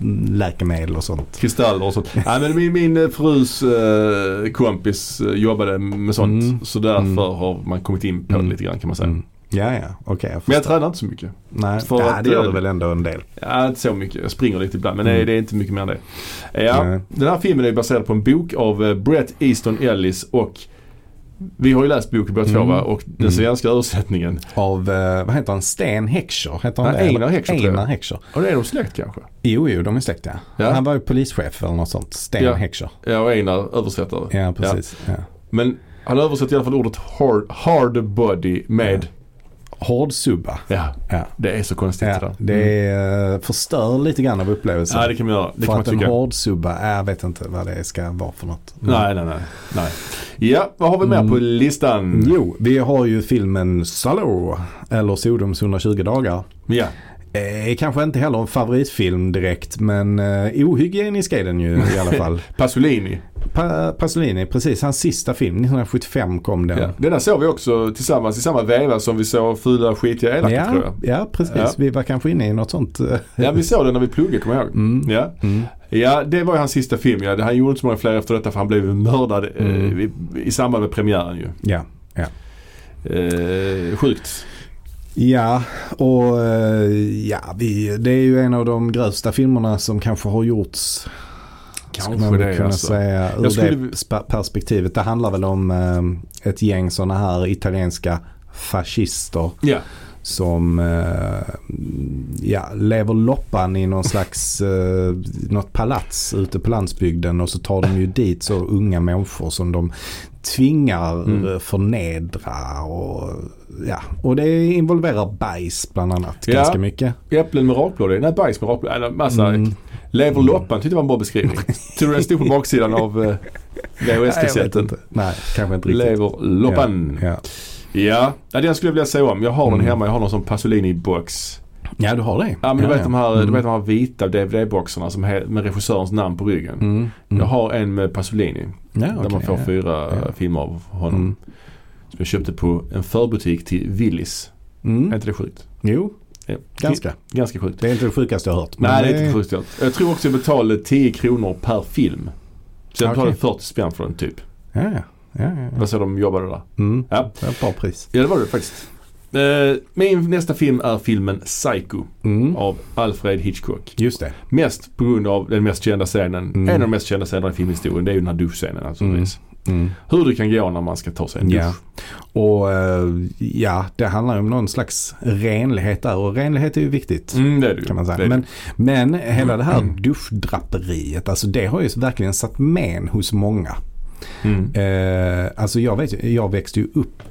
B: naturläkemedel och sånt.
A: kristaller och sånt. Nej, men min, min frus eh, kompis eh, jobbade med sånt.
B: Mm.
A: Så därför
B: Mm.
A: har man kommit in på det
B: Mm.
A: lite grann kan man säga.
B: Mm. Ja, ja, okej. jag
A: Men
B: förstår.
A: jag tränar inte så mycket.
B: Nej,
A: för
B: ja,
A: att,
B: det gör
A: eh,
B: du väl ändå en del.
A: Ja, inte så mycket. Jag springer lite ibland men nej,
B: Mm.
A: det är inte mycket mer än det. Eh, Ja,
B: Nej.
A: Den här filmen är ju baserad på en bok av eh, Brett Easton Ellis och vi har ju läst boken båda två
B: Mm.
A: va? Och den
B: Mm.
A: svenska översättningen.
B: Av, eh, vad heter han, Sten Heckscher? Heter han
A: Ja,
B: det?
A: Einar Heckscher, tror jag.
B: Einar Heckscher.
A: Och det är de släkt kanske?
B: Jo, jo, de är släkt ja.
A: Ja.
B: Han var ju polischef eller något sånt. Sten
A: Ja.
B: Heckscher.
A: Ja, och Einar översättare.
B: Ja, precis. Ja.
A: Men han översätter i alla fall ordet hard, hard body med
B: Hårdsubba.
A: Ja,
B: Ja.
A: det är så konstigt det
B: Ja,
A: där.
B: det är, eh, förstör lite grann av upplevelsen.
A: Ja, det kan man göra. Det
B: för
A: kan man
B: att en
A: tycka. Mm.
B: hårdsubba, är- jag vet inte vad det ska vara för något.
A: Nej, nej, nej, nej. Ja, vad har vi mer på
B: Mm.
A: listan?
B: Jo, vi har ju filmen Salo, eller Sodoms 120 dagar.
A: Ja.
B: Eh, kanske inte heller en favoritfilm direkt, men eh, ohygienisk är den ju i alla fall.
A: Pasolini.
B: Pa- Pasolini, precis, hans sista film, 1975 kom den.
A: Ja. Denna såg vi också tillsammans i samma veva som vi såg Fula, skitiga, elaka
B: Ja,
A: tror jag.
B: ja, precis.
A: Ja.
B: Vi var kanske inne i något sånt. eh,
A: Ja, vi såg den när vi pluggade kommer jag ihåg.
B: Mm.
A: Ja. ja, det var ju hans sista film. Ja. Han gjorde inte så
B: Mm.
A: många fler efter detta för han blev ju mördad eh, i, i samband med premiären ju.
B: Ja, ja.
A: Eh, sjukt.
B: Ja, och eh, ja, vi, det är ju en av de grövsta filmerna som kanske har gjorts.
A: Kanske
B: skulle man väl
A: det,
B: kunna
A: alltså.
B: säga. Ur
A: skulle
B: det
A: vi-
B: spa- perspektivet. Det handlar väl om eh, ett gäng sådana här italienska fascister
A: Ja,
B: som eh, ja, lever loppan i någon slags eh, något palats ute på landsbygden och så tar de ju dit så unga människor som de tvingar
A: Mm.
B: eh, förnedra och ja. Och det involverar bajs bland annat
A: Ja.
B: ganska mycket.
A: äpplen med rakblad i. Nej, bajs med rakblad Nej, Massa
B: Mm.
A: Leverloppan tyckte jag var en bra beskrivning. Tror du den stod på baksidan av eh,
B: Nej, jag vet
A: VHS-kassetten?
B: inte. Nej, kanske inte riktigt.
A: Leverloppan.
B: Ja.
A: Ja, ja den skulle jag vilja se om. Jag har den
B: Mm.
A: hemma. Jag har någon sån Pasolini-box.
B: ja, du har det.
A: Ja, men du,
B: ja,
A: vet De här,
B: Mm.
A: du vet de här vita DVD-boxarna som he- med regissörens namn på ryggen.
B: Mm. Mm.
A: Jag har en med Pasolini.
B: ja,
A: där man
B: okej,
A: får
B: ja.
A: fyra
B: Ja.
A: filmer av honom.
B: Mm.
A: Som jag köpte på en förbutik till Willys. Är
B: Mm.
A: inte det sjukt?
B: Jo,
A: Ja.
B: ganska.
A: Ganska sjukt.
B: Det är inte det sjukaste jag har hört. men
A: Nej, det är inte sjukt. gjort. Jag tror också jag betalade 10 kronor per film. Så jag
B: Okej.
A: betalade 40 spänn för den typ.
B: Ja, ja. ja, ja,
A: Det
B: ja.
A: var så de jobbade där.
B: Mm.
A: Ja.
B: Det är ett bra pris.
A: Ja, det var det faktiskt. Eh, Min nästa film är filmen Psycho
B: Mm.
A: av Alfred Hitchcock.
B: Just det.
A: Mest på grund av den mest kända scenen,
B: Mm.
A: en av de mest kända scenerna i filmhistorien, det är ju den här duschscenen naturligtvis. Hur det kan gå när man ska ta sig en dusch.
B: Mm. Ja. Och eh, ja, det handlar ju om någon slags renlighet där och renlighet är ju viktigt.
A: Mm, det är det ju.
B: Kan man
A: Det är
B: säga.
A: det. Mm.
B: Men, men hela det här duschdraperiet, alltså det har ju verkligen satt men hos många.
A: Mm.
B: Eh, alltså jag, vet, ju- jag växte ju upp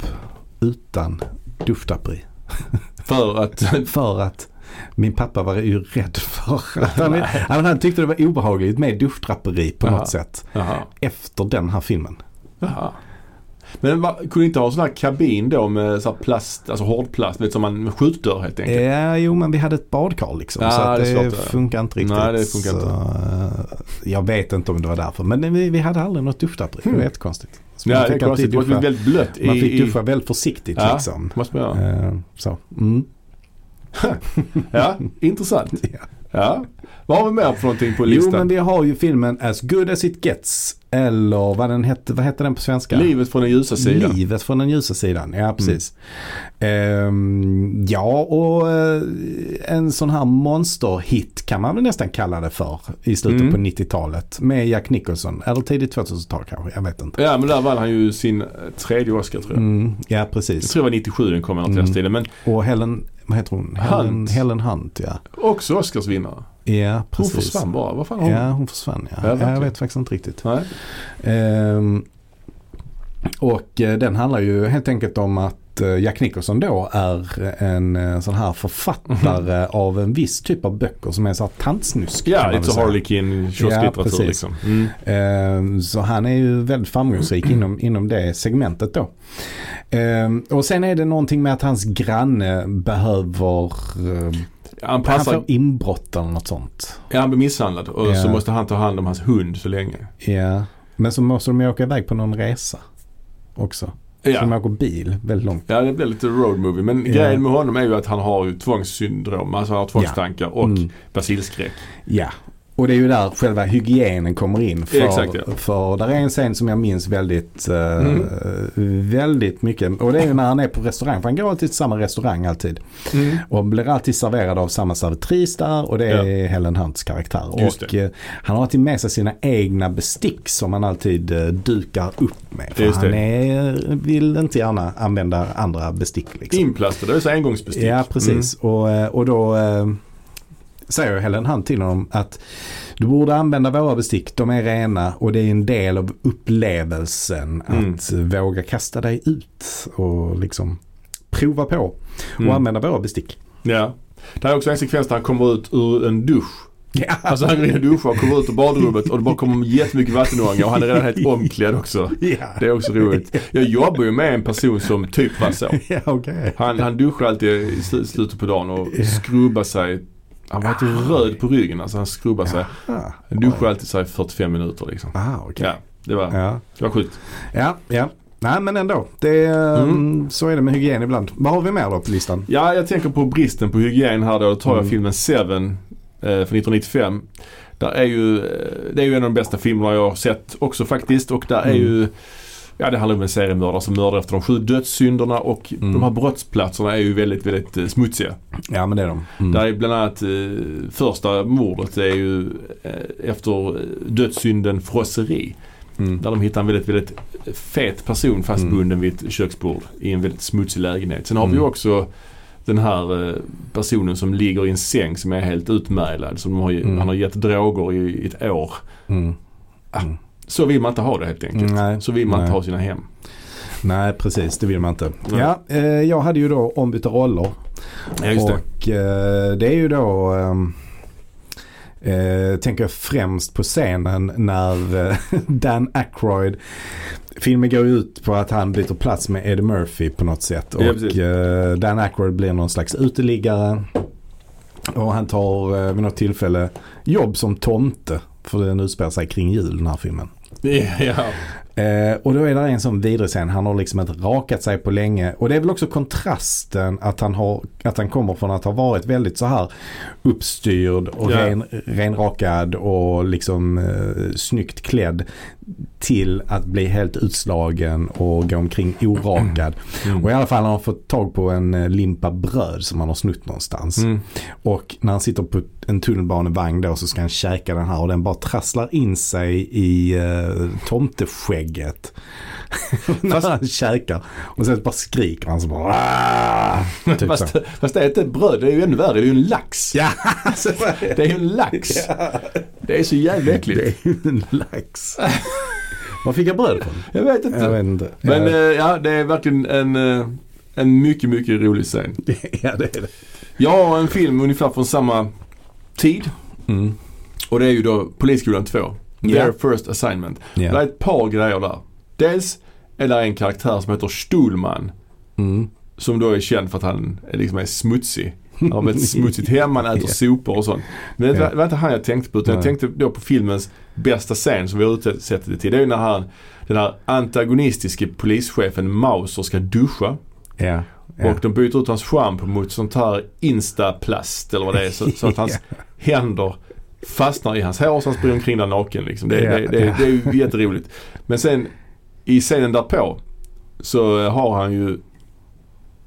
B: utan duschdraperi.
A: För att,
B: För att min pappa var ju rädd för att han, han, han tyckte det var obehagligt med duschdraperi på
A: Aha.
B: något sätt.
A: jaha,
B: Efter den här filmen.
A: jaha. Men va, kunde inte ha sån här kabin då med så här plast, alltså hårdplast, vet, som man med skjutdörr helt enkelt?
B: Ja, jo men vi hade ett badkar liksom.
A: Ja,
B: så att
A: det är
B: det,
A: svårt, ja.
B: funkar inte riktigt.
A: Nej, det funkar inte.
B: Så, eh, jag vet inte om det var därför. Men vi, vi hade aldrig något duschdraperi. Det var jättekonstigt. Så
A: Hmm. Ja,
B: man
A: det är
B: fick alltid
A: konstigt. Det måste bli
B: duscha-
A: väldigt blött i...
B: Man fick
A: i-
B: duscha väldigt försiktigt
A: Ja,
B: liksom.
A: måste man göra.
B: Eh, Så. Mm.
A: Ja, intressant.
B: Ja.
A: Ja. Vad har vi mer för någonting på
B: Jo,
A: listan?
B: men vi har ju filmen As good as it gets. Eller vad, den hette, vad hette den på svenska?
A: Livet från den ljusa sidan.
B: Livet från den ljusa sidan,
A: Mm.
B: ja precis. Ehm, ja, och eh, en sån här monsterhit kan man väl nästan kalla det för i slutet
A: Mm.
B: på 90-talet med Jack Nicholson. Eller tidigt 2000-tal kanske, jag vet inte.
A: Ja, men där vann han ju sin eh, tredje Oscar tror jag.
B: Mm, ja,
A: Jag
B: precis.
A: tror det var 97 den kom eller något i
B: Mm.
A: den stilen. Men
B: Och Helen, vad heter hon? Helen
A: Hunt.
B: Helen Hunt, ja.
A: också Oscarsvinnare.
B: Ja,
A: Hon
B: precis.
A: försvann bara. Vad fan har hon?
B: Ja, hon försvann ja.
A: Ja,
B: ja jag
A: verkligen.
B: vet faktiskt inte riktigt.
A: Nej.
B: Ehm, och eh, den handlar ju helt enkelt om att eh, Jack Nicholson då är en eh, sån här författare av en viss typ av böcker som är så här tantsnusk. kan
A: Mhm. Ja,
B: man väl
A: It's a
B: säga.
A: Harlequin kiosklitteratur
B: Ja, precis.
A: liksom. Mm.
B: Ehm, Så han är ju väldigt framgångsrik inom, inom det segmentet då. Ehm, Och sen är det någonting med att hans granne behöver, eh,
A: Han,
B: han
A: passar,
B: får inbrott eller något sånt.
A: ja, han blir misshandlad och
B: Ja.
A: så måste han ta hand om hans hund så länge.
B: Ja, men så måste de ju åka iväg på någon resa också. Så de
A: Ja.
B: åker bil väldigt långt.
A: ja, det blir lite road movie. Men
B: Ja.
A: grejen med honom är ju att han har ju tvångssyndrom. Alltså han har tvångstankar och
B: Mm.
A: basilskräck.
B: Ja, och det är ju där själva hygienen kommer in. För,
A: Exakt, ja. Mm.
B: för där är en scen som jag minns väldigt, eh, väldigt mycket. Och det är ju när han är på restaurang. För han går alltid till samma restaurang alltid.
A: Mm.
B: Och blir alltid serverad av samma servitris där och det är Helen Hunts karaktär.
A: Just det.
B: och eh, han har alltid med sig sina egna bestick som han alltid eh, dukar upp med. För
A: Just det.
B: han är, vill inte gärna använda andra bestick. Liksom.
A: Inplastad, det är så engångsbestick.
B: Ja, precis. Och, eh, och då eh, säger Helen Hunt till honom att du borde använda våra bestick, de är rena och det är en del av upplevelsen
A: Mm.
B: att våga kasta dig ut och liksom prova på och
A: Mm.
B: använda våra bestick.
A: Ja. Det här är också en sekvens där han kommer ut ur en dusch.
B: Ja,
A: Alltså han går in och duschar och kommer ut ur badrummet och det bara kommer jättemycket vattenånga och han är redan helt omklädd också.
B: ja.
A: Det är också roligt. Jag jobbar ju med en person som typ var så.
B: ja okej.
A: Han, han duschar alltid i slu- slutet på dagen och skrubbar sig. Han var helt röd på ryggen. Alltså han skrubbar sig.
B: Ah,
A: Han duschar alltid sig i 45 minuter liksom.
B: ah, okej.
A: Ja, det var,
B: Ja.
A: det var sjukt.
B: ja, ja. Nej men ändå, det, är, mm. så är det med hygien ibland. Vad har vi mer då på listan?
A: Ja, jag tänker på bristen på hygien här då. Då
B: Mm.
A: tar jag filmen Seven eh, från 1995.
B: Mm.
A: Där är ju, eh, det är ju en av de bästa filmerna jag har sett också faktiskt. Och där är ju Ja, det handlar om en seriemördare som mördar efter de sju dödssynderna och
B: Mm.
A: de här brottsplatserna är ju väldigt, väldigt eh, smutsiga.
B: Ja men det är de. Mm.
A: Där är bland annat eh, första mordet är ju eh, efter eh, dödssynden frosseri.
B: Mm.
A: Där de hittar en väldigt, väldigt fet person fastbunden vid ett köksbord i en väldigt smutsig lägenhet. Sen har vi
B: Mm.
A: ju också den här eh, personen som ligger i en säng som är helt utmärglad. Som har, ju-
B: Mm.
A: Han har gett droger i ett år.
B: Mm.
A: Så vill man inte ha det helt enkelt.
B: Nej.
A: Så vill man inte
B: Mm. Nej.
A: ha sina hem.
B: Nej precis, det vill man inte.
A: Nej.
B: Ja, eh, jag hade ju då ombytta roller.
A: Ja, just det.
B: och eh, det är ju då, ehm, eh, tänker jag främst på scenen när eh, Dan Aykroyd Filmen går ju ut på att han byter plats med Eddie Murphy på något sätt. Och
A: Ja, precis.
B: eh, Dan Aykroyd blir någon slags uteliggare. Och han tar eh, vid något tillfälle jobb som tomte. För den utspelar sig kring jul den här filmen.
A: Ja,
B: Eh, och då är det en sån vidrig scen. Han har liksom inte rakat sig på länge. Och det är väl också kontrasten att han, har, att han kommer från att ha varit väldigt så här uppstyrd och
A: Ja.
B: ren, renrakad och liksom eh, snyggt klädd. Till att bli helt utslagen och gå omkring orakad.
A: Mm.
B: Och i alla fall har han fått tag på en eh, limpa bröd som han har snott någonstans.
A: Mm.
B: Och när han sitter på en tunnelbanevagn då så ska han käka den här och den bara trasslar in sig i eh, tomteskägget. när han käkar. Och sen bara skriker han så bara "Ah!" typ så.
A: Fast, fast det är inte ett bröd, det är ju ännu värre. Det är ju en lax.
B: Ja, så var det.
A: Det är ju en lax. Det är så jävla
B: Det
A: äckligt.
B: är ju en lax. Var fick jag bröd från?
A: Jag vet inte.
B: Jag vet inte.
A: Men eh,
B: ja,
A: ja, det är verkligen en, eh, en mycket, mycket rolig scen.
B: ja, det är det.
A: Jag har en film ungefär från samma tid. Och det är ju då Polisskolan 2. Their
B: Mm. Ja.
A: first assignment.
B: Ja.
A: Det är ett par grejer där. Dels är det en karaktär som heter Stolman.
B: Mm.
A: Som då är känd för att han är liksom är smutsig. Han har ett smutsigt hem, han äter sopor och sånt. Men det var,
B: Ja.
A: var inte han jag tänkte på utan jag
B: Nej.
A: tänkte då på filmens bästa scen som vi har utsett det till. Det är ju när han, den här antagonistiske polischefen Mauser ska duscha.
B: Ja.
A: Och de byter ut hans schampo mot sånt här instaplast eller vad det är. Så, så att hans händer fastnar i hans hår så han springer omkring där naken. Liksom. Det,
B: Ja,
A: det, det,
B: ja.
A: det är ju jätteroligt. Men sen i scenen därpå så har han ju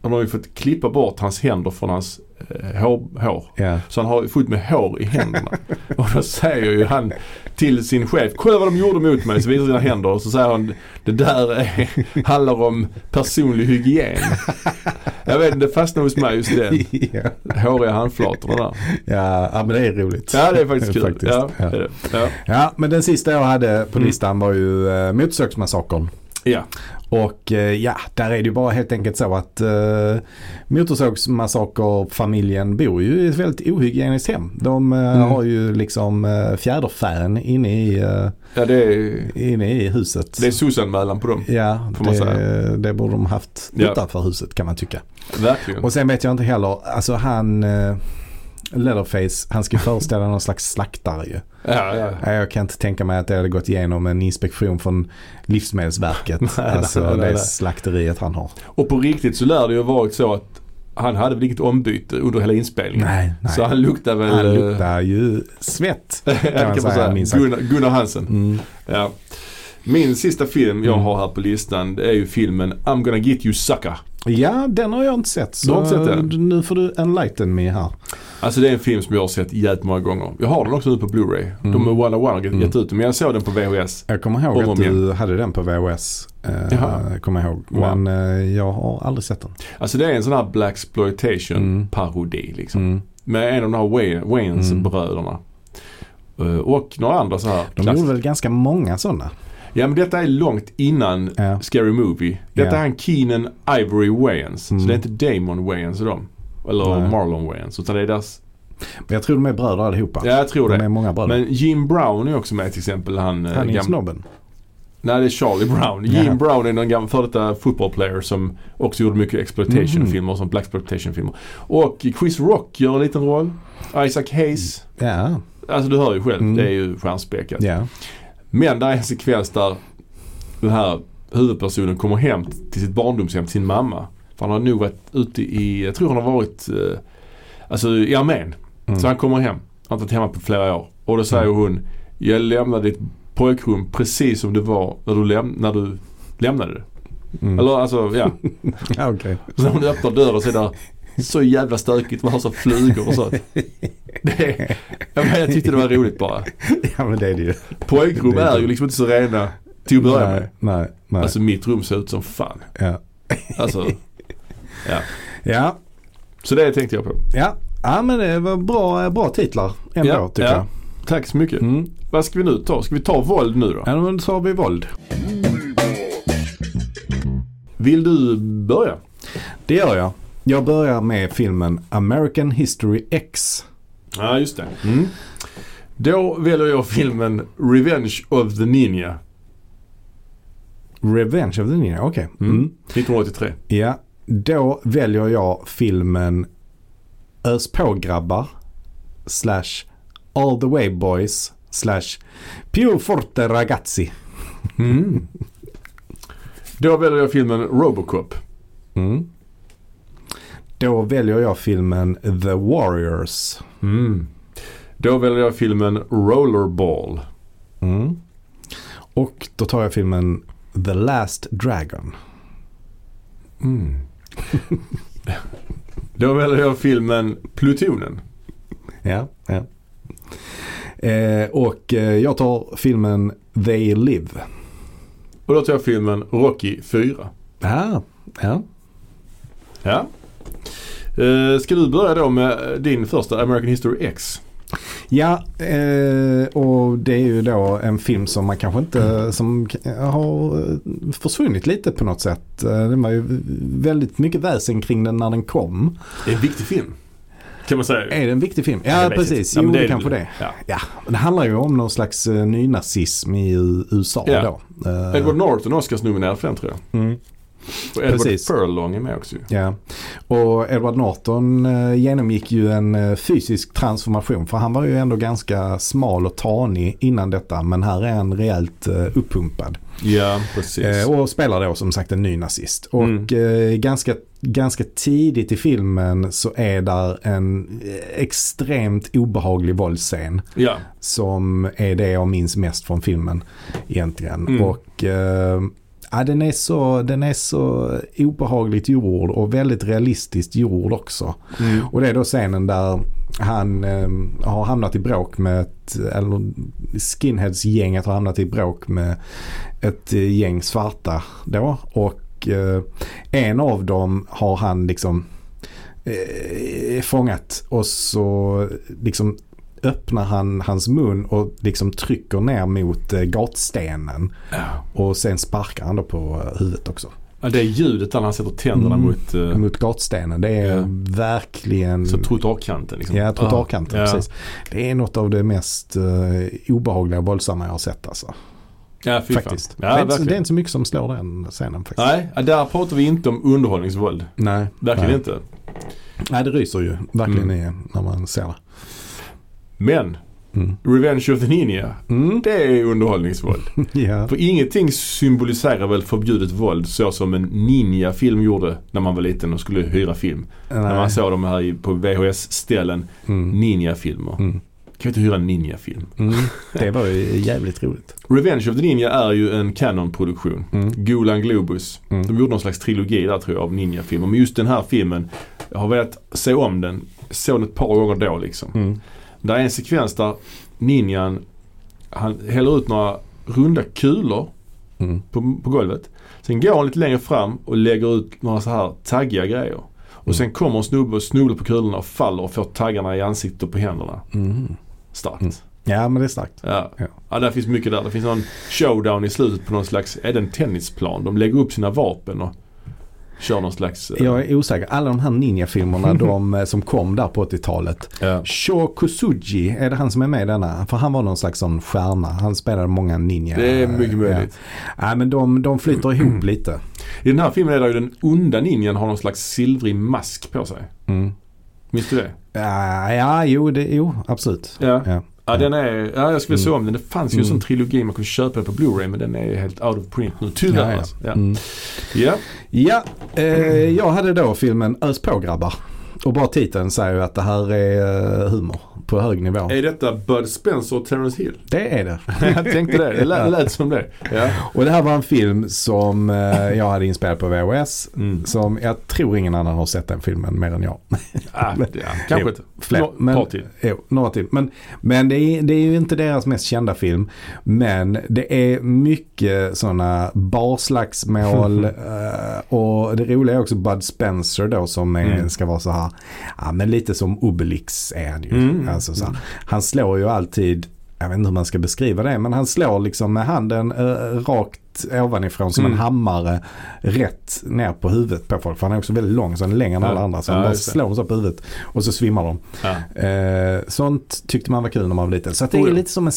A: han har ju fått klippa bort hans händer från hans eh, hår, hår.
B: Ja.
A: Så han har ju fullt med hår i händerna. och då säger ju han till sin chef, kolla vad de gjorde mot mig. Så visar sina händer och så säger han, det där är, handlar om personlig hygien. Jag vet inte, det fastnade hos mig just den
B: Ja.
A: håriga handflatorna där.
B: Ja, ja, men det är roligt.
A: Ja det är faktiskt kul.
B: Faktiskt,
A: Ja, Mm.
B: ja.
A: det är det. ja.
B: Ja, men den sista jag hade på listan var ju eh, Motorsågsmassakern.
A: ja.
B: Och eh, ja, där är det ju bara helt enkelt så att eh, Motorsågsmassakerfamiljen bor ju i ett väldigt ohygieniskt hem. De eh,
A: Mm.
B: har ju liksom eh, fjäderfän inne i, eh,
A: ja det, är,
B: inne i huset.
A: det är SOS-anmälan på dem.
B: Ja,
A: får man
B: det,
A: säga.
B: det borde de haft
A: Ja.
B: utanför huset kan man tycka.
A: Verkligen.
B: Och sen vet jag inte heller, alltså han eh, Leatherface, han ska föreställa någon slags slaktare ju.
A: Ja, ja.
B: Nej, jag kan inte tänka mig att det hade gått igenom en inspektion från Livsmedelsverket. alltså
A: nej,
B: det
A: nej, nej.
B: slakteriet han har.
A: Och på riktigt så lär det ju ha varit så att han hade väl inget ombyte under hela inspelningen.
B: Nej, nej.
A: Så han luktar väl... eh,
B: Han luktar ju svett.
A: kan man säga.
B: minst sagt. Mm.
A: Gunnar, Gunnar Hansen. Ja. Min sista film jag har här på listan det är ju filmen I'm gonna get you sucker.
B: Ja, den har jag inte sett. Så
A: Du har inte sett den?
B: Nu får du enlighten me här.
A: Alltså det är en film som jag har sett jävligt många gånger. Jag har den också nu på Blu-ray.
B: Mm.
A: De är one har gett gett ut den men jag såg den på VHS.
B: Jag kommer
A: Om
B: ihåg
A: och
B: att
A: om igen.
B: du hade den på VHS. eh,
A: Jaha.
B: kommer jag ihåg.
A: Wow.
B: Men eh, jag har aldrig sett den.
A: Alltså det är en sån här Black exploitation
B: Mm.
A: parodi liksom. Med en av de här Way- Wayans bröderna. Eh, Och några andra så här.
B: De gjorde väl ganska många sådana?
A: Ja men detta är långt innan
B: Ja.
A: Scary Movie. Detta
B: Ja. Mm.
A: är han Keenan Ivory Wayans. Så det är inte Damon Wayans och dem. Eller
B: Nej.
A: Marlon Wayans. Utan det är deras...
B: Men jag tror de är bröder allihopa.
A: Ja jag tror
B: de
A: det.
B: är många bröder.
A: Men Jim Brown är också med till exempel. Han, eh,
B: han är ju
A: gam-
B: snobben.
A: Nej det är Charlie Brown.
B: Ja.
A: Jim Brown är någon gammal före detta football player som också gjorde mycket
B: Mhm.
A: exploitation-filmer. Som black exploitation-filmer. Och Chris Rock gör en liten roll. Isaac Hayes.
B: Ja,
A: Alltså du hör ju själv.
B: Mm.
A: Det är ju stjärnspäckat.
B: ja.
A: Men där är en sekvens där den här huvudpersonen kommer hem till sitt barndomshem, till sin mamma. För han har nog varit ute i, jag tror han har varit eh, alltså i armén. Så han kommer hem. Han har inte varit hemma på flera år. Och då säger hon, jag lämnade ditt pojkrum precis som det var när du, läm- när du lämnade det. Eller alltså, ja.
B: Ja, okej.
A: Så hon öppnar dörren och så är det där så jävla stökigt. Man har så flugor och sånt. Det, är- jag, menar, jag tyckte det var roligt bara.
B: Ja men det är det ju.
A: Pojkrum är ju liksom inte så rena till att börja med.
B: Nej, nej, nej.
A: Alltså mitt rum ser ut som fan.
B: ja.
A: Alltså, ja.
B: Ja,
A: Så det tänkte jag på.
B: ja. Ja men det var bra, bra titlar ändå
A: Ja,
B: tycker
A: ja.
B: jag.
A: Tack så mycket.
B: Mm.
A: Vad ska vi nu ta? Ska vi ta våld nu då?
B: Ja men så har vi våld.
A: Vill du börja?
B: Det gör jag. Jag börjar med filmen American History X.
A: Ja, just det. Mm. Då väljer jag filmen Revenge of the Ninja
B: Revenge of the Ninja, okej. Mm.
A: 1983.
B: Ja, då väljer jag filmen Ös på grabbar slash All the way boys slash Più forte ragazzi.
A: Då väljer jag filmen Robocop.
B: Mm. Då väljer jag filmen The Warriors.
A: Då väljer jag filmen Rollerball.
B: Mm. Och då tar jag filmen The Last Dragon.
A: Då väljer jag filmen Plutonen.
B: Ja, ja. Eh, och eh, jag tar filmen They Live.
A: Och då tar jag filmen Rocky 4.
B: Ja, ja.
A: Ja. Eh, ska du börja då med din första American History X?
B: Ja, eh, och det är ju då en film som man kanske inte, som k- har eh, försvunnit lite på något sätt. Eh, Det var ju väldigt mycket väsen kring den när den kom.
A: Det är en viktig film. Kan man säga.
B: Är det en viktig film? Ja,
A: Jag vet
B: precis.
A: inte. Ja,
B: Jo,
A: men
B: det,
A: det är
B: kanske
A: det.
B: det.
A: Ja.
B: Ja, men det handlar ju om någon slags eh, nynazism i U- USA
A: Ja.
B: då. Eh,
A: Edward Norton Oscarsnominerad för den tror jag.
B: Mm.
A: Och Edward
B: Precis.
A: Furlong är med också ju.
B: Ja, och Edward Norton eh, genomgick ju en eh, fysisk transformation för han var ju ändå ganska smal och tanig innan detta men här är han rejält eh, uppumpad.
A: Ja, precis.
B: Eh, Och spelar då som sagt en ny nazist. Och
A: Mm.
B: eh, ganska, ganska tidigt i filmen så är där en eh, extremt obehaglig våldsscen.
A: ja.
B: Som är det jag minns mest från filmen egentligen. Och eh, ja, den, är så, den är så obehagligt gjord och väldigt realistiskt gjord också. Och det är då scenen där han eh, har hamnat i bråk med ett, eller skinheads-gänget har hamnat i bråk med ett eh, gäng svarta då. Och eh, en av dem har han liksom eh, fångat och så liksom öppnar han hans mun och liksom trycker ner mot eh, gatstenen. Och sen sparkar han då på eh, huvudet också.
A: Ja, Det är ljudet där han sätter tänderna
B: Mm.
A: mot, eh,
B: Mot gatstenen. Det är
A: Ja.
B: verkligen...
A: så trottoarkanten. Liksom.
B: Ja, trottoarkanten.
A: ja.
B: Precis. Det är något av det mest eh, obehagliga och våldsamma jag har sett alltså.
A: Ja, fy
B: Faktiskt.
A: Fan. Ja,
B: det, är inte, så-
A: verkligen.
B: det är inte så mycket som slår den scenen faktiskt.
A: Nej, ja, där pratar vi inte om underhållningsvåld.
B: Nej,
A: Verkligen
B: nej.
A: inte.
B: Nej, det ryser ju verkligen
A: Mm.
B: i en när man ser det.
A: Men
B: Mm.
A: Revenge of the Ninja,
B: Mm.
A: det är underhållningsvåld.
B: Ja.
A: För ingenting symboliserar väl förbjudet våld så som en ninja-film gjorde när man var liten och skulle hyra film. När man
B: Nej.
A: såg de här i- på VHS-ställen,
B: Mm.
A: ninja-filmer.
B: Mm.
A: Kan vi inte hyra en ninja-film?
B: Mm. Det var ju jävligt roligt.
A: Revenge of the Ninja är ju en Canon-produktion.
B: Mm.
A: Golan Globus.
B: Mm.
A: De gjorde någon slags trilogi där tror jag av ninjafilmer. Men just den här filmen, jag har velat se om den. Såg den ett par gånger då liksom.
B: Mm.
A: Där är en sekvens där ninjan, han häller ut några runda kulor
B: Mm.
A: på, på golvet. Sen går han lite längre fram och lägger ut några så här taggiga grejer. Och
B: Mm.
A: sen kommer en snubbe och snubblar på kulorna och faller och får taggarna i ansiktet och på händerna.
B: Mm.
A: Starkt.
B: Ja, men det är starkt.
A: Ja.
B: Ja.
A: Ja. där finns mycket där. Det finns någon showdown i slutet på någon slags, är det en tennisplan? De lägger upp sina vapen och kör någon slags... eh,
B: Jag är osäker. Alla de här ninjafilmerna de, eh, som kom där på 80-talet.
A: Ja.
B: Sho Kosuji, är det han som är med i denna? För han var någon slags sån stjärna. Han spelade många ninja.
A: Det är mycket möjligt.
B: Ja. Ja, men de, de flyter ihop lite.
A: I den här filmen är det ju den onda ninjan har någon slags silvrig mask på sig.
B: Mm.
A: Minns du det?
B: Ja, ja jo, det, jo, absolut.
A: Ja.
B: Ja.
A: Ja, den är, ja jag skulle se om den. Det fanns ju en sån trilogi man kunde köpa på Blu-ray men den är ju helt out of print nu tyvärr.
B: Ja, ja.
A: Alltså. Ja.
B: Mm.
A: Ja.
B: Ja, eh, jag hade då filmen Ös på grabbar. Och bara titeln säger ju att det här är eh, humor på hög nivå.
A: Är detta Bud Spencer och Terence Hill?
B: Det är det.
A: Jag tänkte det. Det lät, det lät som det. Ja.
B: Och det här var en film som eh, jag hade inspelat på VHS.
A: Mm.
B: Som jag tror ingen annan har sett den filmen mer än jag.
A: Ah, ja. Kanske ett
B: Fler,
A: Nå-
B: men,
A: par till.
B: Jo, några till. Men, men det, är, det är ju inte deras mest kända film. Men det är mycket sådana barslagsmål. eh, och det roliga är också Bud Spencer då som är,
A: Mm.
B: ska vara så här. Ja, men lite som Obelix är han ju.
A: Mm.
B: Alltså, så här, han slår ju alltid jag vet inte hur man ska beskriva det, men han slår liksom med handen eh, rakt ovanifrån som en
A: Mm.
B: hammare rätt ner på huvudet på folk. För han är också väldigt lång, så han är längre än alla
A: Ja.
B: andra. Så han
A: Ja,
B: bara
A: just det.
B: slår så på huvudet och så svimmar de.
A: Ja.
B: Eh, sånt tyckte man var kul när man var liten. Så att det
A: Oh
B: är
A: ja. Mm.
B: lite som en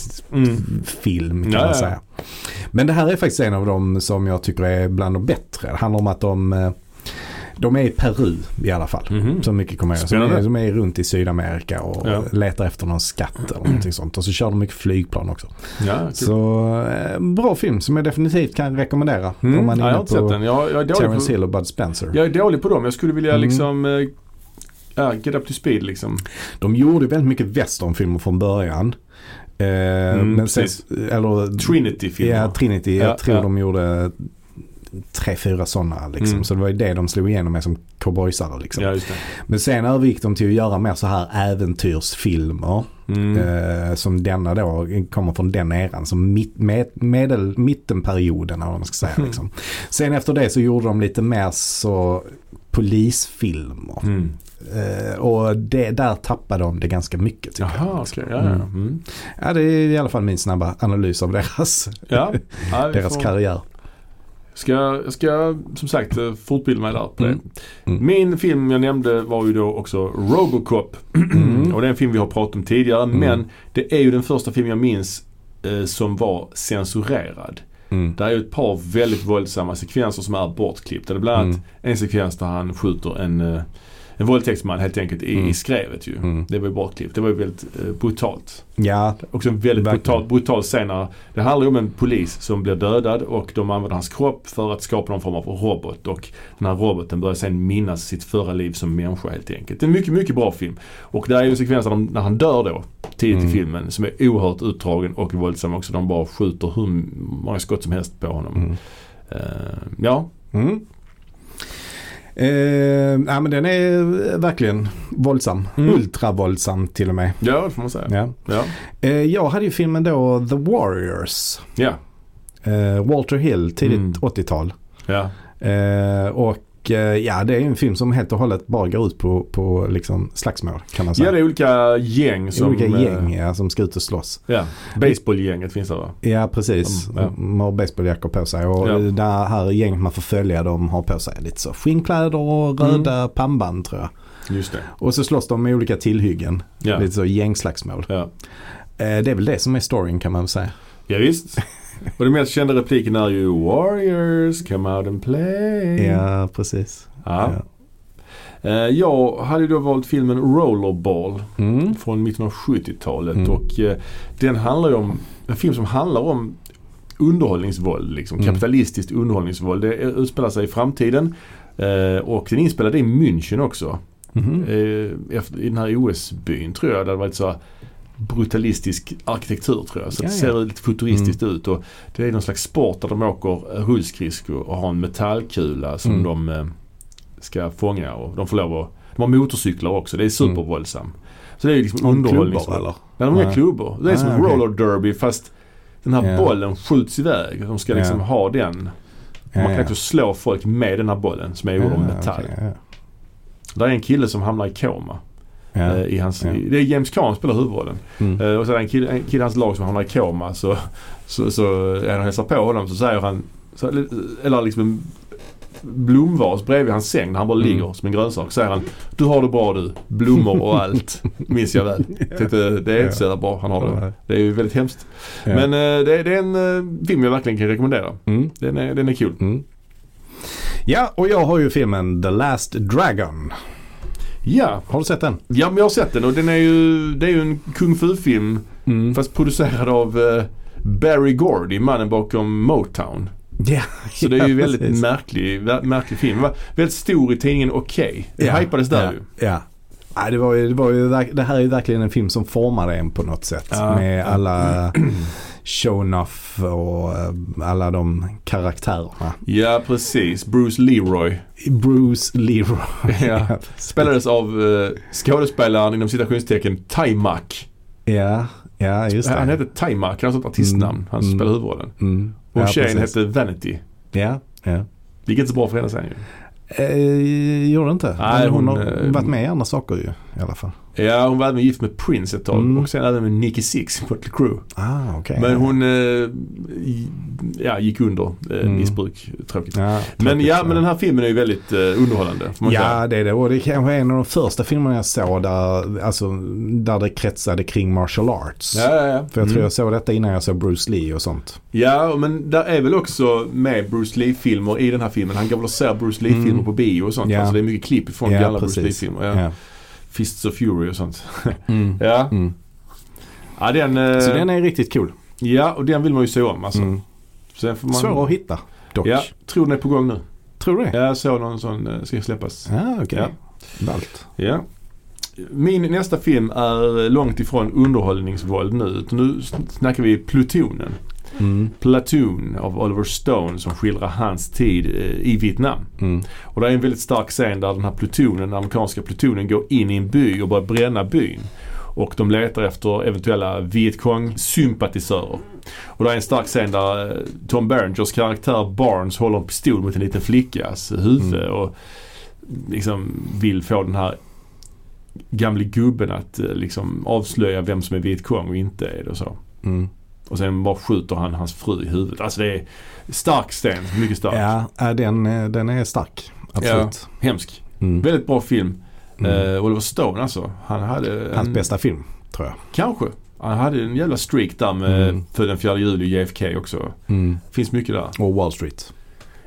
B: serietidningsfilm kan
A: Ja,
B: man
A: ja, ja.
B: säga. Men det här är faktiskt en av dem som jag tycker är bland de bättre. Det handlar om att de, eh, de är i Peru i alla fall.
A: Mhm.
B: Så mycket kommer jag ihåg. De
A: Spännande.
B: är, de är runt i Sydamerika och
A: Ja.
B: letar efter någon skatt eller någonting sånt. Och så kör de mycket flygplan också.
A: Ja, kul.
B: Så eh, bra film som jag definitivt kan rekommendera.
A: Mm.
B: Om man
A: Nej, jag
B: är
A: har
B: inne
A: inte sett
B: på
A: den. Jag, jag, är dålig
B: Terence
A: på,
B: Hill och Bud Spencer.
A: jag är dålig på dem. Jag skulle vilja
B: Mm.
A: liksom... eh, ja, get up to speed liksom.
B: De gjorde väldigt mycket westernfilmer från början. Eh,
A: Mm,
B: men sen,
A: precis.
B: eller,
A: Trinity-filmer.
B: Ja, Trinity.
A: Ja,
B: jag tror
A: ja.
B: de gjorde tre, fyra sådana. Liksom.
A: Mm.
B: Så det var ju det de slog igenom med som cowboysare. Liksom.
A: Ja, just det.
B: Men sen övergick de till att göra mer så här äventyrsfilmer.
A: Mm.
B: Eh, som denna då kommer från den eran. Som mitt, med, medel, mittenperioden eller vad man ska säga. Liksom. Sen efter det så gjorde de lite mer så polisfilmer.
A: Mm.
B: Eh, och det, där tappade de det ganska mycket tycker jag.
A: Jaha, okej. Ja, ja.
B: Typ. Mm.
A: Mm.
B: Ja, det är i alla fall min snabba analys av deras,
A: ja. ja vi
B: deras
A: får-
B: karriär.
A: Ska, jag ska som sagt eh, fortbilda mig där på det.
B: Mm. Mm.
A: Min film jag nämnde var ju då också Robocop. Och det är en film vi har pratat om tidigare
B: Mm.
A: men det är ju den första film jag minns eh, som var censurerad.
B: Mm.
A: Det är ju ett par väldigt våldsamma sekvenser som är bortklippta. Det är bland annat
B: Mm.
A: en sekvens där han skjuter en, eh, en våldtäktsman helt enkelt i,
B: Mm.
A: i skrevet ju.
B: Mm.
A: Det var ju bortklippt. Det var ju väldigt eh, brutalt.
B: Ja,
A: Också en väldigt
B: Verkligen.
A: brutal, brutal scen när det handlar ju om en polis som blir dödad och de använder hans kropp för att skapa någon form av robot. Och den här roboten börjar sen minnas sitt förra liv som människa helt enkelt. Det är en mycket, mycket bra film. Och där är ju sekvenser när de- när han dör då, tidigt
B: Mm.
A: i filmen, som är oerhört utdragen och våldsam också. De bara skjuter hur många skott som helst på honom. Eh, ja,
B: Mm. Eh, ja, men den är verkligen våldsam.
A: Mm.
B: Ultravåldsam till och med.
A: ja det får man säga. Ja,
B: Ja.
A: ja.
B: Eh, jag hade ju filmen då The Warriors.
A: ja.
B: Eh, Walter Hill, tidigt
A: Mm.
B: 80-tal.
A: ja.
B: Eh, och eh, ja, det är ju en film som helt och hållet bara går ut på, på liksom slagsmål kan man säga.
A: det är olika gäng som...
B: Olika
A: eh,
B: gäng ja, som ska ut och slåss.
A: Ja, baseballgänget finns där va?
B: Ja precis.
A: Mm, ja.
B: De har basebolljackor på sig och
A: Ja.
B: det här gänget man får följa de har på sig lite så skinnkläder och
A: Mm.
B: röda pannband tror jag.
A: Just det.
B: Och så slåss de med olika tillhyggen.
A: Ja.
B: Lite så gängslagsmål.
A: Ja.
B: Eh, det är väl det som är storyn kan man väl säga.
A: Ja, visst. Och den mest kända repliken är ju Warriors come out and play.
B: Ja precis.
A: Mm. Ja. Eh, Jag hade ju då valt filmen Rollerball
B: Mm.
A: från 1970-talet
B: Mm.
A: och eh, den handlar ju om en film som handlar om underhållningsvåld, liksom,
B: Mm.
A: kapitalistiskt underhållningsvåld. Det utspelar sig i framtiden eh, och den är inspelad i München också.
B: Mhm.
A: Eh, efter, I den här OS-byn tror jag. Där det var lite så här brutalistisk arkitektur tror jag. Så
B: Ja,
A: det
B: ja. Mm.
A: ser lite futuristiskt ut. Och det är någon slags sport där de åker eh, rullskridskor och har en metallkula som
B: Mm.
A: de eh, ska fånga. Och de får lov att, de har motorcyklar också. Det är supervåldsam. Så det är ju liksom
B: Har de klubbar,
A: underhållnings...
B: eller?
A: Nej, de har inga
B: Nej.
A: klubbor. Det är
B: Ah,
A: som
B: okej.
A: roller derby fast den här
B: Ja.
A: bollen skjuts iväg. De ska liksom
B: Ja.
A: ha den.
B: Ja,
A: Man kan
B: ja.
A: också slå folk med den här bollen som är gjord av
B: Ja,
A: metall.
B: okej, ja.
A: Där är en kille som hamnar i koma.
B: Ja.
A: Eh, I hans,
B: Ja.
A: i, det är James Caan som spelar huvudrollen.
B: Mm.
A: Eh, och så är det en kille, en kille i hans lag som hamnar i koma. Så, så, så är han och hälsar på honom så säger han, så, eller liksom en blomvas bredvid hans säng där han bara
B: Mm.
A: ligger som en grönsak. Säger han, du har det bra du. Blommor och allt. Minns jag väl. Tänkte, det är inte så jävla bra han har det. Det är ju väldigt hemskt.
B: Ja.
A: Men eh, det, är- det är en eh, film jag verkligen kan rekommendera.
B: Mm.
A: Den är, den är kul.
B: Mm. Ja, och jag har ju filmen The Last Dragon.
A: Ja,
B: Har du sett den?
A: ja men jag har sett den och den är ju, det är ju en kung fu-film.
B: Mm.
A: Fast producerad av eh, Barry Gordy, mannen bakom Motown.
B: Ja,
A: Så det är ju
B: ja,
A: väldigt
B: precis.
A: märklig, vä- märklig film. Va- Väldigt stor i tidningen Okej. Det
B: Ja,
A: hypades där
B: ja,
A: ju.
B: Ja. Nej, det, var ju, det, var ju, verk- det här är ju verkligen en film som formade en på något sätt.
A: Ja.
B: Med alla show-off och eh, alla de karaktärerna.
A: Ja, precis. Bruce Leroy.
B: Bruce Leroy.
A: Ja. Spelades av eh, skådespelaren inom citationstecken Taimak.
B: ja, ja, just det.
A: Han hette Taimak, hans artistnamn. Han
B: Mm.
A: spelade huvudrollen.
B: Mm.
A: Och
B: ja,
A: tjejen
B: precis.
A: hette Vanity.
B: Ja, ja.
A: Det gick inte så bra för henne sen ju.
B: Eh, gjorde inte.
A: Nej,
B: Men hon,
A: hon,
B: har
A: eh,
B: varit med i andra saker ju i alla fall.
A: Ja, hon var även gift med Prince ett tag
B: Mm.
A: och sen även med Nicky Six i Mötley Crüe.
B: Ah, okej.
A: Men hon eh, i- ja, gick under eh,
B: Mm.
A: missbruk. Tråkigt.
B: Ja,
A: Men
B: tråkigt,
A: ja, men den här filmen är ju väldigt eh, underhållande. får man säga.
B: Ja, det är det. Och det är kanske en av de första filmerna jag såg där, alltså, där det kretsade kring martial arts.
A: Ja, ja, ja.
B: För jag
A: Mm.
B: tror jag såg detta innan jag såg Bruce Lee och sånt.
A: Ja, men där är väl också med Bruce Lee-filmer i den här filmen. Han galvaliserar Bruce Lee-filmer
B: Mm.
A: på bio och sånt.
B: Ja.
A: Alltså det är mycket klipp från
B: Ja,
A: gamla Bruce
B: precis.
A: Lee-filmer. Ja.
B: Ja.
A: Fists of Fury och sånt.
B: Mm.
A: ja.
B: Mm.
A: Ja, den, eh,
B: Så den är riktigt cool.
A: ja, och den vill man ju se om alltså.
B: Mm.
A: Sen får man,
B: Svår att hitta dock.
A: Ja, tror den är på gång nu.
B: Tror du det?
A: Jag såg någon sån eh, ska släppas.
B: Ah, okej.
A: Ja.
B: Ballt.
A: Ja. Min nästa film är långt ifrån underhållningsvåld nu. utan Nu sn- snackar vi Plutonen.
B: Mm.
A: Platoon av Oliver Stone som skildrar hans tid eh, i Vietnam.
B: Mm.
A: Och det är en väldigt stark scen där den här plutonen, den amerikanska plutonen går in i en by och börjar bränna byn. Och de letar efter eventuella Vietcong-sympatisörer. Och det är en stark scen där eh, Tom Berengers karaktär Barnes håller en pistol mot en liten flickas huvud
B: Mm.
A: och liksom vill få den här gamle gubben att eh, liksom avslöja vem som är Vietcong och inte är det och så.
B: Mm.
A: Och sen bara skjuter han hans fru i huvudet. Alltså det är stark scen, mycket stark.
B: Ja, äh, den, eh, den är stark. Absolut.
A: Hemsk.
B: Mm.
A: Väldigt bra film.
B: Mm.
A: Eh, Oliver Stone alltså. Han hade... En,
B: Hans bästa film, tror jag.
A: Kanske. Han hade en jävla streak där med
B: Mm.
A: för den 4 juli och JFK också. Finns mycket där.
B: Och Wall Street.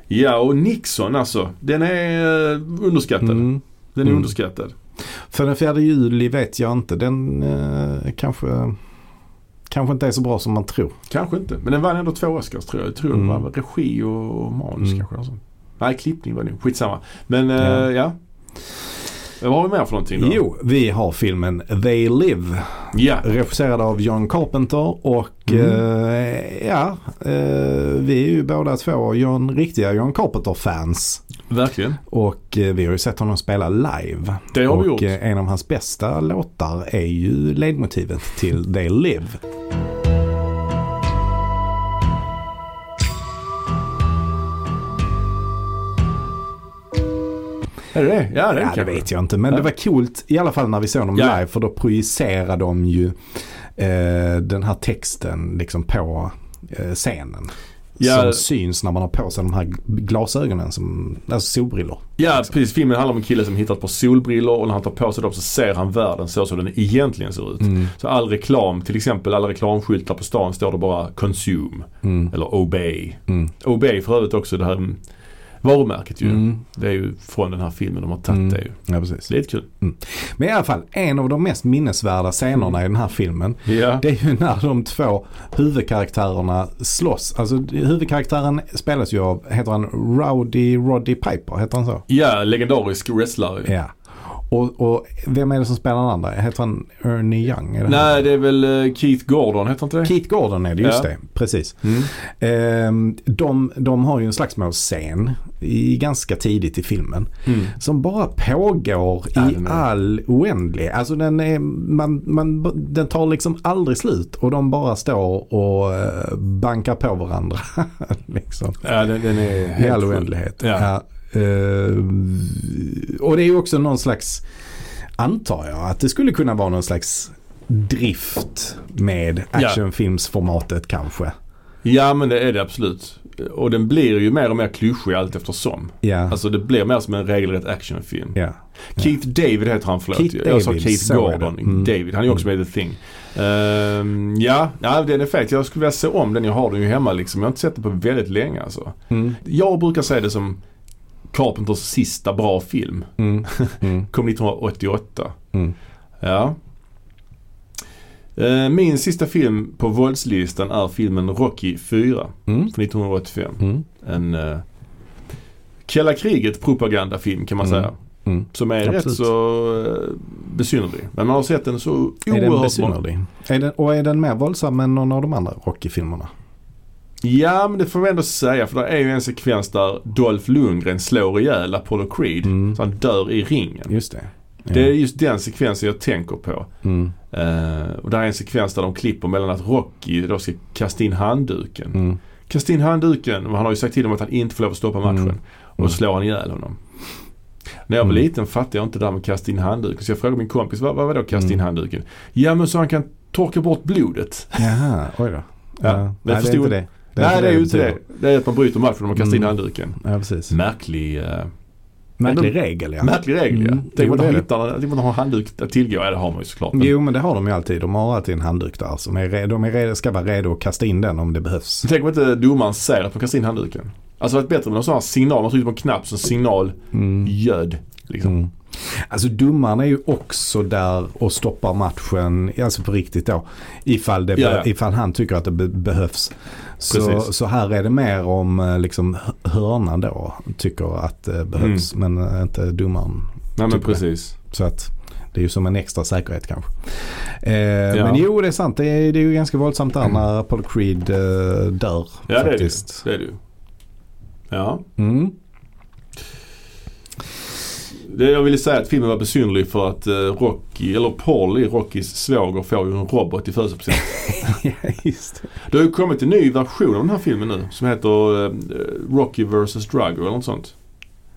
A: Ja och Nixon alltså. Den är eh, underskattad.
B: Mm.
A: Den är
B: Mm.
A: underskattad.
B: För den 4 juli vet jag inte. Den eh, kanske, kanske inte är så bra som man tror.
A: Kanske inte. Men den vann ändå två Oscars tror jag. Jag tror
B: Mm.
A: det var regi och manus
B: Mm.
A: kanske. Alltså. Nej klippning var det nog. Skitsamma. Men eh,
B: Ja.
A: ja. Vad har vi mer för någonting då?
B: Jo, vi har filmen They Live.
A: Ja.
B: Regisserad av John Carpenter och
A: Mm.
B: eh, ja, eh, vi är ju båda två John, riktiga John Carpenter-fans.
A: Verkligen.
B: Och eh, vi har ju sett honom spela live.
A: Det har
B: och
A: vi gjort.
B: eh, en av hans bästa låtar är ju ledmotivet till They Live.
A: Är det det? Ja det,
B: Ja, det
A: kanske.
B: vet jag inte. Men det var coolt i alla fall när vi såg dem
A: Ja.
B: live. För då projicerade de ju eh, den här texten liksom på eh, scenen.
A: Ja.
B: Som syns när man har på sig de här glasögonen, som, alltså solbrillor.
A: Ja precis, filmen handlar om en kille som hittar ett par solbrillor och när han tar på sig dem så ser han världen så som den egentligen ser ut.
B: Mm.
A: Så all reklam, till exempel alla reklamskyltar på stan står det bara “Consume” eller “Obey”.
B: Mm.
A: “Obey” för övrigt också det här mm, varumärket ju.
B: Mm.
A: Det är ju från den här filmen de har tagit det ju.
B: Ja, precis.
A: Så det är lite kul.
B: Men i alla fall, en av de mest minnesvärda scenerna i den här filmen
A: Ja.
B: Det är ju när de två huvudkaraktärerna slåss. Alltså huvudkaraktären spelas ju av, heter han Rowdy Roddy Piper? Heter han så?
A: ja, legendarisk wrestlare.
B: Ja. Och, och vem är det som spelar den andra? Heter han Ernie Young? Är det han?
A: Nej, det är väl eh, Keith Gordon, heter inte det?
B: Keith Gordon är det, just
A: Ja. Mm.
B: det. Precis. Ehm, de, de har ju en slagsmålsscen i, ganska tidigt i filmen. Som bara pågår i
A: Mm. den är-
B: all oändlig. Alltså den, är, man, man, den tar liksom aldrig slut och de bara står och eh, bankar på varandra. liksom.
A: Ja, den, den är
B: I all
A: sjuk.
B: oändlighet.
A: Ja.
B: Ehm, och det är ju också någon slags, antar jag, att det skulle kunna vara någon slags drift med
A: Ja.
B: actionfilmsformatet kanske.
A: Ja, men det är det absolut. Och den blir ju mer och mer klyschig allt eftersom.
B: Ja.
A: Alltså det blir mer som en regelrätt actionfilm.
B: ja.
A: Keith David heter han, förlåt.
B: Keith
A: jag sa
B: David,
A: Keith
B: så är det.
A: Gordon.
B: Mm.
A: David, han är ju också med i The Thing. Ehm, ja, ja, den är fet. Jag skulle vilja se om den. Jag har den ju hemma liksom. Jag har inte sett den på väldigt länge alltså.
B: Mm.
A: Jag brukar säga det som Carpenters sista bra film.
B: Mm.
A: Kom 1988. Ja. Eh, Min sista film på våldslistan är filmen Rocky 4
B: Mm.
A: från 1985.
B: Mm.
A: En eh, kalla kriget propagandafilm kan man
B: Mm.
A: säga.
B: Mm.
A: Som är rätt
B: Absolut.
A: så eh, besynnerlig. Men man har sett den så
B: Är den
A: oerhört många
B: besynnerlig? Är den, och är den mer våldsam än någon av de andra Rocky-filmerna?
A: Ja, men det får man ändå säga för det är ju en sekvens där Dolph Lundgren slår ihjäl Apollo Creed.
B: Mm.
A: Så han dör i ringen.
B: Just det. Ja.
A: Det är just den sekvensen jag tänker på.
B: Mm.
A: Eh, och det här är en sekvens där de klipper mellan att Rocky då ska kasta in handduken.
B: Mm.
A: Kasta in handduken, och han har ju sagt till dem att han inte får lov att stoppa matchen.
B: Mm.
A: Och då slår han ihjäl honom. När jag var
B: Mm.
A: liten fattade jag inte det där med kasta in handduken. Så jag frågade min kompis, vad, vad var då kasta in
B: Mm.
A: handduken? Ja men så han kan torka bort blodet.
B: Jaha, oj då.
A: Ja, det
B: nej,
A: förstod-
B: det. är inte det.
A: Nej det är ju inte det.
B: betyder.
A: Det är att man bryter matchen om man kastar in
B: Mm.
A: handduken.
B: Ja, precis.
A: Märklig, eh,
B: Märklig
A: Ändå-
B: regel ja.
A: märklig regel
B: Mm.
A: ja. Tänk
B: Jo,
A: om
B: det är
A: man
B: det.
A: hittar, tänk om man har handduk att tillgå. Ja det har man ju såklart. Men
B: Jo men det har de ju alltid. De har alltid en handduk där. Så de är redo, de är redo, ska vara redo att kasta in den om det behövs.
A: Så tänk om inte domaren säger att man kastar in handduken. Alltså det hade varit bättre med någon sån här signal. Man trycker på en knapp som signal ljöd. Liksom.
B: Mm. Alltså domaren är ju också där och stoppar matchen, alltså på riktigt då. Ifall, det,
A: Ja, ja.
B: ifall han tycker att det be- behövs. Så,
A: Precis.
B: så här är det mer om eh, liksom h- hörnan då tycker att det behövs.
A: Mm.
B: Men eh, inte domaren.
A: Nej men
B: Tycker Typ det.
A: precis.
B: Så att det är ju som en extra säkerhet kanske. Eh,
A: Ja.
B: Men jo det är sant. Det är, det är ju ganska våldsamt där när Apollo Creed eh, dör.
A: Ja det är det ju.
B: faktiskt.
A: Det är det ju. Ja.
B: Mm.
A: Det jag ville säga att filmen var besynnerlig för att eh, Rocky, eller Paul i Rockys svåger får ju en robot i födelsedagspresent.
B: ja, just det.
A: Det har ju kommit en ny version av den här filmen nu som heter eh, Rocky vs Drago eller något sånt.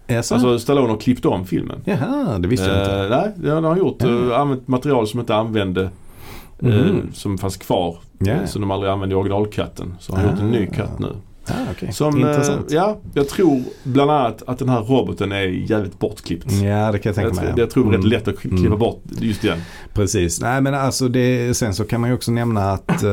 B: Jaså?
A: Alltså Stallone har klippt om filmen.
B: Jaha, det visste jag inte.
A: Eh, nej, det har han gjort.
B: Ja.
A: eh, använt material som inte använde eh,
B: Mhm.
A: som fanns kvar. eh,
B: Ja.
A: Som de aldrig använde i originalkatten. Så han har
B: Ah.
A: gjort en ny katt nu.
B: Ah, okay.
A: Som, eh,
B: Intressant.
A: ja, jag tror bland annat att den här roboten är jävligt bortklippt.
B: Ja, det kan Mm, jag tänka
A: Jag,
B: mig.
A: tror- jag tror det är rätt lätt att kli- klippa
B: Mm.
A: bort just den.
B: Precis. Nej, men alltså det, sen så kan man ju också nämna att eh,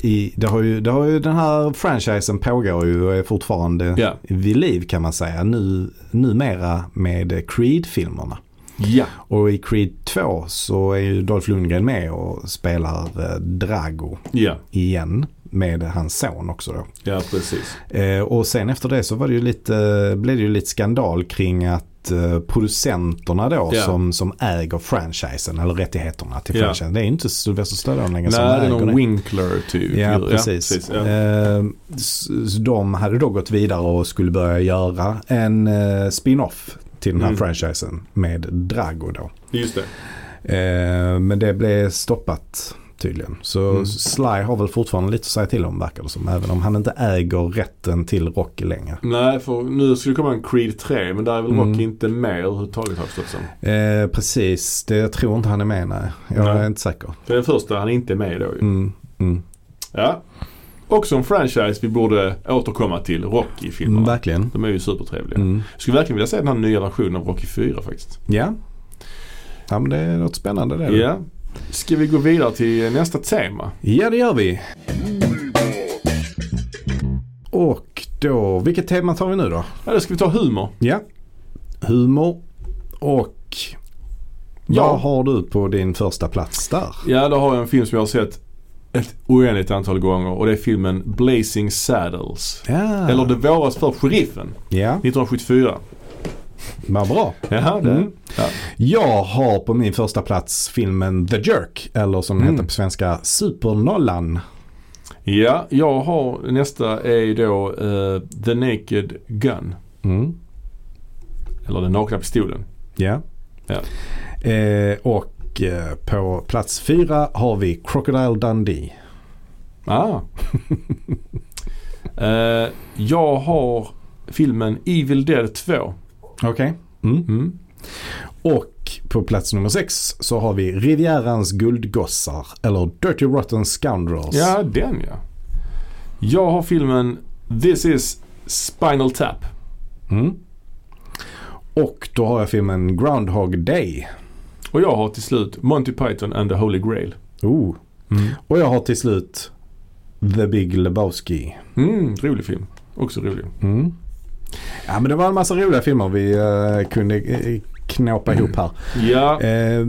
B: i, det, har ju, det har ju den här franchisen pågår ju och är fortfarande
A: Ja.
B: vid liv kan man säga. Nu, numera med Creed-filmerna.
A: Ja.
B: Och i Creed 2 så är ju Dolph Lundgren med och spelar eh, Drago
A: Ja,
B: igen med hans son också då.
A: ja precis.
B: Eh, och sen efter det så var det ju lite, blev det ju lite skandal kring att eh, producenterna då
A: Ja.
B: som, som äger franchisen eller rättigheterna till
A: Ja.
B: franchisen. Det är ju inte Sylvester Stallone längre
A: Nej, det
B: som
A: är
B: äger
A: någon
B: det.
A: Winkler typ.
B: Ja, precis.
A: ja.
B: Eh, s- så de hade då gått vidare och skulle börja göra en eh, spin-off till den här
A: Mm.
B: franchisen med Drago då.
A: Just det.
B: Eh, men det blev stoppat tydligen. Så
A: Mm.
B: Sly har väl fortfarande lite att säga till om verkar det som. Även om han inte äger rätten till Rocky längre.
A: Nej, för nu skulle det komma en Creed 3 men där är väl
B: Mm.
A: Rocky inte med överhuvudtaget har jag förstått som.
B: Eh, precis, det, jag tror inte han är med nej. Jag
A: Nej.
B: är inte säker.
A: För den första, han är inte med då ju.
B: Mm, mm.
A: Ja. Också en franchise vi borde återkomma till, Rocky-filmerna.
B: Mm, verkligen.
A: De är ju supertrevliga.
B: Mm.
A: Jag skulle verkligen vilja se den här nya versionen av Rocky 4 faktiskt.
B: Ja. ja, men det är något spännande det.
A: Ja. Ska vi gå vidare till nästa tema?
B: ja, det gör vi. Och då, vilket tema tar vi nu då?
A: Ja, då ska vi ta humor.
B: Ja, humor och
A: Ja.
B: vad har du på din första plats där?
A: Ja, då har jag en film som jag har sett ett oändligt antal gånger och det är filmen Blazing Saddles.
B: Ja,
A: Eller Det våras för sheriffen,
B: ja
A: 1974.
B: vad bra.
A: Jaha, det.
B: Mm.
A: Ja.
B: Jag har på min första plats filmen The Jerk, eller som den
A: Mm.
B: heter på svenska Supernollan.
A: ja, jag har nästa är då eh, The Naked Gun.
B: Mm.
A: Eller Den nakna pistolen.
B: Ja.
A: Ja.
B: Eh, och eh, på plats fyra har vi Crocodile Dundee.
A: Ah. eh, jag har filmen Evil Dead 2.
B: Okej. Mm.
A: Mm.
B: Och på plats nummer sex så har vi Rivierans guldgossar eller Dirty Rotten Scoundrels.
A: Ja, den ja. Jag har filmen This is Spinal Tap.
B: Mm. Och då har jag filmen Groundhog Day.
A: Och jag har till slut Monty Python and the Holy Grail.
B: Oh.
A: Mm.
B: Och jag har till slut The Big Lebowski.
A: Mm, rolig film. Också rolig.
B: Mm. Ja men det var en massa roliga filmer vi eh, kunde eh, knåpa ihop här.
A: Ja,
B: Eh, Ja,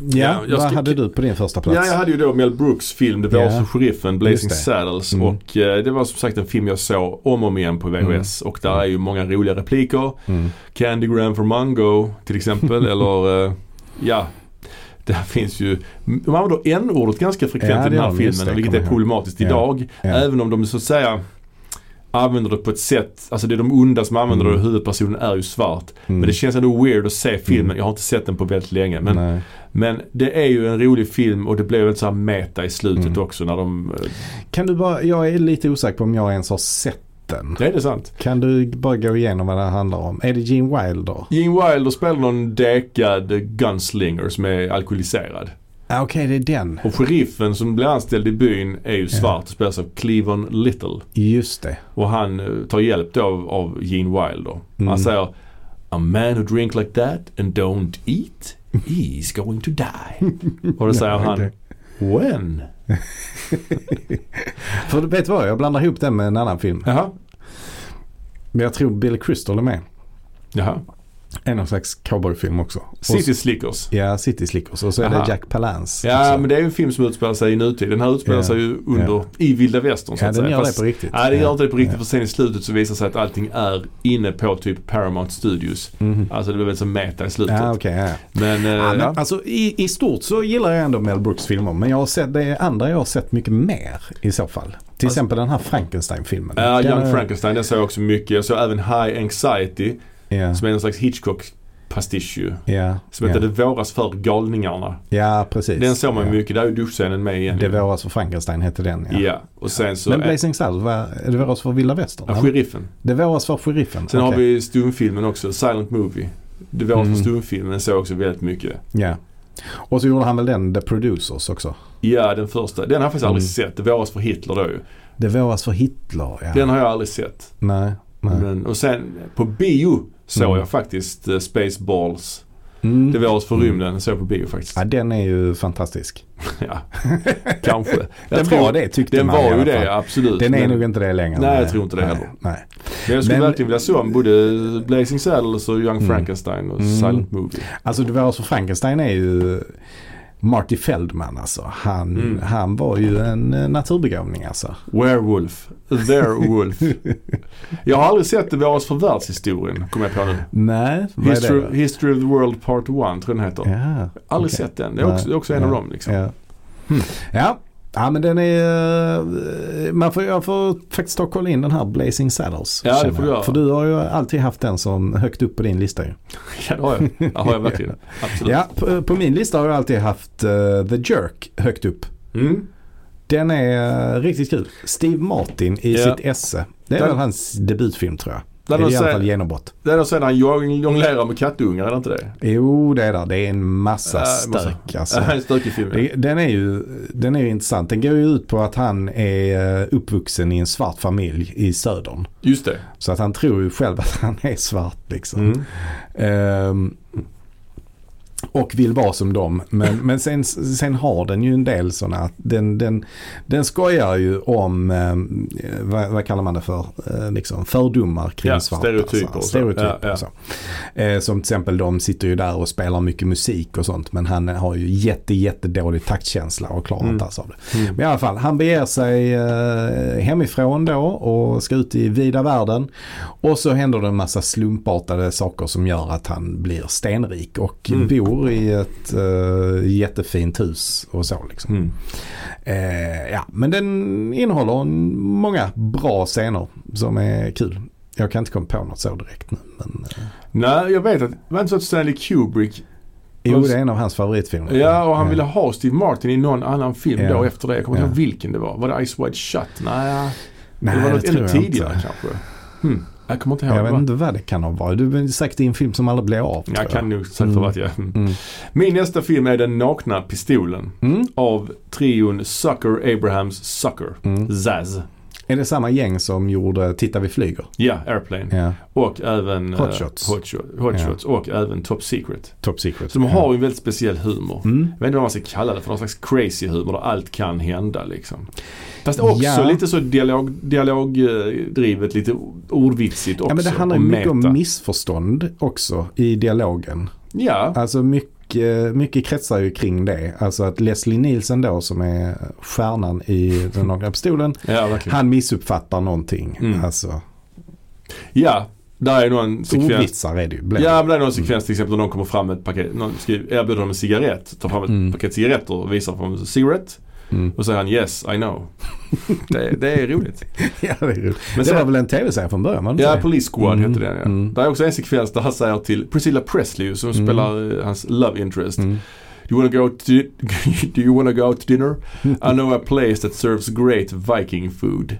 A: Mm. Ja, jag
B: vad
A: ska-
B: hade du på din första plats?
A: Ja, jag hade ju då Mel Brooks film Det var
B: Ja.
A: som sheriffen,
B: Just
A: Blazing
B: det.
A: Saddles.
B: Mm.
A: Och eh, det var som sagt en film jag såg om och om igen på VHS. Och där är ju många roliga repliker.
B: Mm.
A: Candy Graham from Mungo till exempel. eller eh, ja, där finns ju, de använder n-ordet ganska
B: Ja,
A: frekvent
B: det
A: i den här
B: gör de, just
A: filmen.
B: det,
A: vilket
B: kommer
A: är
B: jag
A: problematiskt
B: ihåg. Ja,
A: idag.
B: ja.
A: Även om de så att säga använder det på ett sätt, alltså det är de onda som använder det och huvudpersonen är ju svart.
B: Mm.
A: Men det känns ändå weird att se filmen.
B: Mm.
A: Jag har inte sett den på väldigt länge. Men
B: Nej.
A: men det är ju en rolig film och det blev väl så här meta i slutet
B: Mm.
A: också när de... eh,
B: Kan du bara, jag är lite osäker på om jag ens har sett den.
A: Det är det sant.
B: Kan du bara gå igenom vad det handlar om? Är det Gene Wilder?
A: Gene Wilder spelar någon däckad gunslinger som är alkoholiserad.
B: Ah, Okej, det är den.
A: Och sheriffen som blir anställd i byn är ju svart och spelas av Cleavon Little.
B: Just det.
A: Och han eh, tar hjälp då av, av Gene Wilder.
B: Mm.
A: Han säger A man who drink like that and don't eat, he's going to die. och då säger han
B: okej.
A: When?
B: För vet du vad, jag blandar ihop den med en annan film.
A: Jaha.
B: Men jag tror Bill Crystal är med.
A: Jaha.
B: En någon slags cowboyfilm också. Och så-
A: City Slickers.
B: Ja, City Slickers. Och så är
A: Aha.
B: det Jack Palance.
A: Ja,
B: också.
A: men det är ju en film som utspelar sig i nutid. Den här utspelar
B: Ja.
A: sig ju under,
B: Ja.
A: i vilda västern så
B: Ja,
A: att
B: den
A: säga.
B: gör det på riktigt.
A: Nej, den
B: Ja.
A: gör inte det på riktigt
B: Ja.
A: för sen i slutet så visar det sig att allting är inne på typ Paramount Studios. Alltså det blir väl som meta i slutet.
B: Mhm. Ja, okej. ja.
A: Men, eh,
B: Ja,
A: ja.
B: men, alltså, i, I stort så gillar jag ändå Mel Brooks filmer. Men jag har sett, det är andra jag har sett mycket mer i så fall. Till exempel den här Frankenstein-filmen.
A: Alltså- Ja,
B: Den
A: Young
B: är-
A: Frankenstein, den såg jag också mycket. Jag såg även High Anxiety
B: Ja,
A: som är någon slags Hitchcock-pastisch ju.
B: ja,
A: Som
B: ja.
A: heter Det våras för galningarna.
B: ja precis.
A: Den såg man ju
B: ja.
A: mycket. Där är ju duschscenen med igen.
B: Det våras för Frankenstein hette den ja.
A: ja. och sen så...
B: Men
A: är-
B: Blazing Saddles, vad- är det våras för vilda västern?
A: Ja,
B: eller?
A: sheriffen.
B: det våras för sheriffen?
A: Sen har
B: Okej. Mm.
A: vi stumfilmen också, Silent Movie. Det var för stumfilmen såg jag också väldigt mycket.
B: Ja. Och så gjorde han väl den The Producers också?
A: Ja, den första. Den har jag faktiskt aldrig
B: Mm.
A: sett. Det våras för Hitler då ju.
B: Det våras för Hitler ja.
A: Den har Mm. jag aldrig sett.
B: Nej. nej.
A: Men, och sen på bio såg
B: Mm.
A: jag faktiskt eh, Spaceballs.
B: Mm.
A: Det våras för rymden såg jag på bio faktiskt.
B: Ja, den är ju fantastisk.
A: Ja, kanske. Jag
B: Den var det, tyckte
A: Den
B: man i
A: var
B: alla
A: ju det,
B: fall.
A: absolut.
B: Den är
A: men,
B: nog inte det längre.
A: Nej, jag tror inte det
B: nej,
A: heller.
B: Nej.
A: men jag skulle
B: Men- Mm.
A: verkligen vilja se om både Blazing Saddles och Young Frankenstein och Silent Movie.
B: Alltså det var så Frankenstein är ju Marty Feldman alltså. Han,
A: Mm.
B: han var ju en eh, naturbegåvning alltså.
A: Werewolf. Therewolf. jag har aldrig sett Det våras för världshistorien, kommer jag på nu.
B: Nej, vad är det
A: History,
B: då?
A: History of the World Part 1 tror jag den heter.
B: Ja,
A: Aldrig
B: okej.
A: sett den. Det är också, det är också en
B: ja.
A: av dem liksom.
B: Ja. Hmm. ja. Ja men den är, eh, man får, jag får faktiskt ta och kolla in den här Blazing Saddles.
A: Ja, det
B: känner
A: får
B: jag.
A: du göra.
B: För du har ju alltid haft den som högt upp på din lista ju.
A: Ja, det har jag. Det har jag verkligen. Absolut.
B: Ja, på, på min lista har jag alltid haft eh, The Jerk högt upp.
A: Mm.
B: Den är eh, riktigt kul. Steve Martin i
A: Ja.
B: sitt esse. Det är
A: Den-
B: väl hans debutfilm tror jag.
A: Den
B: Eller i
A: har
B: alla
A: sä-
B: fall genombrott.
A: Det är då sen han jong- jonglerar med kattungar, är det inte det?
B: Jo, det är där. Det är en massa
A: Äh, massa-
B: stök alltså.
A: en stökig film. ja.
B: Det- Den är, ju, den är ju intressant. Den går ju ut på att han är eh, uppvuxen i en svart familj i södern.
A: Just det.
B: Så att han tror ju själv att han är svart liksom.
A: Mm.
B: Ehm, och vill vara som dem. Men, men sen, sen har den ju en del sådana att den, den, den skojar ju om, ehm, vad, vad kallar man det för, Eh, liksom fördomar kring
A: Ja,
B: svarta.
A: stereotyper
B: så här,
A: och så.
B: stereotyper
A: Ja, ja.
B: och så. Eh, som till exempel de sitter ju där och spelar mycket musik och sånt. Men han har ju jätte, jätte dålig taktkänsla och klarar inte alls av det. Men i alla fall, han beger sig eh, hemifrån då och ska ut i vida världen. Och så händer det en massa slumpartade saker som gör att han blir stenrik och bor i ett eh, jättefint hus och så liksom.
A: Mm.
B: Eh, ja, men den innehåller en- många bra scener som är kul. Jag kan inte komma på något så direkt nu. Men, eh.
A: Nej, jag vet att, var det inte så att Stanley Kubrick,
B: Jo,
A: Och-
B: det är en av hans favoritfilmer.
A: ja och han ville ha Steve Martin i någon annan film
B: Ja.
A: då efter det. Jag kommer inte
B: Ja.
A: ihåg vilken det var. Var det Ice Wide Shut? Nej,
B: Nej,
A: det var något
B: det tror
A: ännu
B: jag inte.
A: tidigare kanske. Hmm. Jag kommer inte ihåg.
B: Jag vet
A: vad-
B: inte vad det kan ha varit. Du är säkert i en film som aldrig blev av. tror
A: Jag kan nog säkert
B: Mm.
A: ha varit ja. Min nästa film är Den nakna pistolen.
B: Mm.
A: Av trion Sucker Abrahams Sucker.
B: Mm.
A: Zaz.
B: Är det samma gäng som gjorde Titta vi flyger?
A: Ja, Airplane.
B: Ja,
A: Och även eh,
B: Hot Shots.
A: Hot, Shot- Hot
B: Ja.
A: Shots och även Top Secret.
B: Top Secret.
A: Så de
B: ja. Mm.
A: har ju en väldigt speciell humor. Jag vet inte vad man ska kalla det för. Någon slags crazy humor där allt kan hända liksom. Fast också
B: Ja.
A: lite så dialog, dialogdrivet, lite ordvitsigt också.
B: Ja, men det handlar
A: och
B: ju mycket om
A: meta.
B: missförstånd också i dialogen.
A: Ja,
B: Alltså mycket mycket, mycket kretsar ju kring det. Alltså att Leslie Nielsen då som är stjärnan i Den långa pistolen.
A: Ja, verkligen.
B: Han missuppfattar någonting.
A: Mm.
B: Alltså,
A: Ja, där är någon sekvens.
B: ordvitsar är det ju. blir det.
A: Ja, men det är någon sekvens till exempel när någon kommer fram med ett paket, någon skriver- erbjuder dem en cigarett, tar fram ett
B: Mm.
A: paket cigaretter och visar på en cigarett.
B: Mm.
A: Och säger han yes, I know. det, det är roligt.
B: ja, det är roligt.
A: Men
B: det
A: sen-
B: var väl en tv-serie från början? Var det inte
A: Ja,
B: det?
A: Police Squad
B: Mm,
A: heter den ja.
B: mm.
A: Där är också en sekvens där han säger till Priscilla Presley som spelar eh, hans love interest. Do you wanna go to, do you wanna go out to dinner? I know a place that serves great viking food.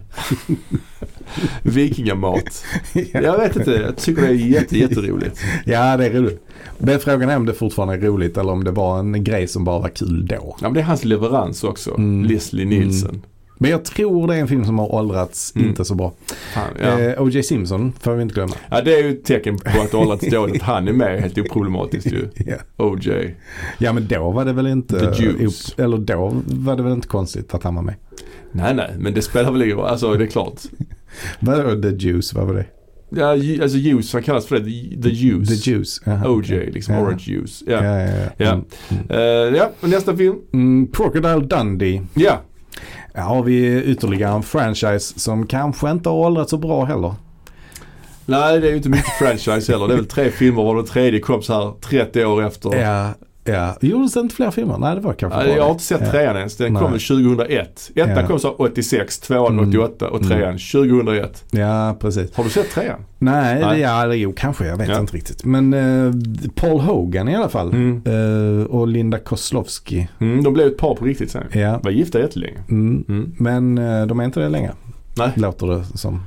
A: Vikingamat. Jag vet inte, jag tycker det är jätte, jätteroligt.
B: Ja, det är roligt. Men frågan är om det fortfarande är roligt eller om det var en grej som bara var kul då.
A: Ja, men det är hans leverans också,
B: Mm.
A: Leslie Nielsen.
B: Men jag tror det är en film som har åldrats inte så bra.
A: Fan, Mm. ja.
B: Eh, O.J. Simpson får vi inte glömma.
A: ja, det är ju ett tecken på att åldrats dåligt. att Han är med helt oproblematiskt ju.
B: Ja.
A: OJ.
B: ja, men då var det väl inte...
A: The Jews.
B: Upp, eller då var det väl inte konstigt att han var med.
A: Nej, nej, men det spelar väl ingen roll. Alltså, det är klart.
B: Vadå The Juice, vad var det?
A: Ja, ju- alltså juice, han kallas för det. The juice.
B: The Juice. Jaha,
A: OJ,
B: okej.
A: liksom
B: Ja.
A: orange juice. Ja.
B: Ja,
A: Ja.
B: ja, ja.
A: Ja.
B: Mm.
A: Eh, ja, och nästa film.
B: Mm, Crocodile Dundee.
A: Ja,
B: Här har vi ytterligare en franchise som kanske inte har åldrats så bra heller.
A: nej det är ju inte mycket franchise heller. Det är väl tre filmer var den tredje kom så här 30 år efter.
B: Ja, ja. Gjordes det inte fler filmer? Nej, det var kanske
A: Ja,
B: bara
A: Jag har
B: det.
A: inte sett
B: Ja.
A: trean ens. Den kom
B: Nej.
A: väl 2001. Ettan
B: Ja. Mm.
A: kom så här 86, tvåan 88 och trean 2001.
B: Ja, precis.
A: Har du sett trean?
B: Nej,
A: Nej.
B: Det, ja, eller jo, kanske. Jag vet
A: Ja.
B: inte riktigt. Men eh, Paul Hogan i alla fall.
A: Mm.
B: Eh, och Linda Koslowski.
A: Mm, de blev ett par på riktigt sen.
B: Ja.
A: Var gifta jättelänge.
B: Mm.
A: Mm.
B: Men eh, de är inte det längre.
A: Nej.
B: Låter det som.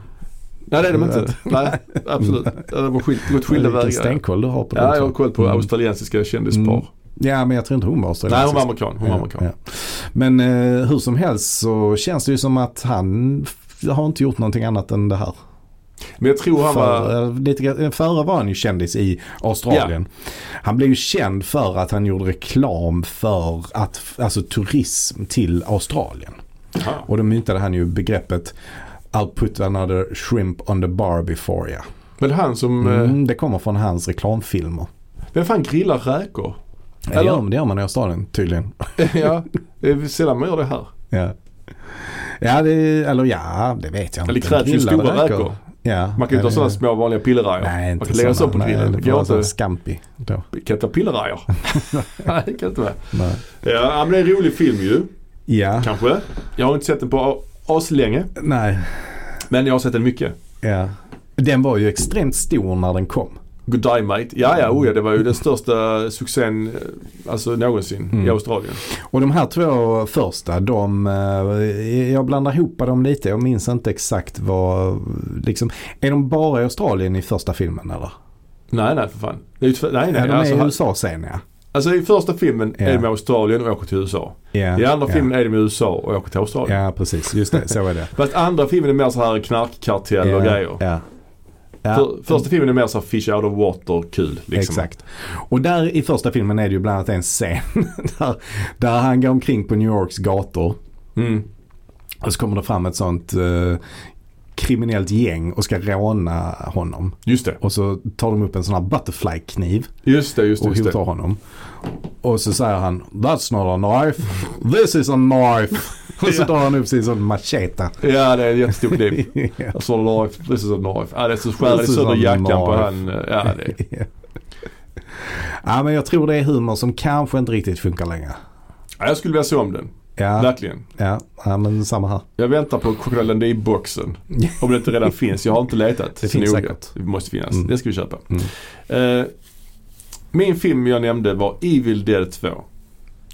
A: Nej det är de inte. Nej, absolut. De har skilt, gått skilda
B: Vilken
A: vägar.
B: stenkoll du har på
A: Ja,
B: det.
A: jag har koll på australiensiska kändispar.
B: Mm. ja, men jag tror inte hon var
A: Nej,
B: australiensisk.
A: hon var amerikan. Hon var amerikan.
B: Ja, ja. Men eh, hur som helst så känns det ju som att han f- har inte gjort någonting annat än det här.
A: Men jag tror han var...
B: Före, eh, lite, grann- före var han ju kändis i Australien. Han blev ju känd för att han gjorde reklam för att, alltså turism till Australien.
A: Jaha.
B: Och då myntade han ju begreppet I'll put another shrimp on the bar before you.
A: Men han som... eh,
B: Mm, det kommer från hans reklamfilmer.
A: Vem fan grillar räkor?
B: Det gör, det gör man i Australien tydligen.
A: ja, det är sällan man gör det här.
B: Ja. Ja, det, eller ja, det vet jag inte.
A: Eller kräks ju
B: Grillade
A: stora räkor.
B: Ja,
A: Man kan ju inte
B: ja,
A: ha sådana
B: det-
A: små vanliga pillerajer.
B: Nej,
A: man
B: inte
A: kan lägga sånt på
B: sådana.
A: grillen.
B: Nej,
A: Det
B: det
A: går
B: var sån
A: inte.
B: scampi då.
A: Vi kan inte ha pillerajer. Nej, det kan inte vara.
B: Nej.
A: Ja, men det är en rolig film ju.
B: Ja,
A: Kanske. Jag har inte sett den på aslänge.
B: nej.
A: Men jag har sett den mycket.
B: Ja. Den var ju extremt stor när den kom.
A: Good day mate. Ja, ja, oh, ja, det var ju den största succén eh, alltså, någonsin i
B: Mm.
A: Australien.
B: Och de här två första, de, eh, jag blandar ihop dem lite. Jag minns inte exakt vad, liksom, är de bara i Australien i första filmen eller?
A: Nej, nej för fan. Det är ju, tv- nej, nej.
B: Ja, de är
A: alltså,
B: i
A: han-
B: USA sen ja.
A: alltså i första filmen
B: Ja.
A: är de i Australien och åker till USA.
B: Ja,
A: I andra
B: ja.
A: filmen är de i USA och åker till Australien.
B: Ja, precis. Just det, så är det.
A: Fast andra filmen är mer så här knarkkartell och grejer.
B: Ja. Ja.
A: För, första filmen är mer så här fish out of water kul. Liksom.
B: Exakt. Och där i första filmen är det ju bland annat en scen där, där han går omkring på New Yorks gator.
A: Mm.
B: Och så kommer det fram ett sånt eh, kriminellt gäng och ska råna honom.
A: Just det.
B: Och så tar de upp en sån här butterfly-kniv
A: Just det, just det.
B: och
A: Just
B: hotar
A: det.
B: honom. Och så säger han That's not a knife, this is a knife. Och så tar han upp sin sån macheta.
A: Ja, det är en jättestor kniv.
B: Ja.
A: Jag såg knife, this is a knife. Ja, det är så skär det
B: This is
A: sönder
B: a
A: jackan på han.
B: knife.
A: eh, Ja, det.
B: ja men jag tror det är humor som kanske inte riktigt funkar längre.
A: Ja, jag skulle vilja se om den.
B: Ja,
A: Verkligen.
B: ja, ja men samma här.
A: Jag väntar på Crocodile i boxen Om det inte redan finns. Jag har inte letat.
B: Det
A: så
B: finns
A: noga.
B: säkert. Mm.
A: Det måste finnas. Det ska vi köpa. Eh, min film jag nämnde var Evil Dead 2.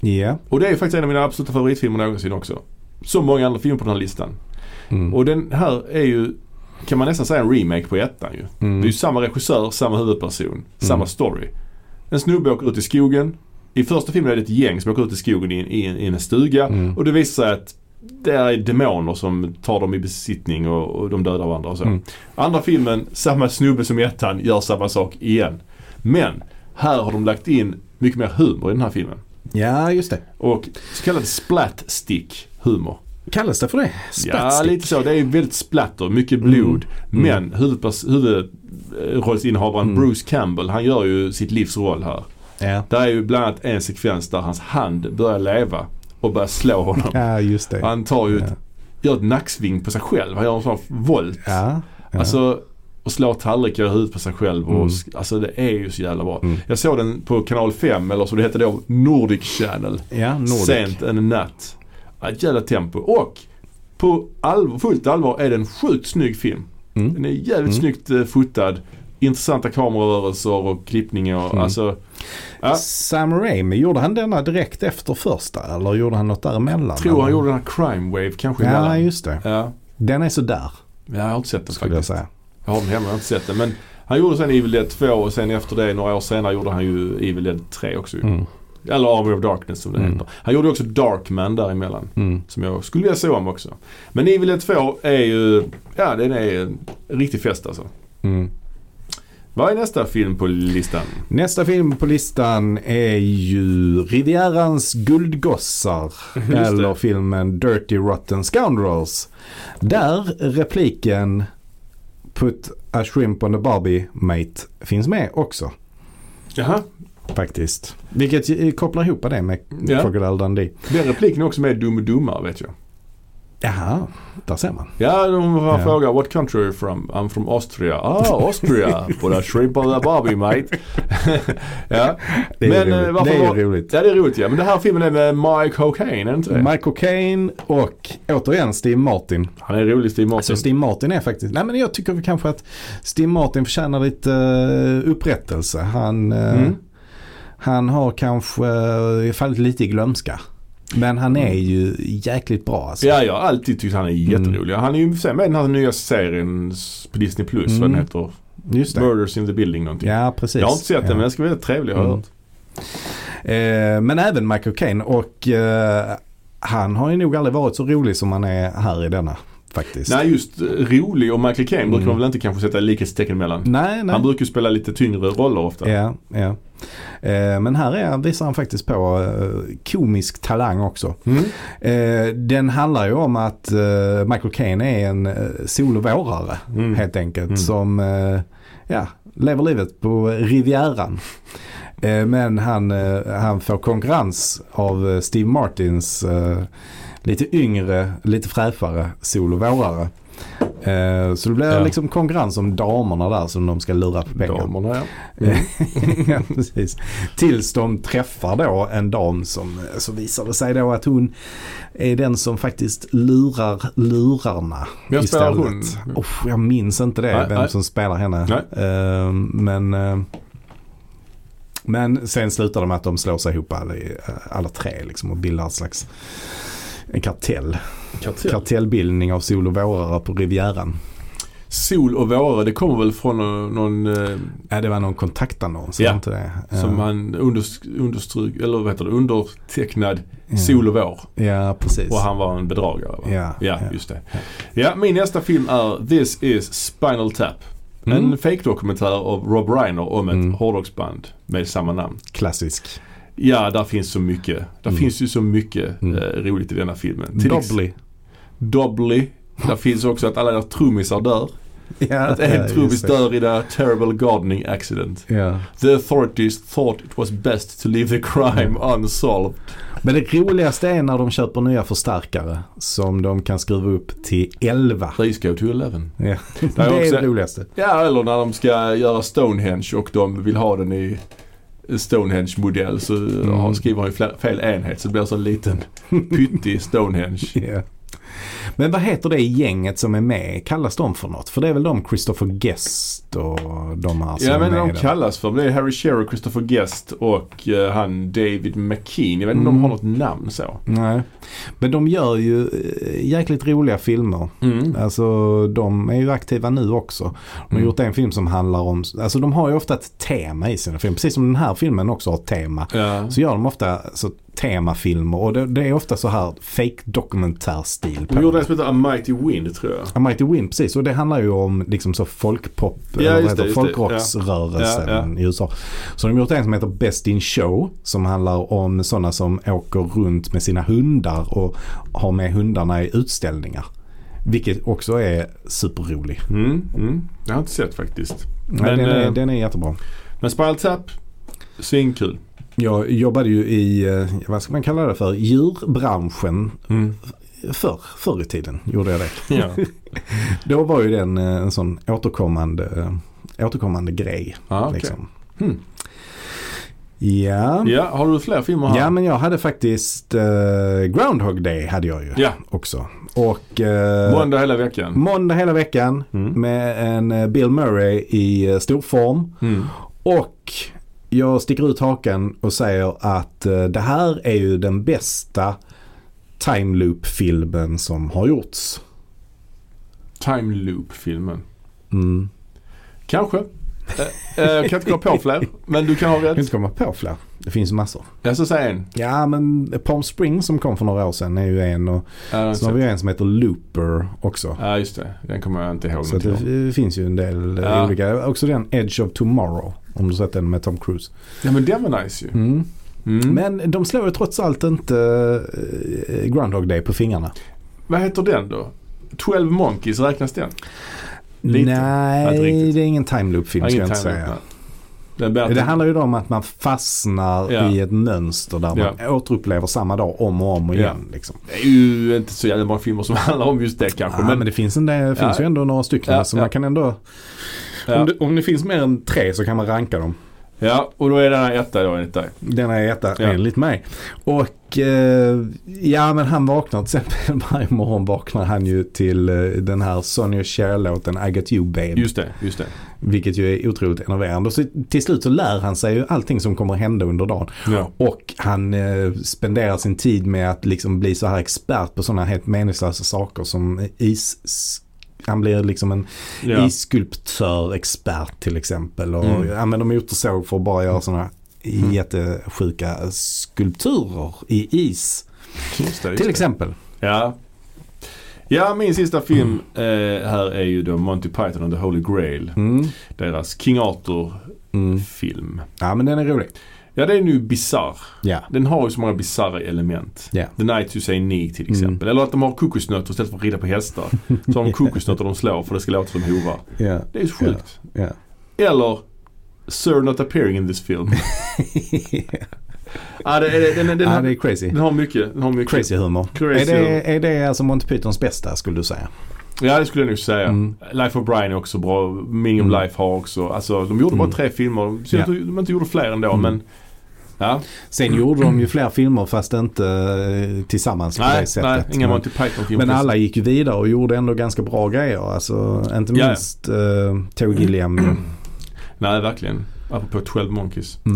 B: Ja.
A: Och det är faktiskt en av mina absoluta favoritfilmer någonsin också. Som många andra filmer på den här listan. Och den här är ju, kan man nästan säga en remake på ettan ju. Det är ju samma regissör, samma huvudperson, samma story. En snubbe åker ut i skogen. I första filmen är det ett gäng som åker ut i skogen i, en- i, en- i en stuga. Och det visar sig att det är demoner som tar dem i besittning och, och de dödar varandra och så. Andra filmen, samma snubbe som i ettan gör samma sak igen. Men här har de lagt in mycket mer humor i den här filmen.
B: ja, just det.
A: Och så kallad splat stick humor.
B: Kallas det för det?
A: Ja,
B: Splatstick?
A: lite så. Det är väldigt splatter, mycket
B: Mm.
A: blod.
B: Mm.
A: Men huvudpers- huvudrollsinnehavaren Bruce Campbell, han gör ju sitt livs roll här.
B: Ja.
A: Där är ju bland annat en sekvens där hans hand börjar leva och börjar slå honom.
B: Ja, just det.
A: Han tar ju ett,
B: Ja.
A: gör ett nacksving på sig själv. Han gör en sån volt.
B: Ja. ja.
A: Alltså, och slår tallrikar i huvudet på sig själv. Och,
B: Mm.
A: sk- Alltså det är ju så jävla bra.
B: Mm.
A: Jag såg den på kanal 5, eller som det hette då, Nordic Channel.
B: ja, Nordic.
A: Sent en natt. Ja, Ett jävla tempo. Och på allvar, fullt allvar är det en sjukt snygg film.
B: Mm.
A: Den är jävligt snyggt eh, fotad. Intressanta kamerarörelser och klippningar.
B: Mm.
A: Alltså, ja,
B: Sam Raimi, gjorde han denna direkt efter första eller gjorde han något däremellan?
A: tror han
B: eller?
A: gjorde den här Crime Wave kanske
B: Ja,
A: emellan.
B: just det.
A: Ja,
B: Den är sådär,
A: jag har inte sett den
B: skulle jag
A: faktiskt.
B: säga.
A: Jag har den hemma, jag har inte sett den. Men han gjorde sen Evil Dead 2 och sen efter det, några år senare, gjorde han ju Evil Dead 3 också. ju.
B: Mm.
A: Eller Army of Darkness som det
B: Mm.
A: heter. Han gjorde också Darkman däremellan.
B: Mm.
A: Som jag skulle vilja se om också. Men Evil Dead 2 är ju, ja den är en riktig fest alltså.
B: Mm.
A: Vad är nästa film på listan?
B: Nästa film på listan är ju Rivierans guldgossar.
A: det.
B: eller filmen Dirty Rotten Scoundrels. Där repliken Put a shrimp on the Barbie mate finns med också
A: Jaha,
B: faktiskt. Vilket eh, kopplar ihop det med
A: Ja.
B: Crocodile Dundee.
A: den repliken är också med i Dum och Dummare vet jag.
B: Jaha, där ser man.
A: Ja, de
B: Ja.
A: yeah. frågar What country are you from? I'm from Austria. Ah, Austria! På där shrimp on the barbie mate. ja.
B: Det är
A: Men, eh,
B: roligt.
A: varför
B: Det är
A: var-
B: roligt.
A: ja, det är roligt ja. Men den här filmen är med Mike Cocaine, är det inte det?
B: Michael Caine och återigen Steve Martin.
A: Han är rolig Steve Martin.
B: Så Alltså, Steve Martin är faktiskt, nej men jag tycker väl kanske att Steve Martin förtjänar lite eh, upprättelse. Han, eh,
A: Mm.
B: han har kanske eh, fallit lite i glömska. Men han är ju jäkligt bra alltså.
A: Mm. Ja, jag har alltid tyckt han är
B: Mm.
A: jätterolig. Han är ju sen med i den här nya serien s- på Disney Plus, vad den
B: Mm.
A: heter.
B: Just det.
A: Murders in the building någonting.
B: Ja, precis.
A: jag har inte sett
B: ja.
A: den men den ska bli väldigt trevlig har jag
B: Mm.
A: hört.
B: Eh, men även Michael Caine och eh, han har ju nog aldrig varit så rolig som han är här i denna faktiskt.
A: Nej just eh, rolig och Michael Caine brukar man väl inte kanske sätta likhetstecken mellan.
B: Mm. nej. nej.
A: Han brukar ju spela lite tyngre roller ofta.
B: Ja, ja. Eh, men här är, visar han faktiskt på eh, komisk talang också.
A: Mm.
B: Eh, den handlar ju om att eh, Michael Caine är en eh, solovårare
A: Mm.
B: helt enkelt. Som eh, ja, lever livet på Rivieran. Eh, men han, eh, han får konkurrens av eh, Steve Martins eh, lite yngre, lite fräschare solovårare. Eh, så det blir
A: Ja.
B: liksom konkurrens om damerna där som de ska lura på pengar.
A: Damerna ja.
B: ja, precis. Tills de träffar då en dam som eh, så visar det sig då att hon är den som faktiskt lurar lurarna
A: Vem spelar hon?
B: Oh, jag minns inte det,
A: Nej,
B: vem
A: nej.
B: som spelar henne.
A: Nej.
B: Eh, men, eh, men sen slutar det med att de slår sig ihop alla, eh, alla tre liksom, och bildar ett slags en kartell.
A: Kartell.
B: Kartellbildning av sol och vårare på Rivieran.
A: Sol och våra, det kommer väl från eh, någon eh,
B: Ja, Äh, det var någon kontaktannons,
A: Ja.
B: var inte det? Eh, Ja.
A: som han unders- understryk, eller vad heter det, undertecknad
B: Ja.
A: Sol och vår.
B: Ja, precis.
A: Och han var en bedragare va?
B: Ja,
A: ja,
B: ja.
A: just det. Ja, min nästa film är This is Spinal Tap.
B: Mm.
A: En fake-dokumentär av Rob Reiner om ett
B: Mm.
A: hårdrocksband med samma namn.
B: Klassisk.
A: Ja, där finns så mycket. Där
B: Mm.
A: finns ju så mycket
B: Mm.
A: eh, roligt i denna filmen. ex-
B: Dobbly.
A: Dobbly. Där finns också att alla era trummisar dör.
B: Ja,
A: Att en trummis dör i the terrible gardening accident.
B: Ja.
A: The authorities thought it was best to leave the crime unsolved.
B: Men det roligaste är när de köper nya förstärkare som de kan skruva upp till 11.
A: Please go to 11.
B: Ja. Det
A: Det är
B: är
A: också-
B: det roligaste.
A: Ja, eller när de ska göra Stonehenge och de vill ha den i Stonehenge-modell så har- skriver han ju fler- fel enhet så det blir så en liten pyttig Stonehenge.
B: Ja. Men vad heter det gänget som är med? Kallas de för något? För det är väl de Christopher Guest och de här som
A: Ja, men
B: är med
A: de
B: där.
A: kallas för. Det är Harry Shearer, Christopher Guest och eh, han David McKean. Jag vet inte om de har något namn så.
B: Nej. Men de gör ju eh, jäkligt roliga filmer.
A: Mm.
B: Alltså de är ju aktiva nu också. De har gjort en film som handlar om, alltså de har ju ofta ett tema i sina filmer. Precis som den här filmen också har ett tema.
A: Ja.
B: Så gör de ofta så temafilmer och det, det är ofta så här fake dokumentärstil. på
A: De gjorde
B: dem.
A: en som heter A Mighty Wind tror jag.
B: A Mighty Wind, precis. Och det handlar ju om liksom så folkpop,
A: Ja,
B: eller vad
A: just det,
B: heter det,
A: just det.
B: folkrocksrörelsen
A: Ja, ja,
B: i USA. Så de har gjort en som heter Best in Show som handlar om sådana som åker runt med sina hundar och har med hundarna i utställningar. Vilket också är superrolig.
A: Mm, mm. Jag har inte sett faktiskt.
B: Men, den, är,
A: eh,
B: den är jättebra.
A: men Spinal Tap, svinkul.
B: Jag jobbade ju i, eh, vad ska man kalla det för, djurbranschen
A: Mm.
B: förr, förr i tiden. Gjorde jag det.
A: Ja.
B: Då var ju den eh, en sån återkommande, eh, återkommande grej.
A: Ah, okej.
B: liksom. hmm. Ja.
A: ja, har du fler filmer här?
B: Ja men jag hade faktiskt eh, Groundhog Day hade jag ju
A: Ja.
B: också. Och eh,
A: Måndag hela veckan.
B: måndag hela veckan
A: Mm.
B: med en eh, Bill Murray i eh, storform.
A: Mm.
B: Och jag sticker ut hakan och säger att eh, det här är ju den bästa time loop filmen som har gjorts.
A: Time Loop-filmen.
B: Mm.
A: Kanske. Eh, eh, Jag kan inte komma på fler, men du kan ha
B: Jag kan inte
A: rätt.
B: komma på fler. Det finns massor.
A: Jag ska säga en.
B: Ja men Palm Springs som kom för några år sedan är ju en och
A: Ja,
B: sen har
A: den-
B: vi en som heter Looper också.
A: Eh, Ja, just det. Den kommer jag inte ihåg
B: Så att
A: någonting
B: det
A: om.
B: det finns ju en del eh,
A: Ja.
B: olika. Också den Edge of Tomorrow. Om du har sett den med Tom Cruise.
A: Ja men den var nice ju.
B: Mm.
A: Mm.
B: Men de slår ju trots allt inte eh, Groundhog Day på fingrarna.
A: Vad heter den då? 12 Monkeys, räknas den? Lite. Ja, inte
B: Nej,
A: riktigt.
B: det är ingen time loop-film ska jag
A: Ingen
B: inte
A: time
B: säga.
A: loop, nej. Den
B: Det
A: det
B: handlar ju då om att man fastnar
A: Ja.
B: i ett mönster där man återupplever samma dag om och om och
A: Ja.
B: igen. Liksom.
A: är ju inte så jävla många filmer som handlar om just det kanske.
B: Ja, men,
A: men,
B: det finns, en del, det finns
A: Ja.
B: ju ändå några stycken.
A: Ja,
B: så
A: ja.
B: man kan ändå...
A: ja.
B: Om, det, om det finns mer än tre så kan man ranka dem.
A: ja, och då är den här etta då enligt dig.
B: Denna är etta
A: Ja.
B: enligt mig. Och eh, ja men han vaknar till exempel varje morgon vaknar han ju till eh, den här Sonny och Cher-låten I Got You Babe.
A: Just det, just det.
B: Vilket ju är otroligt enerverande. Och så, till slut så lär han sig ju allting som kommer hända under dagen.
A: Ja.
B: Och han eh, spenderar sin tid med att liksom bli så här expert på sådana helt meningslösa saker som is... s- Han blir liksom en
A: Ja. Mm.
B: isskulptör-expert till exempel. Och använder motorsåg för att bara göra sådana jättesjuka skulpturer i is.
A: Just det, just
B: Till
A: det.
B: exempel.
A: Ja. Ja, min sista film eh, här är ju då Monty Python and the Holy Grail.
B: Mm.
A: Deras King Arthur-film.
B: Ja men den är rolig.
A: Ja, det är nu bizarr.
B: Ja.
A: Den har ju så många bisarra element.
B: Ja. Mm.
A: The Night You Say Knee till exempel. Eller att de har kokosnötter istället för att rida på hästar. Så har de kokosnötter de slår för det ska låta som hovar.
B: Ja.
A: Det är ju så sjukt.
B: Ja.
A: Eller Sir Not Appearing in this film. ja, det, det, den, den, den,
B: ja det
A: har,
B: är crazy.
A: den har mycket. Den har mycket.
B: Crazy humor.
A: Crazy
B: är,
A: humor.
B: det, är det alltså Monty Pythons bästa skulle du säga?
A: Ja, det skulle jag nog säga.
B: Mm.
A: Life of Brian är också bra. Meaning of Life har också. Alltså, de gjorde bara tre filmer. De, ser
B: Mm. Ja. Mm.
A: ut att de inte gjorde fler ändå, men... Ja.
B: Sen
A: Mm.
B: gjorde de ju fler filmer fast inte eh, tillsammans på
A: Nej,
B: det sättet.
A: nej, inga
B: Men-
A: Monty Python-filmer.
B: men alla gick ju vidare och gjorde ändå ganska bra grejer. Alltså, inte
A: Ja, ja.
B: minst eh, Terry Gilliam. Mm.
A: Nej, verkligen. Apropå 12 Monkeys. Eh,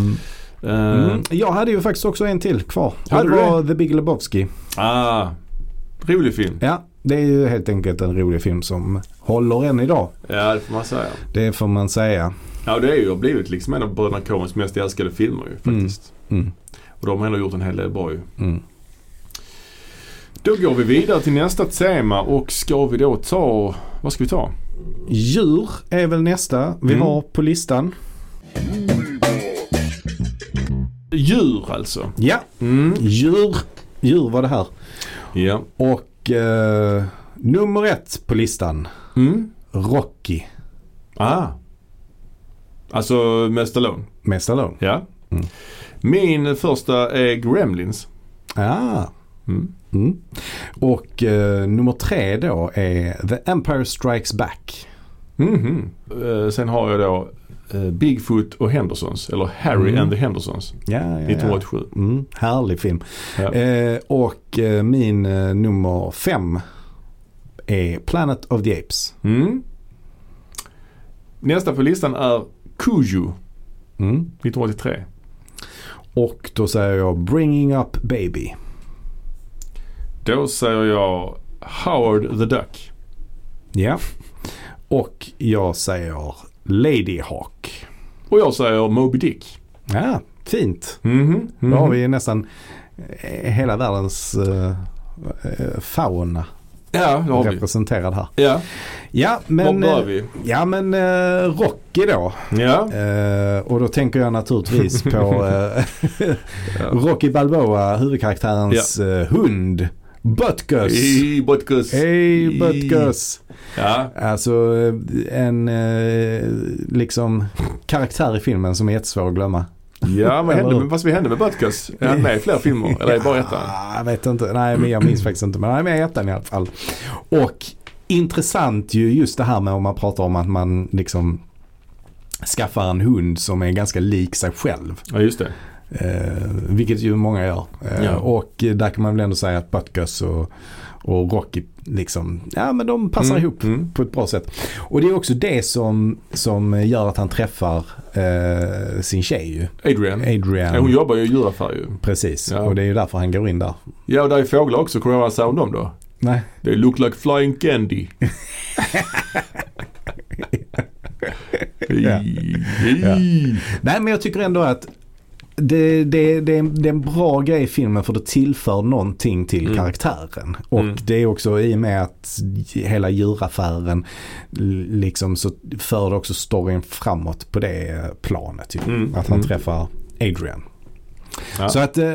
B: Mm. Jag hade ju faktiskt också en till kvar. Och
A: Hade
B: det
A: du
B: var The Big Lebowski.
A: Ah, rolig film.
B: Ja, det är ju helt enkelt en rolig film som håller än idag.
A: Ja, det får man säga.
B: Det får man säga.
A: Ja, det är ju har blivit liksom en av bröderna Coens mest älskade filmer ju faktiskt.
B: Mm.
A: Och de har ändå gjort en hel del bra ju.
B: Mm.
A: Då går vi vidare till nästa tema och ska vi då ta, vad ska vi ta?
B: Djur är väl nästa vi
A: Mm.
B: har på listan.
A: Djur alltså.
B: Ja, djur. Djur var det här.
A: Ja.
B: Och eh, nummer ett på listan.
A: Mm.
B: Rocky
A: Ah. Alltså med Stallone.
B: med Stallone.
A: Ja. Min första är Gremlins.
B: Ah.
A: Mm.
B: Mm. Och eh, nummer tre då är The Empire Strikes Back.
A: Mhm. Eh, sen har jag då eh, Bigfoot och Hendersons. Eller Harry and the Hendersons.
B: Ja, ja, ja.
A: 1987.
B: Mm, härlig film.
A: Ja.
B: Eh, och eh, min eh, nummer fem är Planet of the Apes.
A: Mm. Nästa på listan är Cujo
B: Mm.
A: 1983.
B: Och då säger jag Bringing Up Baby.
A: Då säger jag Howard the Duck.
B: Ja. Och jag säger Lady Hawk.
A: Och jag säger Moby Dick.
B: Ja, fint.
A: Mhm,
B: Då har
A: mhm.
B: vi nästan eh, hela världens eh, eh, fauna
A: Ja, det har vi.
B: representerad här.
A: Ja,
B: Ja
A: var
B: men,
A: börjar
B: eh,
A: vi?
B: ja, men eh, Rocky då.
A: Ja.
B: Eh, och då tänker jag naturligtvis på eh, Rocky Balboa, huvudkaraktärens eh, hund. Butkus.
A: Hej Butkus.
B: Hej Butkus.
A: Ja,
B: Alltså eh, en eh, liksom karaktär i filmen som är jättesvår att glömma.
A: Ja, vad hände,
B: Eller-
A: med- fast vad hände med Butkus? Är han med i fler filmer? Eller är det bara ettan?
B: Ah, jag vet inte. Nej, men jag minns faktiskt inte. Men han är med i ettan i alla fall. Och intressant ju just det här med om man pratar om att man liksom skaffar en hund som är ganska lik sig själv.
A: Ja, just det.
B: Eh, vilket ju många gör. Eh,
A: Ja.
B: Och eh, där kan man väl ändå säga att Butkus och, och Rocky liksom, ja men de passar
A: Mm,
B: ihop
A: mm.
B: på ett bra sätt. Och det är också det som, som gör att han träffar eh, sin tjej ju.
A: Adrian.
B: Adrian.
A: Mm. Ja, hon jobbar ju i djuraffär ju.
B: Precis,
A: Ja.
B: och det är ju därför han går in där.
A: Ja, och där är fåglar också. Kommer du ihåg vad han sa om dem då?
B: Nej.
A: They look like flying candy.
B: Ja. Nej men jag tycker ändå att det, det, det, är en- det är en bra grej i filmen för det tillför någonting till
A: Mm.
B: karaktären. Och det är också i och med att hela djuraffären l- liksom så för det också storyn framåt på det planet. Ju. Att han träffar Adrian.
A: Mm. Ja.
B: Så att eh,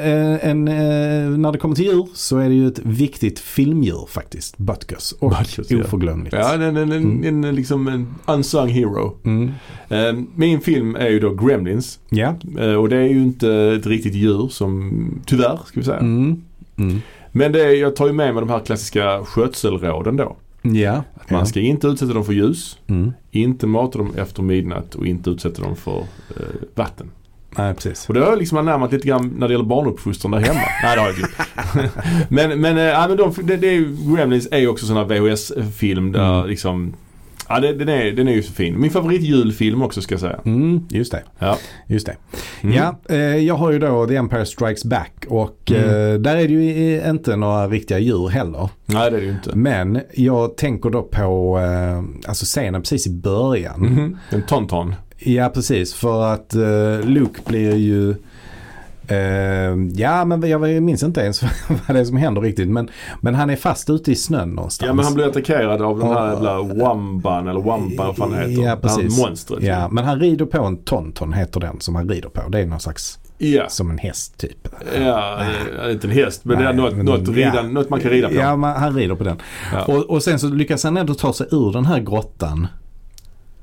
B: en, eh, när det kommer till djur så är det ju ett viktigt filmdjur faktiskt. Butkus. Och
A: Butkus, ja.
B: oförglömligt.
A: Ja, en, en, en, en, en, liksom en unsung hero.
B: Mm.
A: Eh, min film är ju då Gremlins.
B: Ja.
A: Eh, och det är ju inte ett riktigt djur som, tyvärr ska vi säga.
B: Mm. Mm.
A: Men det är, jag tar ju med mig de här klassiska skötselråden då.
B: Ja.
A: Att man ska inte utsätta dem för ljus,
B: ja. Mm.
A: inte mata dem efter midnatt och inte utsätta dem för eh, vatten.
B: Nej, precis.
A: Och det har jag liksom anammat lite grann när det gäller barnuppfostran där hemma. Nej det har jag inte gjort. Men, men, eh, ja, men de, det, det är, ju- Gremlins är ju också sån här VHS-film där liksom Ja det, den, är, den är ju så fin. Min favoritjulfilm också ska jag säga.
B: Mm, just det.
A: Ja.
B: Just det.
A: Mm.
B: Ja, eh, jag har ju då The Empire Strikes Back och
A: Mm.
B: eh, där är det ju eh, inte några riktiga djur heller.
A: Nej det är det ju inte.
B: Men jag tänker då på eh, alltså scenen precis i början.
A: En Tonton.
B: Ja, precis. För att eh, Luke blir ju... eh, ja, men jag minns inte ens vad det är som händer riktigt. Men, men han är fast ute i snön någonstans.
A: Ja men han blir attackerad av den här
B: Ja.
A: jävla Wamban eller Wamban vad fan det heter.
B: Ja,
A: Det
B: precis.
A: här monstret.
B: Ja, men han rider på en tonton heter den som han rider på. Det är någon slags,
A: Ja.
B: som en häst typ.
A: Ja, eh, inte en häst men det är
B: Nej,
A: något,
B: men-
A: något, rida,
B: ja.
A: något man kan rida på.
B: Ja, man, han rider på den.
A: Ja.
B: Och, och sen så lyckas han ändå ta sig ur den här grottan.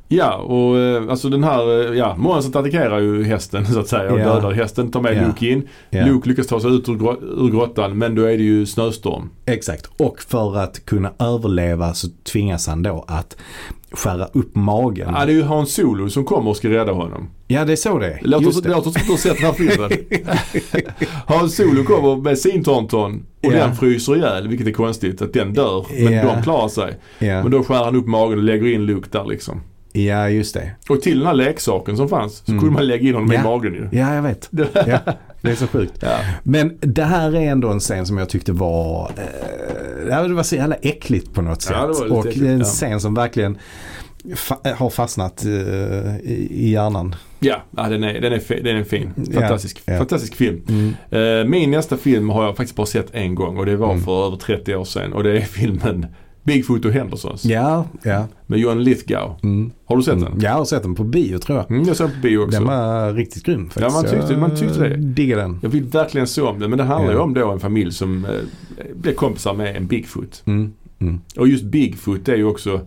A: Ja, och eh, alltså den här, eh, ja, monstret attackerar ju hästen så att säga och
B: Ja.
A: dödar hästen, tar med
B: Ja.
A: Luke in.
B: Ja.
A: Luke lyckas ta sig ut ur, gro- ur grottan men då är det ju
B: Mm.
A: snöstorm.
B: Exakt. Och för att kunna överleva så tvingas han då att skära upp magen.
A: Ja, det är ju Han Solo som kommer och ska rädda honom.
B: Ja, det är så det är.
A: Det låter
B: Just
A: som-
B: det.
A: det låter som att du har sett den här filmen. Han Solo kommer med sin Tonton och
B: Ja.
A: den fryser ihjäl, vilket är konstigt att den dör. Men
B: Ja.
A: de klarar sig.
B: Ja.
A: Men då skär han upp magen och lägger in Luke där liksom.
B: ja, just det.
A: Och till den här leksaken som fanns så kunde man lägga in honom
B: Ja.
A: i magen ju.
B: Ja, jag vet. ja, det är så sjukt.
A: Ja.
B: Men det här är ändå en scen som jag tyckte var... Eh, ja, det var så jävla äckligt på något sätt.
A: Ja, det var lite
B: och
A: äckligt,
B: en
A: ja.
B: scen som verkligen fa- har fastnat eh, i i hjärnan.
A: Ja, ja den, är, den, är, fi- den är fin.
B: Ja,
A: Fantastisk,
B: ja. Mm.
A: fantastisk film. Eh, min nästa film har jag faktiskt bara sett en gång och det var
B: Mm.
A: för över 30 år sedan och det är filmen Bigfoot och Hendersons
B: Ja, ja.
A: med Johan Lithgow. Har du sett den?
B: Jag har sett den på bio tror jag.
A: Mm, jag såg den på bio också.
B: Den var riktigt grym faktiskt.
A: Ja, man tyckte- man tyckte det.
B: Jag diggar den.
A: Jag vill verkligen se om den men det handlar ju
B: Ja.
A: om då en familj som eh, blir kompisar med en Bigfoot.
B: Mm, mm,
A: Och just Bigfoot är ju också,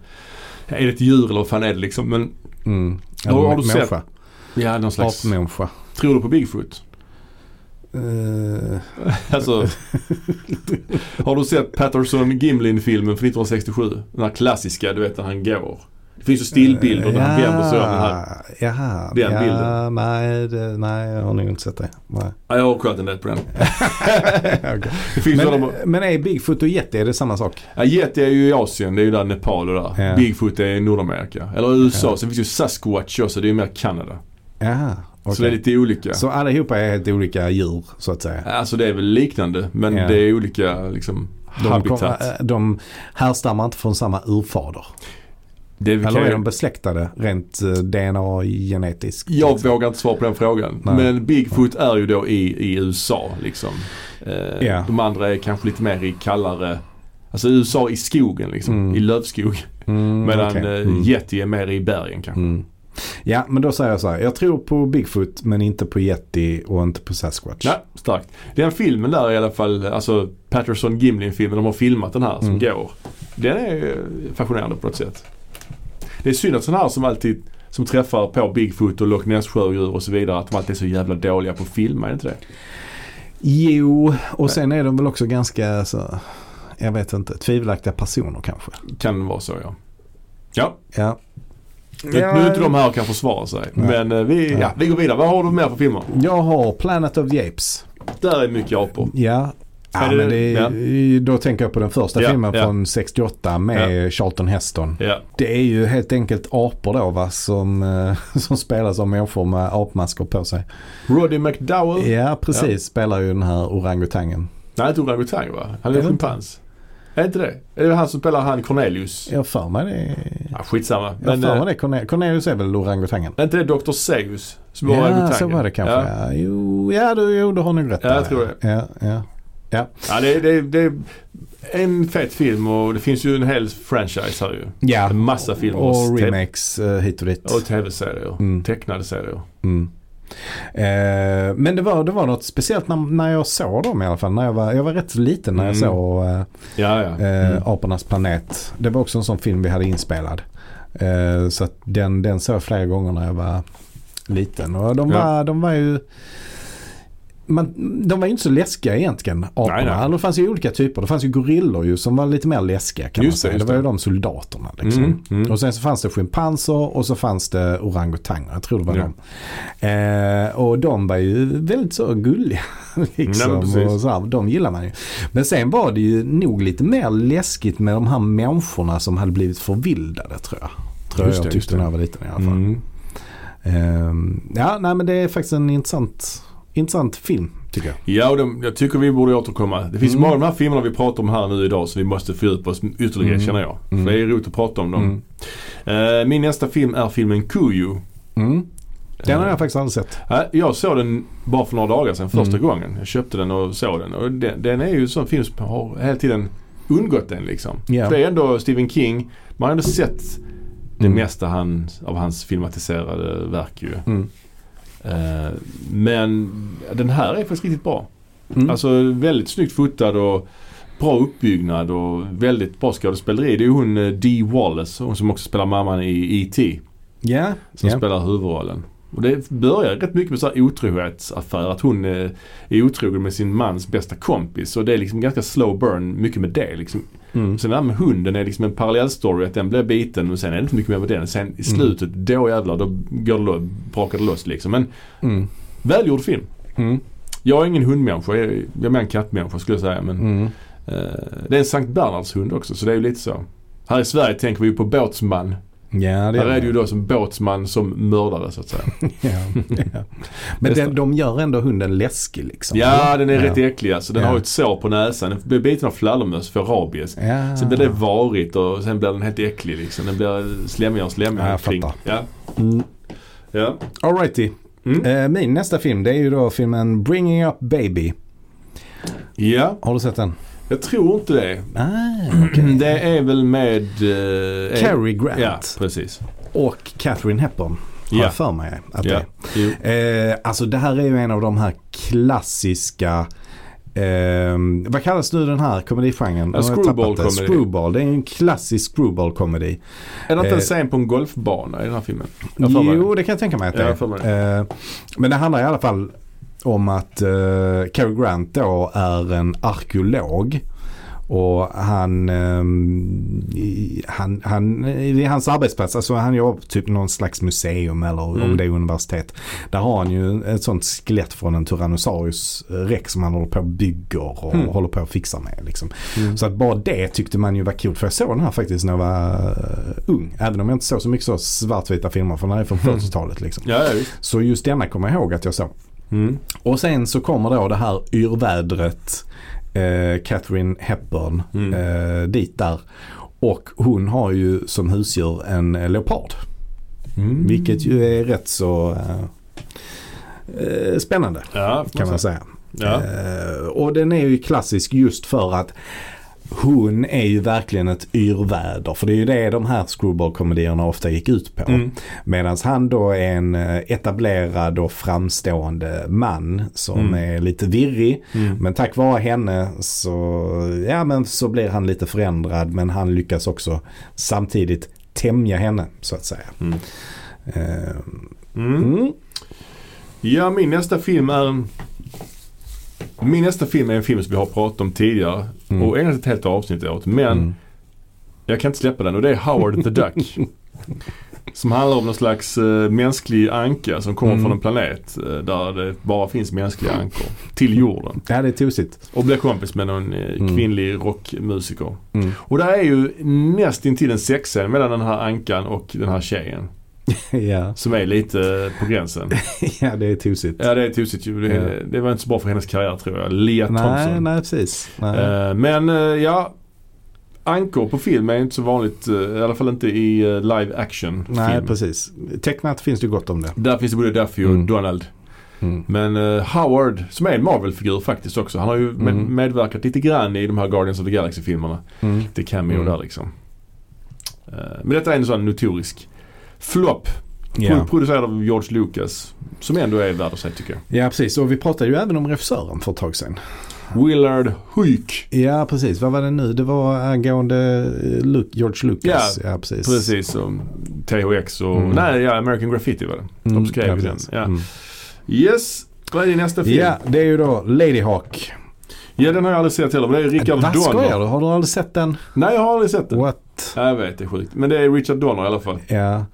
A: är det ett djur eller vad fan är det liksom? Men
B: mm.
A: Har- har du sett
B: människa.
A: ja, någon slags,
B: Apmänniska.
A: tror du på Bigfoot?
B: Eh,
A: Alltså, har du sett Patterson Gimlin-filmen från 1967? Den här klassiska, du vet när han går. Det finns ju stillbilder där han vänder sig om. den här-
B: Jaha.
A: Den
B: ja,
A: bilden.
B: Nej, det, nej, jag har nog inte sett det. Nej.
A: Ja, jag har kollat en del på den. Det finns
B: men,
A: sådana,
B: men är Bigfoot och jätte, är det samma sak?
A: ja, Yeti är ju i Asien, det är ju där Nepal och där.
B: Ja.
A: Bigfoot är i Nordamerika. Eller USA. Sen finns ju Sasquatch också, det är ju mer Kanada.
B: Jaha.
A: Så det är
B: okej.
A: lite olika.
B: Så allihopa är helt olika djur så att säga?
A: Alltså det är väl liknande men
B: Ja.
A: det är olika liksom
B: De, kom,
A: habitat.
B: eh, de härstammar inte från samma urfader?
A: det vi
B: Eller
A: kan
B: är
A: ju-
B: de besläktade rent eh, DNA-genetiskt?
A: jag vågar inte svara på den frågan.
B: Liksom. Nej.
A: Men Bigfoot är ju då i, i USA liksom. Eh,
B: Ja.
A: De andra är kanske lite mer i kallare, alltså USA i skogen liksom, i lövskog.
B: Mm,
A: Medan
B: okej.
A: eh,
B: Mm.
A: Yeti är mer i bergen kanske.
B: Ja, men då säger jag så här. Jag tror på Bigfoot men inte på Yeti och inte på Sasquatch.
A: Nej, starkt. Den filmen där i alla fall, alltså Patterson Gimlin-filmen, de har filmat den här som
B: Mm.
A: går. Den är eh, fascinerande på något sätt. Det är synd att sådana här som alltid som träffar på Bigfoot och Loch Ness sjödjur och så vidare. Att de alltid är så jävla dåliga på att filma, är det inte det?
B: Jo, och sen är de väl också ganska så, jag vet inte, tvivelaktiga personer kanske.
A: Kan vara så ja. Ja,
B: Ja.
A: nu nu är inte de här och kan försvara sig. Men eh, vi, ja, vi går vidare. Vad har du mer för filmer?
B: Jag har Planet of the Apes.
A: Där är mycket apor.
B: Ja. Ja,
A: Är det-
B: men det, är- Då tänker jag på den första
A: Ja,
B: filmen
A: ja.
B: från 68 med Charlton Heston.
A: Ja.
B: Det är ju helt enkelt apor då va, som, eh, som spelas av människor med apmasker på sig.
A: Roddy McDowell.
B: Ja, precis. Spelar ju den här orangutangen.
A: Nej, inte orangutang va? Han är
B: Är det
A: schimpans. Är det inte det? Är det han som spelar han Cornelius?
B: Jag har för mig det.
A: Ja, skitsamma.
B: Jag har
A: Men,
B: för mig
A: eh,
B: det. Corne- Cornelius är väl orangutangen?
A: är inte det Dr. Seuss som var
B: Ja,
A: orangutangen?
B: så var det kanske.
A: Ja.
B: Ja. Jo, ja, du, jo, du har nog rätt
A: Ja,
B: där.
A: jag tror det.
B: Ja, ja. Ja.
A: Ja, det, det, det är en fet film och det finns ju en hel franchise här ju.
B: ja.
A: En massa filmer.
B: Och
A: te-
B: remakes eh, hit och dit.
A: Och tv-serier.
B: Mm.
A: Tecknade serier.
B: Mm. Eh, men det var, det var något speciellt när, när jag såg dem i alla fall. När jag, var, jag var rätt så liten när jag
A: Mm.
B: såg eh,
A: Ja, ja.
B: eh, Apornas planet. Det var också en sån film vi hade inspelad. Eh, så att den, den såg jag flera gånger när jag var liten. Och de,
A: Ja.
B: var, de var ju... Man, de var ju inte så läskiga egentligen, aporna.
A: Nej, nej.
B: Alltså, Det fanns ju olika typer. Det fanns ju gorillor ju som var lite mer läskiga kan
A: Just det,
B: man säga. Det,
A: just
B: var ju
A: det.
B: de soldaterna liksom.
A: Mm, mm.
B: Och sen så fanns det schimpanser och så fanns det orangutanger. Jag tror det var
A: Ja.
B: de. Eh, och de var ju väldigt så gulliga.
A: Nej,
B: Liksom,
A: men precis.
B: och så här, de gillar man ju. Men sen var det ju nog lite mer läskigt med de här människorna som hade blivit förvildade tror jag. Tror
A: Just
B: jag
A: det, just
B: tyckte när
A: det.
B: jag var liten i alla fall.
A: Mm.
B: Ehm, ja, nej men det är faktiskt en intressant, intressant film tycker jag.
A: Ja, och de, jag tycker vi borde återkomma. Det finns många av de här filmerna vi pratar om här nu idag så vi måste fördjupa oss ytterligare känner jag. För det är roligt att prata om dem. Eh, min nästa film är filmen Kuyu.
B: Mm. Den har jag faktiskt aldrig sett.
A: Nej, Äh, Jag såg den bara för några dagar sedan första
B: Mm.
A: gången. Jag köpte den och såg den. Och den, den är ju en sån film som har hela tiden undgått den liksom.
B: Ja.
A: För det är ändå Stephen King. Man har ändå sett det
B: Mm.
A: mesta han, av hans filmatiserade verk ju.
B: Mm.
A: Eh, men den här är faktiskt riktigt bra.
B: Mm.
A: Alltså väldigt snyggt fotad och bra uppbyggnad och väldigt bra skådespeleri. Det är ju hon eh, Dee Wallace, hon som också spelar mamman i E E.T.
B: Ja,
A: som
B: ja.
A: spelar huvudrollen. Och det börjar rätt mycket med så här otrohetsaffär. Att hon eh, är otrogen med sin mans bästa kompis. Och det är liksom ganska slow burn, mycket med det. Liksom.
B: Mm.
A: Sen det här med hunden är liksom en parallell story. Att den blir biten och sen är det inte mycket mer med den. Sen
B: Mm.
A: i slutet, då jävlar, då går det, lo- brakar det loss liksom. Men
B: Mm.
A: välgjord film.
B: Mm.
A: Jag är ingen hundmänniska. Jag är, jag är mer en kattmänniska skulle jag säga. Men,
B: Mm.
A: eh, det är en Sankt Bernhards hund också, så det är ju lite så. Här i Sverige tänker vi ju på båtsman.
B: Ja, det
A: Här är det ju
B: den.
A: då som båtsman som mördare så att säga.
B: Ja, ja. Men
A: Nästa.
B: den, de gör ändå hunden läskig liksom.
A: Ja, den är
B: Ja.
A: rätt äcklig alltså. Den
B: Ja.
A: har ju ett sår på näsan. Den blir biten av fladdermöss för rabies.
B: Ja.
A: Sen blir det varigt och sen blir den helt äcklig liksom. Den blir slemmigare och slemmigare
B: Ja, jag
A: kring.
B: fattar.
A: Ja.
B: Mm.
A: Ja.
B: Alrighty.
A: Mm.
B: Eh, min nästa film det är ju då filmen Bringing Up Baby.
A: ja,
B: Har du sett den?
A: jag tror inte det.
B: Ah,
A: Det är väl med... eh, en-
B: Cary Grant
A: Ja, precis.
B: och Catherine Hepburn. Har
A: Ja.
B: jag för mig att det
A: Ja.
B: är.
A: Jo.
B: Eh, alltså det här är ju en av de här klassiska eh, vad kallas nu den här komedigenren?
A: Ja,
B: Nu har jag tappat
A: screwball
B: det.
A: comedy.
B: Screwball, det är ju en klassisk screwball-komedi.
A: Är det inte en
B: Eh.
A: scen på en golfbana i den här filmen? Jag får
B: Jo,
A: mig.
B: det kan jag tänka mig att det
A: Ja,
B: är.
A: jag får mig
B: Eh, Men det handlar i alla fall om att eh, Cary Grant då är en arkeolog. Och han, eh, i- han, han, i hans arbetsplats, alltså han jobbar på typ någon slags museum eller om det är universitet. Där har han ju ett sånt skelett från en Tyrannosaurus rex som han håller på och bygger och håller på och fixar med. Liksom. Så att bara det tyckte man ju var kul. För jag såg den här faktiskt när jag var eh, ung. Även om jag inte såg så mycket så svartvita filmer för den här är från 40-talet. Liksom.
A: Ja, ja, visst.
B: Så just denna kommer jag ihåg att jag såg.
A: Mm.
B: Och sen så kommer då det här yrvädret eh, Catherine Hepburn
A: Mm.
B: eh, dit där. Och hon har ju som husdjur en eh, leopard.
A: Mm.
B: Vilket ju är rätt så eh, eh, spännande
A: Ja,
B: kan man säga.
A: Ja.
B: Eh, och den är ju klassisk just för att hon är ju verkligen ett yrväder. För det är ju det de här screwball-komedierna ofta gick ut på.
A: Mm.
B: Medan han då är en eh, etablerad och framstående man som
A: Mm.
B: är lite virrig. Men tack vare henne så, ja, men så blir han lite förändrad. Men han lyckas också samtidigt tämja henne så att säga. Eh,
A: Mm. Ja, min nästa film är en... Min nästa film är en film som vi har pratat om tidigare
B: Mm.
A: och ägnat ett helt avsnitt åt. Men
B: Mm.
A: jag kan inte släppa den och det är Howard the Duck. som handlar om någon slags eh, mänsklig anka som kommer
B: Mm.
A: från en planet eh, där det bara finns mänskliga ankor. Till jorden.
B: Det här är tosigt.
A: Och blir kompis med någon eh,
B: Mm.
A: kvinnlig rockmusiker.
B: Mm.
A: Och där är ju nästintill en sexscen mellan den här ankan och den här tjejen.
B: ja.
A: Som är lite eh, på gränsen.
B: ja, det är tosigt.
A: Ja det är tusigt ju. Det,
B: Ja.
A: det var inte så bra för hennes karriär tror jag. Lea
B: nej,
A: Thompson.
B: nej, precis. Nej.
A: Eh, men eh, ja. Ankor på film är inte så vanligt. eh, I alla fall inte i eh, live action film.
B: nej, precis. Tecknat finns det ju gott om det.
A: Där finns det både Duffy och
B: Mm.
A: Donald.
B: Mm.
A: Men eh, Howard, som är en Marvel-figur faktiskt också. Han har ju med-
B: Mm.
A: medverkat lite grann i de här Guardians of the Galaxy-filmerna.
B: Mm.
A: Det cameo
B: Mm.
A: där liksom. Eh, men detta är en sån notorisk flopp.
B: Ja.
A: Producerad av George Lucas. Som ändå är värd att säga tycker jag.
B: ja, precis. Och vi pratade ju även om regissören för ett tag sedan.
A: Willard Huyck.
B: Ja, precis. Vad var det nu? Det var angående eh, Lu- George Lucas. Ja, precis.
A: Precis, och THX och...
B: Mm.
A: Nej, ja, American Graffiti var det. De
B: Mm,
A: skrev ju den.
B: precis.
A: Ja.
B: Mm.
A: Yes, vad är din nästa film?
B: Ja, det är ju då Lady Hawk.
A: Ja, den har jag aldrig sett heller. Men det är Richard
B: Vad skojar
A: Donner.
B: du? Har du aldrig sett den?
A: Nej, jag har aldrig sett den.
B: What?
A: Nej, jag vet, det är sjukt. Men det är Richard Donner i alla fall.
B: Ja.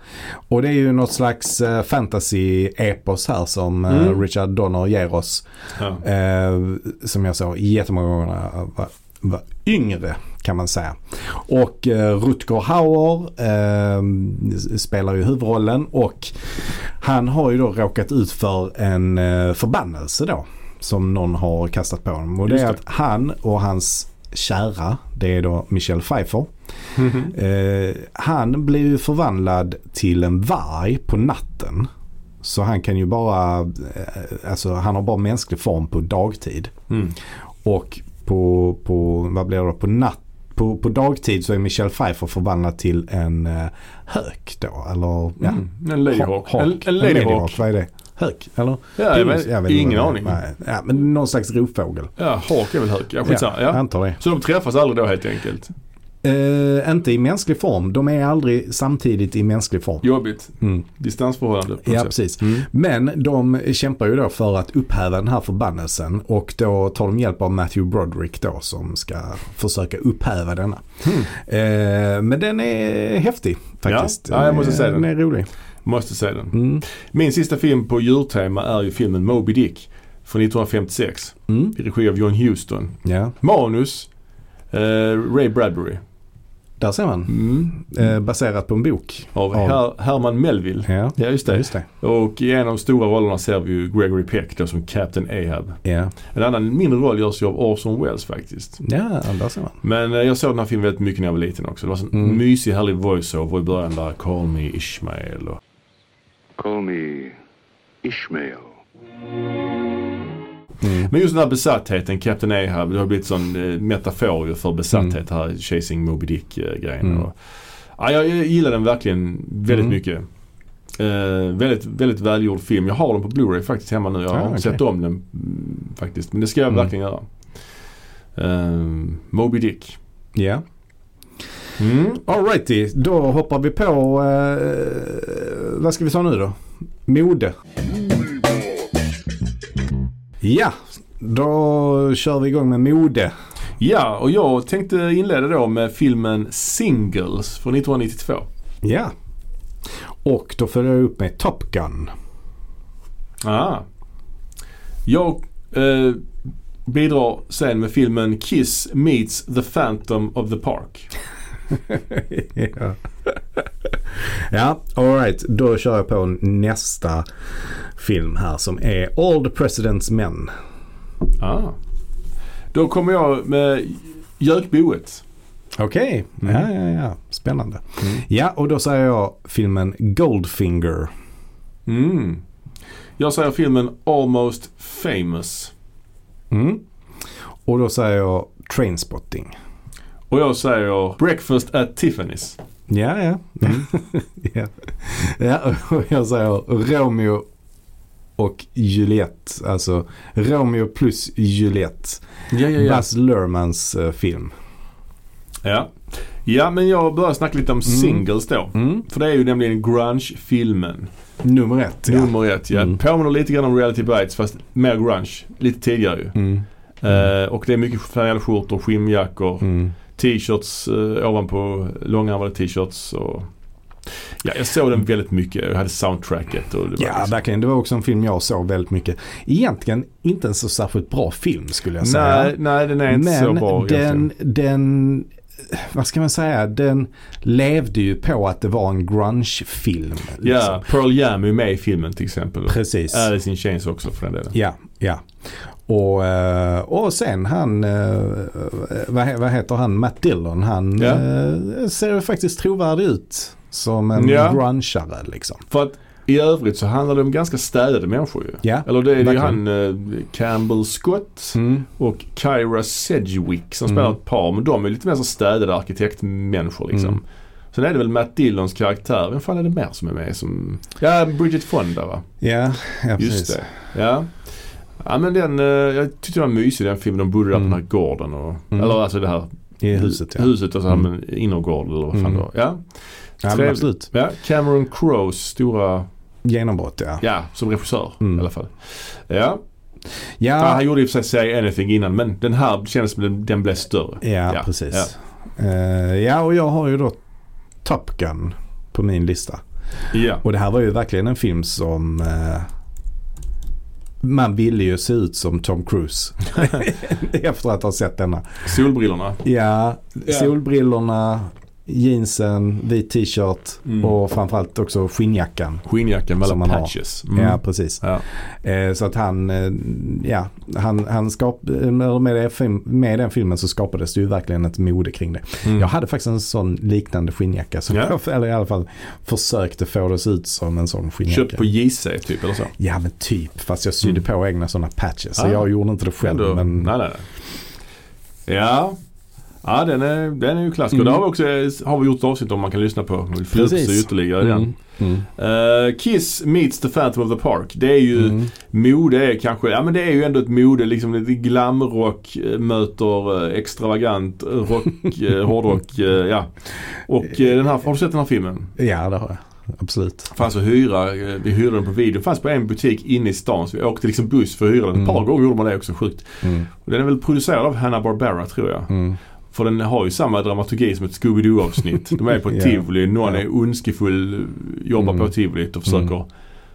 B: Och det är ju något slags eh, fantasy-epos här som eh,
A: Mm.
B: Richard Donner ger oss.
A: Ja.
B: Eh, som jag såg jättemånga gånger när jag var, var yngre kan man säga. Och eh, Rutger Hauer eh, spelar ju huvudrollen och han har ju då råkat ut för en eh, förbannelse då. Som någon har kastat på honom. Och det
A: Just
B: är
A: det.
B: att han och hans kära, det är då Michelle Pfeiffer. Eh, han blir ju förvandlad till en varg på natten. Så han kan ju bara, eh, alltså han har bara mänsklig form på dagtid.
A: Mm.
B: Och på, på, vad blir det då, på natt på, på dagtid så är Michelle Pfeiffer förvandlad till en eh, hök då. Eller ja.
A: Mm. En Ladyhawk.
B: Ha-
A: En, en Ladyhawk.
B: Vad är det? Hök? Eller?
A: Ja, jag vet-
B: inte
A: ingen
B: vad det är.
A: aning.
B: Nej. Ja, men någon slags rovfågel.
A: Ja, Hawk är väl hök. Ja, skitsamma.
B: jag
A: Ja.
B: antar det.
A: Så de träffas aldrig då helt enkelt.
B: Eh, inte i mänsklig form. De är aldrig samtidigt i mänsklig form.
A: Jobbigt.
B: Mm.
A: Distansförhållande. på något
B: Ja,
A: sätt.
B: precis.
A: Mm.
B: Men de kämpar ju då för att upphäva den här förbannelsen och då tar de hjälp av Matthew Broderick då som ska försöka upphäva denna.
A: Mm.
B: Eh, men den är häftig faktiskt.
A: Ja, jag måste
B: Eh,
A: säga den.
B: är rolig.
A: Måste säga den.
B: Mm.
A: Min sista film på djurtema är ju filmen Moby Dick. Från 1956.
B: Mm.
A: I regi av John Huston.
B: Ja,
A: Manus eh, Ray Bradbury.
B: där ser man.
A: Mm.
B: Eh, baserat på en bok.
A: Av
B: Av-
A: Her- Herman Melville.
B: Ja,
A: Ja just det.
B: just det.
A: Och i en av de stora rollerna ser vi ju Gregory Peck då som Captain Ahab.
B: Ja,
A: En annan mindre roll görs ju av Orson Welles faktiskt.
B: ja där ser man.
A: Men eh, jag såg den här filmen väldigt mycket när jag var liten också. Det var en
B: Mm.
A: mysig härlig voiceover i början där Call Me Ishmael och
F: Call me Ishmael.
A: Men just den här besattheten, Captain Ahab, det har blivit sån eh, metafor ju för besatthet här, Chasing Moby Dick-grejen.
B: Mm.
A: Och, ja, jag gillar den verkligen väldigt
B: Mm.
A: mycket. Eh, väldigt, väldigt välgjord film. Jag har den på Blu-ray faktiskt hemma nu. Jag har
B: Ah,
A: inte
B: okej.
A: sett om den mm, faktiskt. Men det ska jag
B: Mm.
A: verkligen göra. Eh, Moby Dick.
B: Ja.
A: Mm.
B: Alrighty, då hoppar vi på, eh, vad ska vi ta nu då? Mode. Ja, då kör vi igång med mode.
A: Ja, och jag tänkte inleda då med filmen Singles från 1992.
B: Ja. Och då följer jag upp med Top Gun.
A: Ah. Jag eh, bidrar sen med filmen Kiss meets the Phantom of the Park.
B: ja, ja alright. Då kör jag på nästa film här som är All the President's Men.
A: Ah. Då kommer jag med Jökboet.
B: Okej, ja, ja, ja. Spännande. Ja, och då säger jag filmen Goldfinger.
A: Mm. Jag säger filmen Almost famous.
B: Mm. Och då säger jag Trainspotting.
A: Och jag säger Breakfast at Tiffany's.
B: Ja, ja.
A: Mm.
B: ja. ja och jag säger Romeo och Juliette. Alltså Romeo plus Juliette.
A: Ja, ja,
B: Baz Luhrmanns eh, film.
A: ja. Ja, men jag börjar snacka lite om singles då. För det är ju nämligen grunge-filmen.
B: Nummer ett, ja.
A: Nummer ett, ja. Påminner lite grann om Reality Bites fast mer grunge. Lite tidigare ju. Eh, och det är mycket flanellskjortor, skinnjackor, t-shirts eh, ovanpå långärmade t-shirts. Och... Ja, jag såg den väldigt mycket. Jag hade soundtracket och det var liksom-
B: Ja, verkligen. Det var också en film jag såg väldigt mycket. Egentligen inte en så särskilt bra film skulle jag säga.
A: Nej, nej, den är inte
B: Men
A: så bra
B: den,
A: egentligen.
B: den, vad ska man säga, den levde ju på att det var en grunge-film.
A: Ja,
B: liksom.
A: Pearl Jam är ju med i filmen till exempel.
B: Precis.
A: Alice in Chains också för den delen.
B: Ja, ja. Och, eh, och sen han, eh, vad, he- vad heter han, Matt Dillon, han
A: Ja.
B: eh, ser faktiskt trovärdig ut som en
A: Ja.
B: grungeare liksom.
A: För att i övrigt så handlar det om ganska städade människor ju.
B: Ja,
A: Eller det är ju
B: verkligen. Mm.
A: han eh, Campbell Scott och Kyra Sedgwick som spelar ett par. Men de är lite mer så städade arkitektmänniskor liksom.
B: Mm.
A: Sen är det väl Matt Dillons karaktär. Vem fan är det mer som är med? Som... Ja, Bridget Fonda va?
B: Ja, ja precis.
A: Just det. Ja. Ja men den, eh, jag tyckte den var mysig den filmen. De bodde där på den här gården och, eller alltså det här
B: Mm. I huset ja. Mm.
A: huset och så här med innergård eller vad fan det var. Ja.
B: ja men
A: Trevligt.
B: absolut.
A: ja, Cameron Crowes stora
B: Genombrott ja. Ja,
A: Ja, som regissör
B: Mm.
A: i alla fall. Ja. Fan,
B: ja,
A: han gjorde i och för sig Say Anything innan men den här kändes som den, den blev större.
B: precis.
A: Ja.
B: Eh, ja, och jag har ju då Top Gun på min lista.
A: ja.
B: Och det här var ju verkligen en film som eh, man ville ju se ut som Tom Cruise. Efter att ha sett denna.
A: Solbrillorna.
B: Ja,
A: Ja.
B: solbrillorna, jeansen, vit t-shirt
A: Mm.
B: och framförallt också skinnjackan.
A: Skinnjackan med
B: Som
A: alla
B: man har.
A: patches. Mm.
B: Ja, precis.
A: Ja.
B: Eh, så att han, eh, ja, han, han skap, eller med, det, film- med den filmen så skapades det ju verkligen ett mode kring det. Jag hade faktiskt en sån liknande skinnjacka. Som
A: Mm. Ja.
B: jag, eller i alla fall försökte få det att se ut som en sån skinnjacka.
A: Köpt på JC typ eller så.
B: Ja men typ, fast jag sydde på egna sådana patches. Så
A: Ah.
B: jag gjorde inte det själv.
A: Ändå.
B: men,
A: Nej, nej, nej. Ja. Ja den är, den är ju klassisk. Och det har vi också eh, har vi gjort ett avsnitt om man kan lyssna på. Om vi fördjupar sig
B: Mm. Precis. Mm.
A: ytterligare i den. Eh, Kiss meets the Phantom of the Park. Det är ju
B: Mm.
A: mode är kanske, ja men det är ju ändå ett mode liksom. Det är glamrock eh, möter eh, extravagant eh, rock, eh, hårdrock, eh, ja. Och eh, den här, har du sett den här filmen?
B: Ja det har jag. Absolut.
A: Fanns att hyra, eh, vi hyrde den på video. Fanns på en butik inne i stan så vi åkte liksom buss för att hyra den. Ett
B: Mm.
A: par gånger gjorde man det också, sjukt. Och den är väl producerad av Hanna-Barbera tror jag.
B: Mm.
A: För den har ju samma dramaturgi som ett Scooby-Doo avsnitt. De är på ett
B: Ja.
A: tivoli, någon är ondskefull, jobbar på tivolit och försöker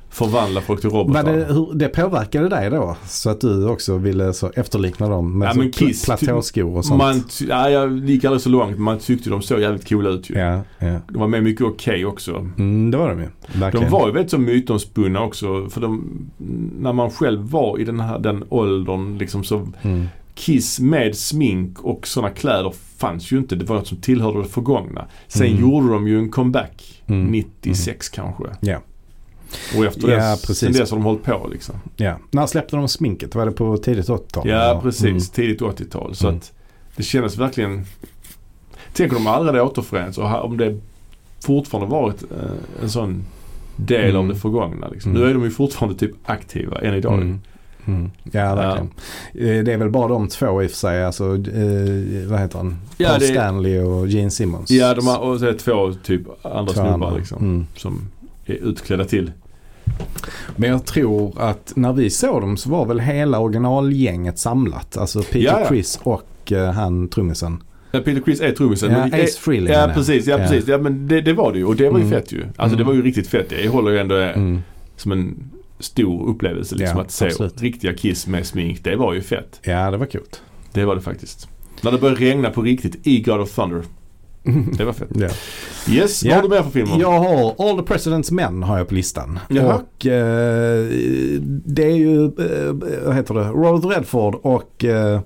A: förvandla folk till
B: Var
A: robotar.
B: det, hur, det påverkade dig då? Så att du också ville så efterlikna dem med
A: Ja,
B: så
A: men
B: alltså pl-
A: Kiss,
B: platåskor och sånt?
A: Man, ty- ja, jag gick aldrig så långt men man tyckte de såg jävligt coola ut ju.
B: ja, ja.
A: De var med mycket okej också.
B: Mm, det var de ju. Verkligen.
A: De var ju väldigt så mytomspunna också. För de, när man själv var i den här den åldern liksom så
B: Mm.
A: Kiss med smink och sådana kläder fanns ju inte. Det var något som tillhörde det förgångna. Sen
B: Mm.
A: gjorde de ju en comeback 96 kanske.
B: Ja,
A: Och efter
B: Mm. Ja,
A: dess,
B: precis.
A: sen dess har de hållit på liksom.
B: ja. När släppte de sminket? Var det på tidigt 80-tal?
A: Ja
B: eller?
A: precis,
B: Mm.
A: tidigt 80-tal. Så
B: Mm.
A: att det kändes verkligen... Tänk om de aldrig hade återförenats och ha- om det fortfarande varit eh, en sån del av
B: Mm.
A: det förgångna. Liksom.
B: Mm.
A: Nu är de ju fortfarande typ aktiva än idag.
B: Mm. Mm. Ja, verkligen. Eh, Det är väl bara de två i och för sig. Alltså, eh, vad heter han?
A: Ja,
B: Paul
A: det-
B: Stanley och Gene Simmons.
A: Ja, de har, och så är det två typ andra
B: Två
A: snubbar
B: andra.
A: liksom.
B: Mm.
A: Som är utklädda till.
B: Men jag tror att när vi såg dem så var väl hela originalgänget samlat. Alltså Peter
A: Ja, ja.
B: Chris och eh, han trummisen.
A: Ja, Peter Criss är trummisen.
B: Ja,
A: men-
B: Ace
A: eh,
B: Frehley
A: Ja,
B: menar jag.
A: precis. Ja,
B: Ja. Mm.
A: precis. Ja, men det, det var det ju. Och det var ju fett ju. Alltså det var ju riktigt fett. Det håller ju ändå eh, som en stor upplevelse liksom
B: Ja,
A: att se
B: absolut.
A: riktiga Kiss med smink. Det var ju fett.
B: Ja, det var coolt.
A: Det var det faktiskt. När det började regna på riktigt i God of Thunder. Det var fett.
B: Ja.
A: Yes,
B: Ja.
A: vad har du med för filmer?
B: Jag har All the President's Men har jag på listan.
A: Jaha.
B: Och eh, det är ju, eh, vad heter det, Robert Redford och eh,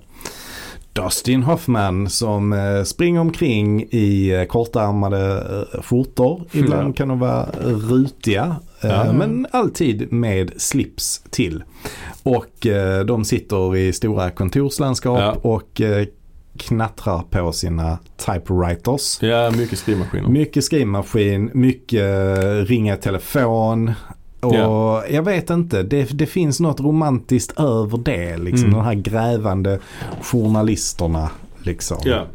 B: Dustin Hoffman som eh, springer omkring i eh, kortärmade eh, skjortor. Ibland
A: Ja.
B: kan de vara rutiga. eh,
A: Mm. Ja.
B: Men alltid med slips till. Och eh, de sitter i stora kontorslandskap
A: Ja.
B: och eh, knattrar på sina typewriters.
A: Ja, mycket skrivmaskiner.
B: Mycket skrivmaskin, mycket eh, ringa i telefon. Och
A: Ja.
B: jag vet inte, det, det finns något romantiskt
A: Mm.
B: över det. Liksom, De här grävande journalisterna. Liksom.
A: ja.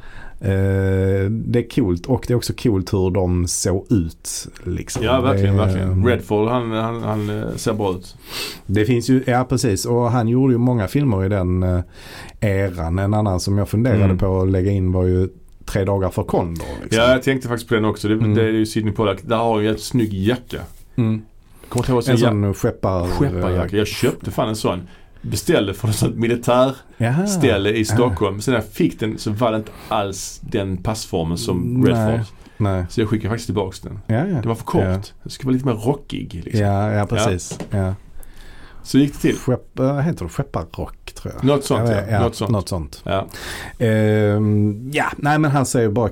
B: Eh, det är coolt och det är också coolt hur de såg ut. Liksom.
A: Ja, verkligen,
B: Det är-
A: verkligen. Redfall, han, han, han eh, ser bra ut.
B: Det finns ju, ja precis. Och han gjorde ju många filmer i den eh, eran. En annan som jag funderade
A: Mm.
B: på att lägga in var ju Tre dagar för Kondor. Liksom.
A: Ja, jag tänkte faktiskt på den också. Det,
B: Mm.
A: det är ju Sidney Pollack. Där har han en jävligt snygg jacka.
B: Mm.
A: Kommer inte ihåg
B: En
A: vad sån
B: sån skeppar...
A: ja- skepparjacka. Jag köpte fan en sån. Beställde från ett sånt militärställe
B: Jaha.
A: i Stockholm. Sen när jag fick den så var det inte alls den passformen som
B: Mm, Nej.
A: Redfall.
B: Nej.
A: Så jag skickade faktiskt tillbaks den.
B: Ja, ja.
A: Det var för kort.
B: Ja.
A: Det skulle vara lite mer rockig. Liksom.
B: Ja, ja precis. Ja.
A: Så gick det till.
B: Skepp, eh, heter det skepparrock tror jag.
A: Något sånt, ja.
B: vet-
A: Något sånt.
B: Något sånt.
A: Ja.
B: Ehm, ja, nej men han ser ju bara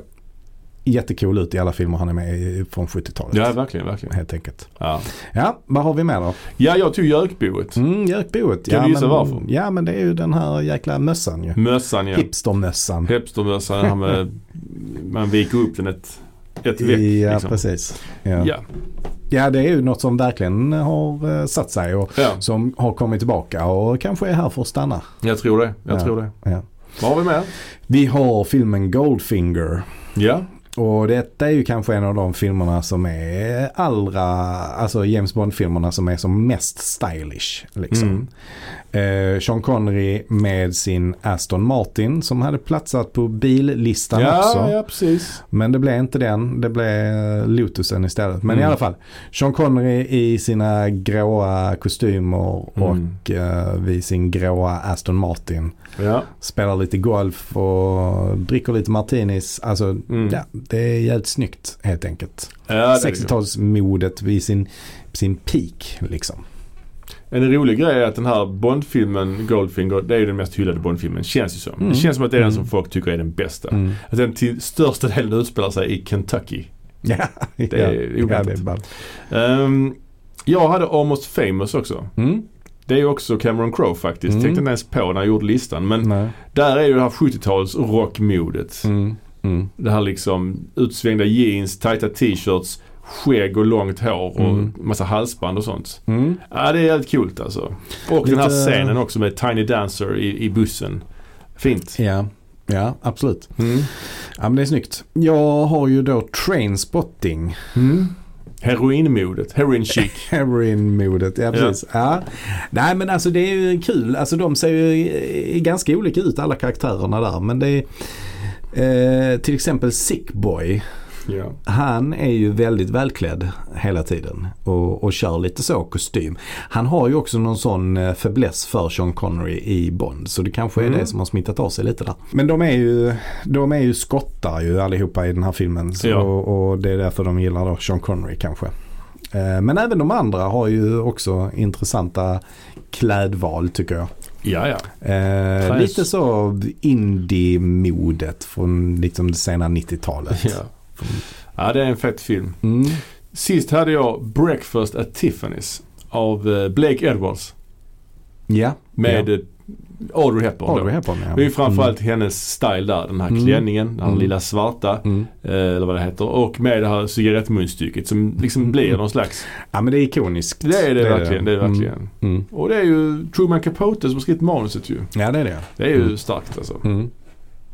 B: jättecool ut i alla filmer han är med i från 70-talet.
A: ja, verkligen, verkligen.
B: Helt enkelt.
A: Ja,
B: Ja, vad har vi mer då?
A: ja jag tog Jökboet.
B: Mm, Jökboet.
A: Kan
B: ja,
A: du gissa
B: men,
A: varför?
B: Ja, men det är ju den här jäkla mössan ju.
A: Mössan ja.
B: Hipstermössan.
A: Hipstermössan. han med- Man viker upp den ett, ett veck.
B: Ja,
A: liksom.
B: precis. Ja. Ja.
A: Ja.
B: det är ju något som verkligen har eh, satt sig och
A: ja,
B: som har kommit tillbaka och kanske är här för att stanna.
A: jag tror det. Jag
B: Ja.
A: tror det.
B: Ja.
A: Vad har vi mer?
B: Vi har filmen Goldfinger.
A: Ja,
B: Och detta är ju kanske en av de filmerna som är allra, alltså James Bond-filmerna som är som mest stylish. Liksom.
A: Mm.
B: Eh, Sean Connery med sin Aston Martin som hade platsat på billistan också.
A: ja, ja precis.
B: Men det blev inte den, det blev Lotusen istället. Men i
A: Mm.
B: alla fall, Sean Connery i sina gråa kostymer
A: Mm.
B: och eh, vid sin gråa Aston Martin.
A: Ja.
B: Spelar lite golf och dricker lite martinis. Alltså,
A: Mm.
B: ja, det är jävligt snyggt helt enkelt.
A: Ja, det är det ju.
B: 60-talsmodet vid sin, sin peak liksom.
A: En rolig grej är att den här Bondfilmen Goldfinger, det är ju den mest hyllade Bondfilmen känns ju som.
B: Mm.
A: Det känns som att det är den som
B: Mm.
A: folk tycker är den bästa.
B: Mm.
A: Att den till största delen utspelar sig i Kentucky.
B: Ja, det
A: är
B: ja,
A: oväntat.
B: det är bara...
A: Ehm, jag hade Almost famous också.
B: Mm?
A: Det är ju också Cameron Crowe faktiskt.
B: Mm.
A: Tänkte inte ens på när jag gjorde listan. Men
B: Nej.
A: där är ju det här 70-tals rockmodet.
B: Mm. Mm.
A: Det här liksom utsvängda jeans, tajta t-shirts, skägg och långt hår och
B: Mm.
A: massa halsband och sånt.
B: Mm.
A: Ja, det är jävligt coolt alltså. Och den här
B: Lite-
A: scenen också med Tiny Dancer i, i bussen. Fint.
B: Ja. ja, absolut.
A: Mm.
B: Ja, men det är snyggt. Jag har ju då Trainspotting.
A: Heroinmodet, heroin chic.
B: Heroin-modet, ja precis. Ja. Nej men alltså det är ju kul. Alltså de ser ju eh, ganska olika ut alla karaktärerna där. Men det är eh, till exempel Sickboy.
A: ja.
B: Han är ju väldigt välklädd hela tiden och, och kör lite så kostym. Han har ju också någon sån eh, fäbless för Sean Connery i Bond. Så det kanske är
A: Mm.
B: det som har smittat av sig lite där. Men de är ju, de är ju skottar ju allihopa i den här filmen. Så,
A: Ja.
B: och, och det är därför de gillar då Sean Connery kanske. Eh, Men även de andra har ju också intressanta klädval tycker jag.
A: ja, ja.
B: Eh,
A: Nice.
B: lite så indie-modet från liksom det sena 90-talet.
A: Ja. ja, det är en fett film.
B: Mm.
A: Sist hade jag Breakfast at Tiffany's av eh, Blake Edwards
B: Ja.
A: med eh, Audrey Hepburn. då.
B: Audrey Hepburn ja.
A: Det är ju framförallt hennes style där. Den här
B: Mm.
A: klänningen, den här
B: Mm.
A: lilla svarta.
B: Mm.
A: eh, Eller vad det heter. Och med det här cigarettmunstycket som liksom blir någon slags.
B: Ja men Mm. det är ikoniskt.
A: Det är det, verkligen. Det är det verkligen.
B: Mm. Mm.
A: Och det är ju Truman Capote som har skrivit manuset ju.
B: Ja det är det.
A: Det är ju
B: Mm.
A: starkt alltså.
B: Mm.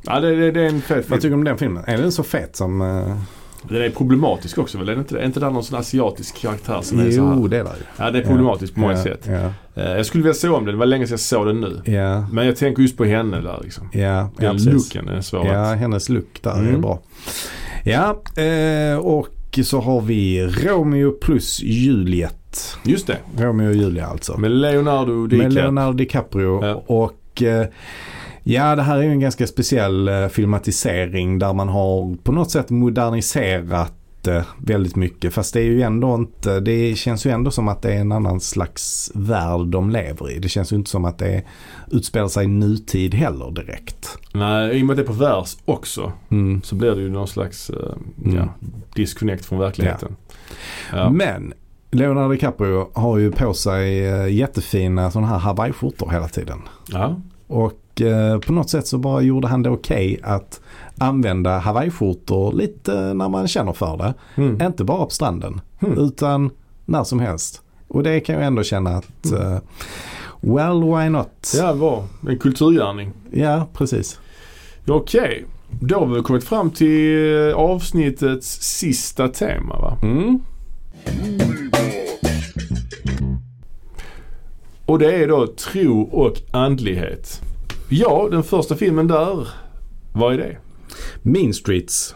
A: Ja, det, det, det är en fet
B: Vad
A: film.
B: tycker du om den filmen? Är den så fet som... eh,
A: Den är problematisk också väl? Är det inte det? Är inte det någon sån asiatisk karaktär som är så
B: Jo
A: här?
B: det är det ju.
A: Ja, det är problematisk på många
B: ja,
A: sätt.
B: Ja.
A: Eh, Jag skulle vilja se om den. Det var länge sedan jag såg den nu.
B: Ja.
A: Men jag tänker just på henne där liksom.
B: Ja. ja,
A: Den
B: precis.
A: looken den är svår
B: Ja,
A: att...
B: hennes look där är
A: Mm.
B: bra. Ja, eh, och så har vi Romeo plus Juliet.
A: Just det.
B: Romeo och Julia alltså.
A: Med Leonardo DiCaprio.
B: Med Leonardo DiCaprio.
A: Ja.
B: Och eh, ja, det här är ju en ganska speciell eh, filmatisering där man har på något sätt moderniserat eh, väldigt mycket. Fast det är ju ändå inte, det känns ju ändå som att det är en annan slags värld de lever i. Det känns ju inte som att det utspelar sig i nutid heller direkt.
A: Nej, i och med att det är på vers också
B: Mm.
A: så blir det ju någon slags eh,
B: Mm.
A: ja, disconnect från verkligheten. Ja.
B: Men Leonardo DiCaprio har ju på sig eh, jättefina sådana här hawaiiskjortor hela tiden.
A: Ja.
B: Och eh, på något sätt så bara gjorde han det okej att använda hawaiiskjortor lite när man känner för det.
A: Mm.
B: Inte bara på stranden
A: Hmm.
B: utan när som helst. Och det kan jag ändå känna att eh, well why not?
A: ja, bra. En kulturgärning.
B: Ja, precis.
A: Okej. Då har vi väl kommit fram till eh, avsnittets sista tema va?
B: Mm.
A: Och det är då tro och andlighet. Ja, den första filmen där, vad är det?
B: Mean Streets.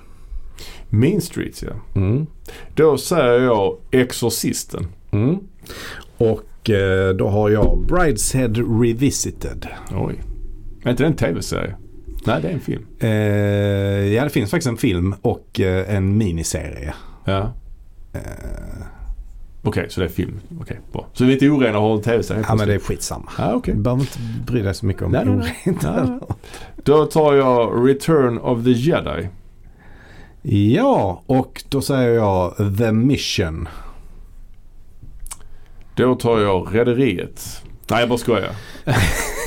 A: Mean Streets ja.
B: Mm.
A: Då säger jag Exorcisten.
B: Mm. Och eh, då har jag Brideshead Revisited.
A: Oj. Är inte det en tv-serie? Nej, det är en film.
B: Eh, ja, det finns faktiskt en film och eh, en miniserie.
A: Ja. Okej, så det är film. Okej, bra. Så vi är inte orena och har en tv-serie.
B: Ja, men det är skitsamma.
A: Ja, okej.
B: Du behöver inte bry dig så mycket om
A: Nej, nej, nej.
B: orent.
A: Då tar jag Return of the Jedi.
B: Ja, och då säger jag The Mission.
A: Då tar jag Rederiet. Nej, jag bara skojar. Jag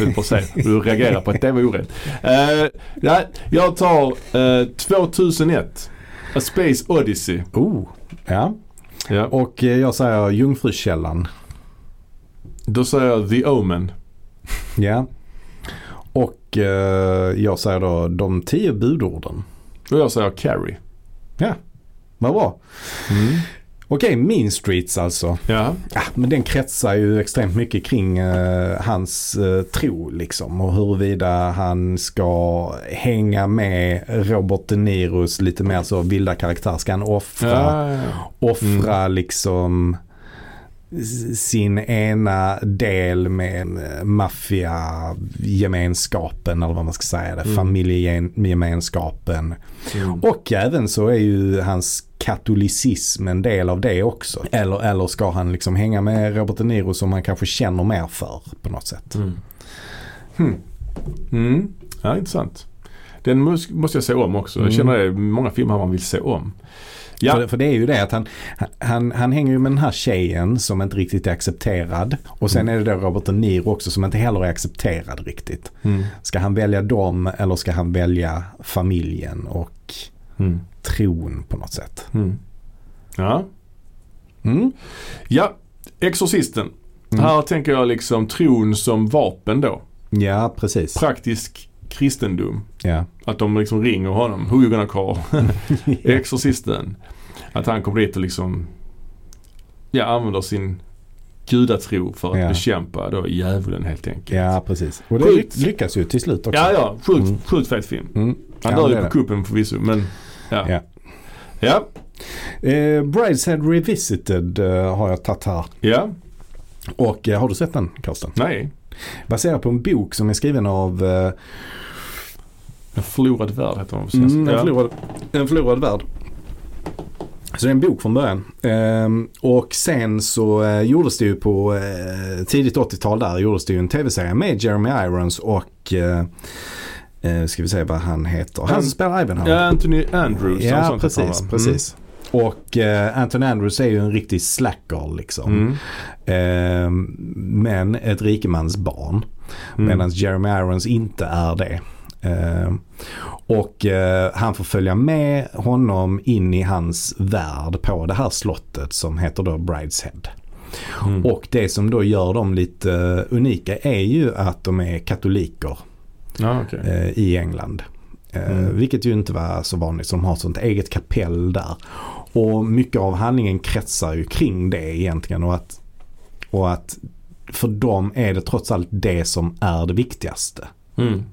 A: vill bara se hur du reagerar på att det var orätt. Eh, nej, jag tar eh, 2001. A Space Odyssey.
B: Oh, ja.
A: Ja. Och
B: Och eh, jag säger Jungfrukällan.
A: då säger jag The Omen.
B: Ja. Och eh, jag säger då De tio budorden.
A: Och jag säger Carrie.
B: Ja, vad bra. Okej, Mean Streets alltså.
A: Ja.
B: Ja, men den kretsar ju extremt mycket kring eh, hans eh, tro liksom och huruvida han ska hänga med Robert De Niros lite mer så vilda karaktär. Ska han offra,
A: Ja, ja.
B: offra liksom s- sin ena del med eh, maffiagemenskapen eller vad man ska säga det, familjegemenskapen. Och även så är ju hans katolicism en del av det också. Eller, eller ska han liksom hänga med Robert De Niro som han kanske känner mer för på något sätt.
A: Mm. ja, intressant. Den mås- måste jag se om också.
B: Mm.
A: Jag känner det är många filmer man vill se om. Ja.
B: För, det, för det är ju det att han, han, han hänger ju med den här tjejen som inte riktigt är accepterad. Och
A: Mm.
B: sen är det då Robert De Niro också som inte heller är accepterad riktigt.
A: Mm.
B: Ska han välja dem eller ska han välja familjen och
A: Mm.
B: tron på något sätt?
A: Ja.
B: Mm.
A: ja, Exorcisten. Här tänker jag liksom tron som vapen då.
B: Ja, precis.
A: Praktisk kristendom.
B: Ja.
A: Att de liksom ringer honom. Who you gonna call? Exorcisten. Att han kommer dit och liksom ja, använder sin gudatro för att
B: Ja.
A: bekämpa då djävulen helt enkelt.
B: ja, precis. Och det
A: Sjukt.
B: lyckas ju till slut också.
A: Ja, ja. Sjukt, sjukt fet film.
B: Mm.
A: Han
B: Ja,
A: dör
B: det
A: ju
B: är
A: på
B: det.
A: kuppen förvisso, men ja.
B: Ja.
A: Ja, ja.
B: Eh, Brideshead Revisited eh, har jag tagit här. Och eh, har du sett den Karsten?
A: nej.
B: Baserad på en bok som är skriven av eh,
A: En förlorad värld heter de precis.
B: mm, en,
A: ja.
B: förlorad, en förlorad värld. Så det är en bok från början. Ehm, och sen så eh, gjordes det ju på eh, tidigt 80-tal där gjordes det ju en tv-serie med Jeremy Irons och eh, eh, ska vi se vad han heter. Han
A: Han-
B: som spelar Ivanhoe.
A: Ja, Anthony Andrews. eller
B: Ja,
A: sånt heter han,
B: precis.
A: va?
B: precis.
A: Mm.
B: Och eh, Anton Andrews är ju en riktig slacker liksom.
A: Mm.
B: Ehm, men ett rikemansbarn.
A: Mm.
B: Medan Jeremy Irons inte är det. Ehm, och eh, han får följa med honom in i hans värld på det här slottet som heter då Brideshead.
A: Mm.
B: Och det som då gör dem lite eh, unika är ju att de är katoliker
A: Mm. Ja, okej.
B: eh, i England. Eh, Vilket ju inte var så vanligt. Så de har sånt eget kapell där. Och mycket av handlingen kretsar ju kring det egentligen. Och att, och att för dem är det trots allt det som är det viktigaste.
A: Mm.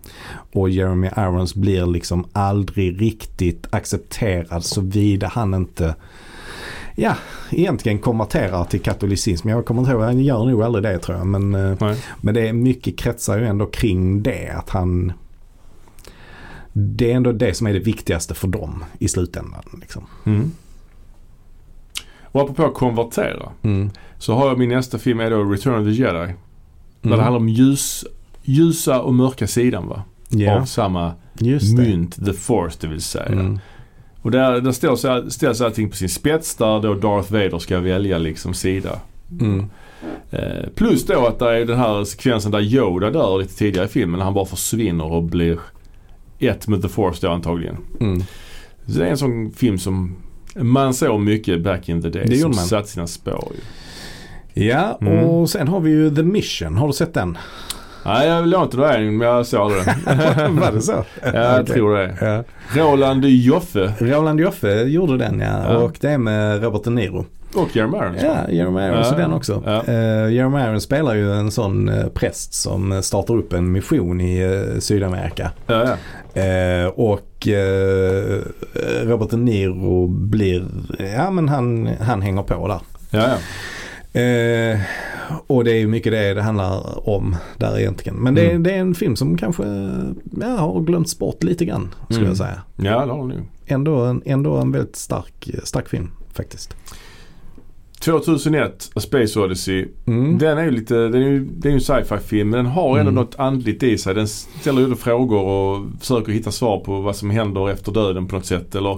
B: Och Jeremy Irons blir liksom aldrig riktigt accepterad såvida han inte Ja, egentligen konverterar till katolicism. Jag kommer inte ihåg, han gör nog aldrig det tror jag. Men, eh,
A: Nej.
B: men det är mycket kretsar ju ändå kring det. Att han... Det är ändå det som är det viktigaste för dem i slutändan. Liksom.
A: Mm. Och apropå att konvertera.
B: Mm.
A: Så har jag min nästa film är då Return of the Jedi. Där
B: Mm.
A: det handlar om ljus, ljusa och mörka sidan va? Av
B: Ja,
A: samma
B: just det.
A: mynt, the force det vill säga.
B: Mm.
A: Och där, där ställs, all- ställs allting på sin spets där då Darth Vader ska välja liksom sida.
B: Mm.
A: Eh, plus då att det är den här sekvensen där Yoda dör lite tidigare i filmen. när Han bara försvinner och blir ett med the force då antagligen.
B: Mm.
A: Så det är en sån film som man såg mycket back in the day.
B: Det
A: som
B: gjorde man.
A: satt sina spår ju. Mm.
B: Ja, och sen har vi ju The Mission. Har du sett den?
A: Nej, jag låg inte där men jag såg det.
B: Var det så?
A: Jag
B: Okej.
A: tror det.
B: Ja.
A: Roland Joffe
B: Roland Joffe gjorde den ja.
A: Ja.
B: Och det är med Robert De Niro.
A: och Jeremy Irons.
B: Ja, Jeremy Irons
A: Ja.
B: är den också.
A: Ja.
B: Eh, Jeremy Irons spelar ju en sån eh, präst som eh, startar upp en mission i eh, Sydamerika.
A: Ja, ja.
B: Eh, och eh, Robert De Niro blir, ja men han, han hänger på där.
A: ja, ja.
B: Eh, och det är ju mycket det det handlar om där egentligen. Men det,
A: Mm.
B: det är en film som kanske ja, har glömts bort lite grann skulle
A: Mm.
B: jag säga.
A: ja det har du nog.
B: Ändå en, ändå en väldigt stark, stark film faktiskt.
A: 2001, A Space Odyssey.
B: Mm.
A: Den är ju lite, den är ju, det är ju en sci-fi film men den har ändå
B: Mm.
A: något andligt i sig. Den ställer ju då frågor och försöker hitta svar på vad som händer efter döden på något sätt. Eller,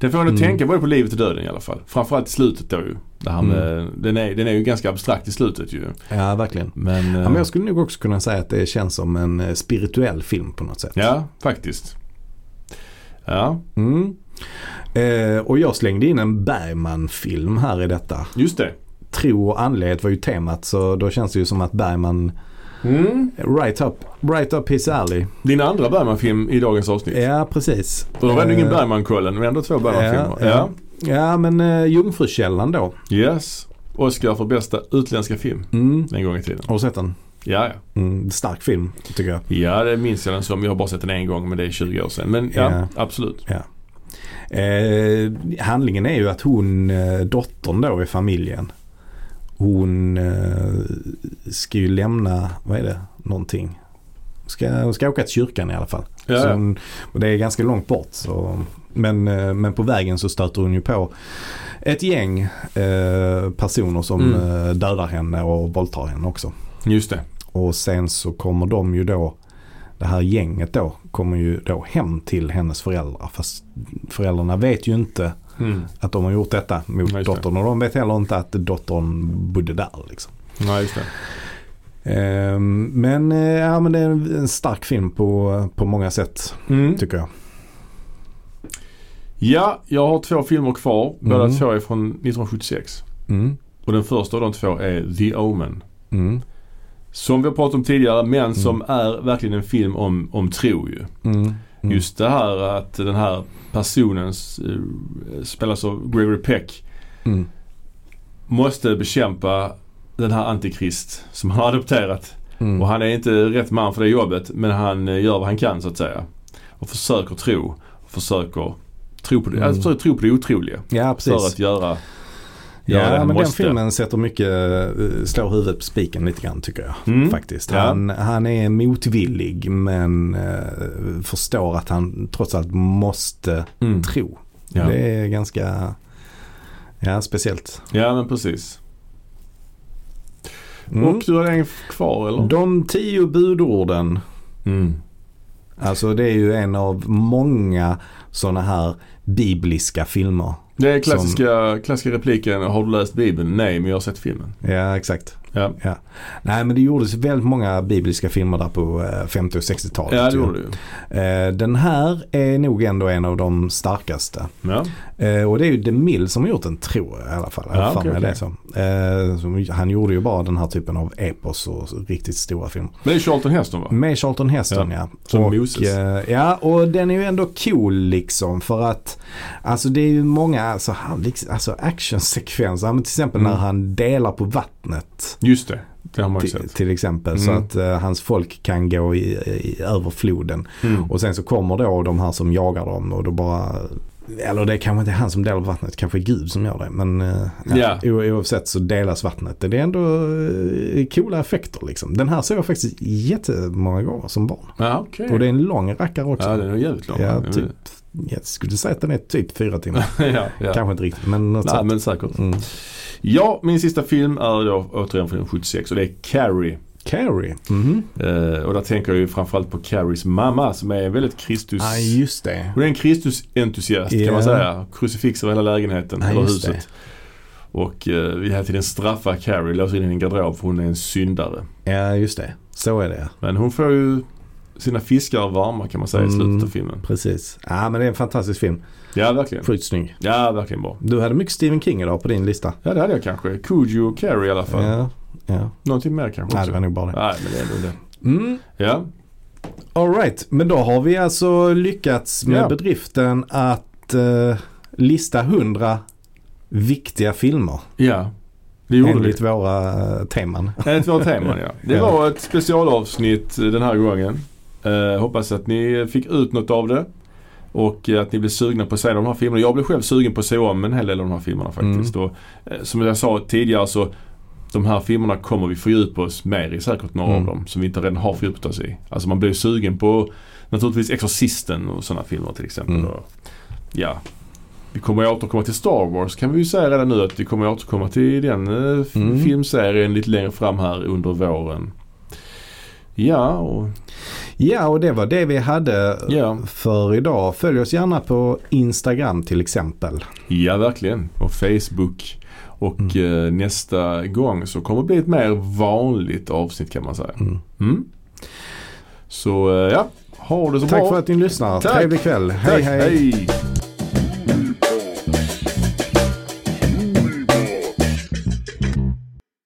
A: den får en att
B: Mm.
A: tänka både på livet och döden i alla fall. Framförallt i slutet då ju. Det här med,
B: Mm.
A: den, är, den är ju ganska abstrakt i slutet ju.
B: Ja, verkligen.
A: Men,
B: Ja, men
A: eh,
B: jag skulle nog också kunna säga att det känns som en eh, spirituell film på något sätt.
A: ja faktiskt. Ja,
B: Mm. Eh, och jag slängde in en Bergman-film här i detta.
A: just det.
B: Tro och andlighet var ju temat så då känns det ju som att Bergman right, up, right up his alley.
A: Din andra Bergman-film i dagens avsnitt.
B: Ja, precis.
A: Och då var det
B: Eh,
A: ingen Bergman-kollen men ändå två Bergman-filmer.
B: Ja, ja. ja, men eh, Jungfrukällan då.
A: ja. Yes. Oscar för bästa utländska film
B: Mm.
A: en gång i tiden.
B: Har du sett den?
A: Ja, ja.
B: Mm, stark film tycker jag.
A: Ja, det minns jag den som. Jag har bara sett den en gång men det är 20 år sedan. Men ja,
B: Ja.
A: absolut.
B: Ja. Eh, handlingen är ju att hon, eh, dottern då i familjen, hon eh, ska ju lämna, vad är det, någonting. Ska, hon ska åka till kyrkan i alla fall.
A: Ja,
B: Så
A: ja.
B: hon, och det är ganska långt bort. Så, men, eh, men på vägen så stöter hon ju på ett gäng eh, personer som
A: Mm.
B: eh, dödar henne och våldtar henne också.
A: Just det.
B: Och sen så kommer de ju då, det här gänget då, kommer ju då hem till hennes föräldrar. Fast föräldrarna vet ju inte
A: Mm.
B: att de har gjort detta mot
A: Nej, just det.
B: dottern. Och de vet heller inte att dottern bodde där liksom.
A: Ja, just det.
B: Ehm, Men, eh, ja, men det är en stark film på, på många sätt
A: Mm.
B: tycker jag.
A: Ja, jag har två filmer kvar. Båda
B: Mm.
A: två är från 1976.
B: Mm.
A: Och den första av de två är The Omen.
B: Mm.
A: Som vi har pratat om tidigare men som är verkligen en film om, om tro ju.
B: Mm. Mm.
A: Just det här att den här personen eh, spelas av Gregory Peck
B: Mm.
A: måste bekämpa den här antikrist som han har adopterat.
B: Mm.
A: Och han är inte rätt man för det jobbet men han eh, gör vad han kan så att säga. Och försöker tro. Och försöker tro på det,
B: Mm.
A: alltså, försöker tro på det otroliga.
B: Ja
A: För
B: precis.
A: att göra, göra det
B: Ja
A: han
B: men den
A: måste.
B: filmen sätter mycket, eh, slår huvudet på spiken lite grann tycker jag.
A: Mm.
B: faktiskt.
A: Ja.
B: Han, han är motvillig men eh, förstår att han trots allt måste
A: Mm.
B: tro.
A: Ja.
B: Det är ganska ja, speciellt.
A: ja men precis.
B: Mm.
A: Och du har en f- kvar eller?
B: De tio budorden.
A: Mm.
B: Alltså det är ju en av många sådana här bibliska filmer.
A: Det är klassiska, klassiska repliken Har du läst Bibeln? Nej men jag har sett filmen.
B: Ja exakt.
A: Ja,
B: Ja. Nej men det gjordes väldigt många bibliska filmer där på eh, 50 och 60-talet.
A: ja det
B: ju.
A: gjorde du ju.
B: Eh, Den här är nog ändå en av de starkaste.
A: Ja.
B: Eh, och det är ju DeMille som har gjort den tror jag i alla fall. Jag har
A: Ja,
B: för
A: okej,
B: mig
A: okej.
B: det så. Eh, som, han gjorde ju bara den här typen av epos och så- riktigt stora filmer.
A: Men det är Charlton Heston va?
B: Med Charlton Heston ja.
A: Som
B: och,
A: Moses.
B: eh, ja och den är ju ändå cool liksom för att alltså det är ju många alltså, han, liksom, alltså actionsekvenser. Ja, men Till exempel
A: Mm.
B: när han delar på vattnet.
A: Just det. Det har man ju
B: Till,
A: sett.
B: till exempel så
A: Mm.
B: att eh, hans folk kan gå i, i, över floden.
A: Mm.
B: Och sen så kommer då de här som jagar dem och då bara eller det kanske inte är han som delar på vattnet, kanske är Gud som gör det. Men eh,
A: Ja.
B: o- oavsett så delas vattnet. Det är ändå eh, coola effekter liksom. Den här såg jag faktiskt jättemånga gånger som barn.
A: Ja okej.
B: Och det är en lång rackare också.
A: Mm. Ja den är jävligt lång.
B: Ja, typ. Jag skulle säga att den är typ fyra timmar.
A: ja, ja.
B: Kanske inte riktigt, men något
A: Nej
B: sånt.
A: men säkert.
B: Mm.
A: Ja, min sista film är då återigen från 76 och det är Carrie.
B: Carrie. Mhm.
A: Eh, och där tänker jag ju framförallt på Carries mamma som är en väldigt Kristus...
B: Ja, just det.
A: Hon är en Kristusentusiast kan man
B: Ja.
A: säga. Krucifix över hela lägenheten,
B: Ja,
A: eller
B: just det.
A: huset. Och eh, vi hela tiden straffar Carrie, låser in henne i en garderob för hon är en syndare.
B: Ja, just det. Så är det.
A: Men hon får ju sina fiskar varma kan man säga i
B: Mm.
A: slutet av filmen.
B: Precis. Ja, men det är en fantastisk film.
A: Ja, verkligen.
B: Sjukt snygg.
A: Ja, verkligen bra.
B: Du hade mycket Stephen King idag på din lista.
A: Ja, det hade jag kanske. Kujo och Carrie i alla fall.
B: Ja, ja.
A: Någonting mer kanske
B: Nej,
A: också.
B: det var nog bara det.
A: Nej, men det är ändå det.
B: Mm.
A: Ja,
B: Alright, men då har vi alltså lyckats med
A: Ja.
B: bedriften att eh, lista 100 viktiga filmer
A: ja. Det gjorde vi.
B: enligt våra eh, teman.
A: Enligt våra teman ja. Det
B: Ja.
A: var ett specialavsnitt eh, den här gången. Eh, hoppas att ni fick ut något av det. Och eh, att ni blev sugna på att se de här filmerna. Jag blev själv sugen på att se om en hel del av de här filmerna
B: Mm.
A: faktiskt. Och, eh, som jag sa tidigare så de här filmerna kommer vi fördjupa oss mer i säkert några
B: Mm.
A: av dem som vi inte redan har fördjupat oss i. Alltså man blir ju sugen på naturligtvis Exorcisten och sådana filmer till exempel.
B: Mm.
A: Och, ja, vi kommer ju återkomma till Star Wars kan vi ju säga redan nu att vi kommer återkomma till den eh, f-
B: Mm.
A: filmserien lite längre fram här under våren. Ja, och,
B: Ja, och det var det vi hade
A: ja.
B: för idag. Följ oss gärna på Instagram till exempel.
A: ja verkligen. Och Facebook. Och
B: Mm.
A: eh, nästa gång så kommer det bli ett mer vanligt avsnitt kan man säga.
B: Mm.
A: Mm. Så eh, ja, ha det så
B: Tack
A: bra.
B: för att ni lyssnar.
A: Tack.
B: Trevlig kväll.
A: Tack,
B: hej. hej.
A: hej.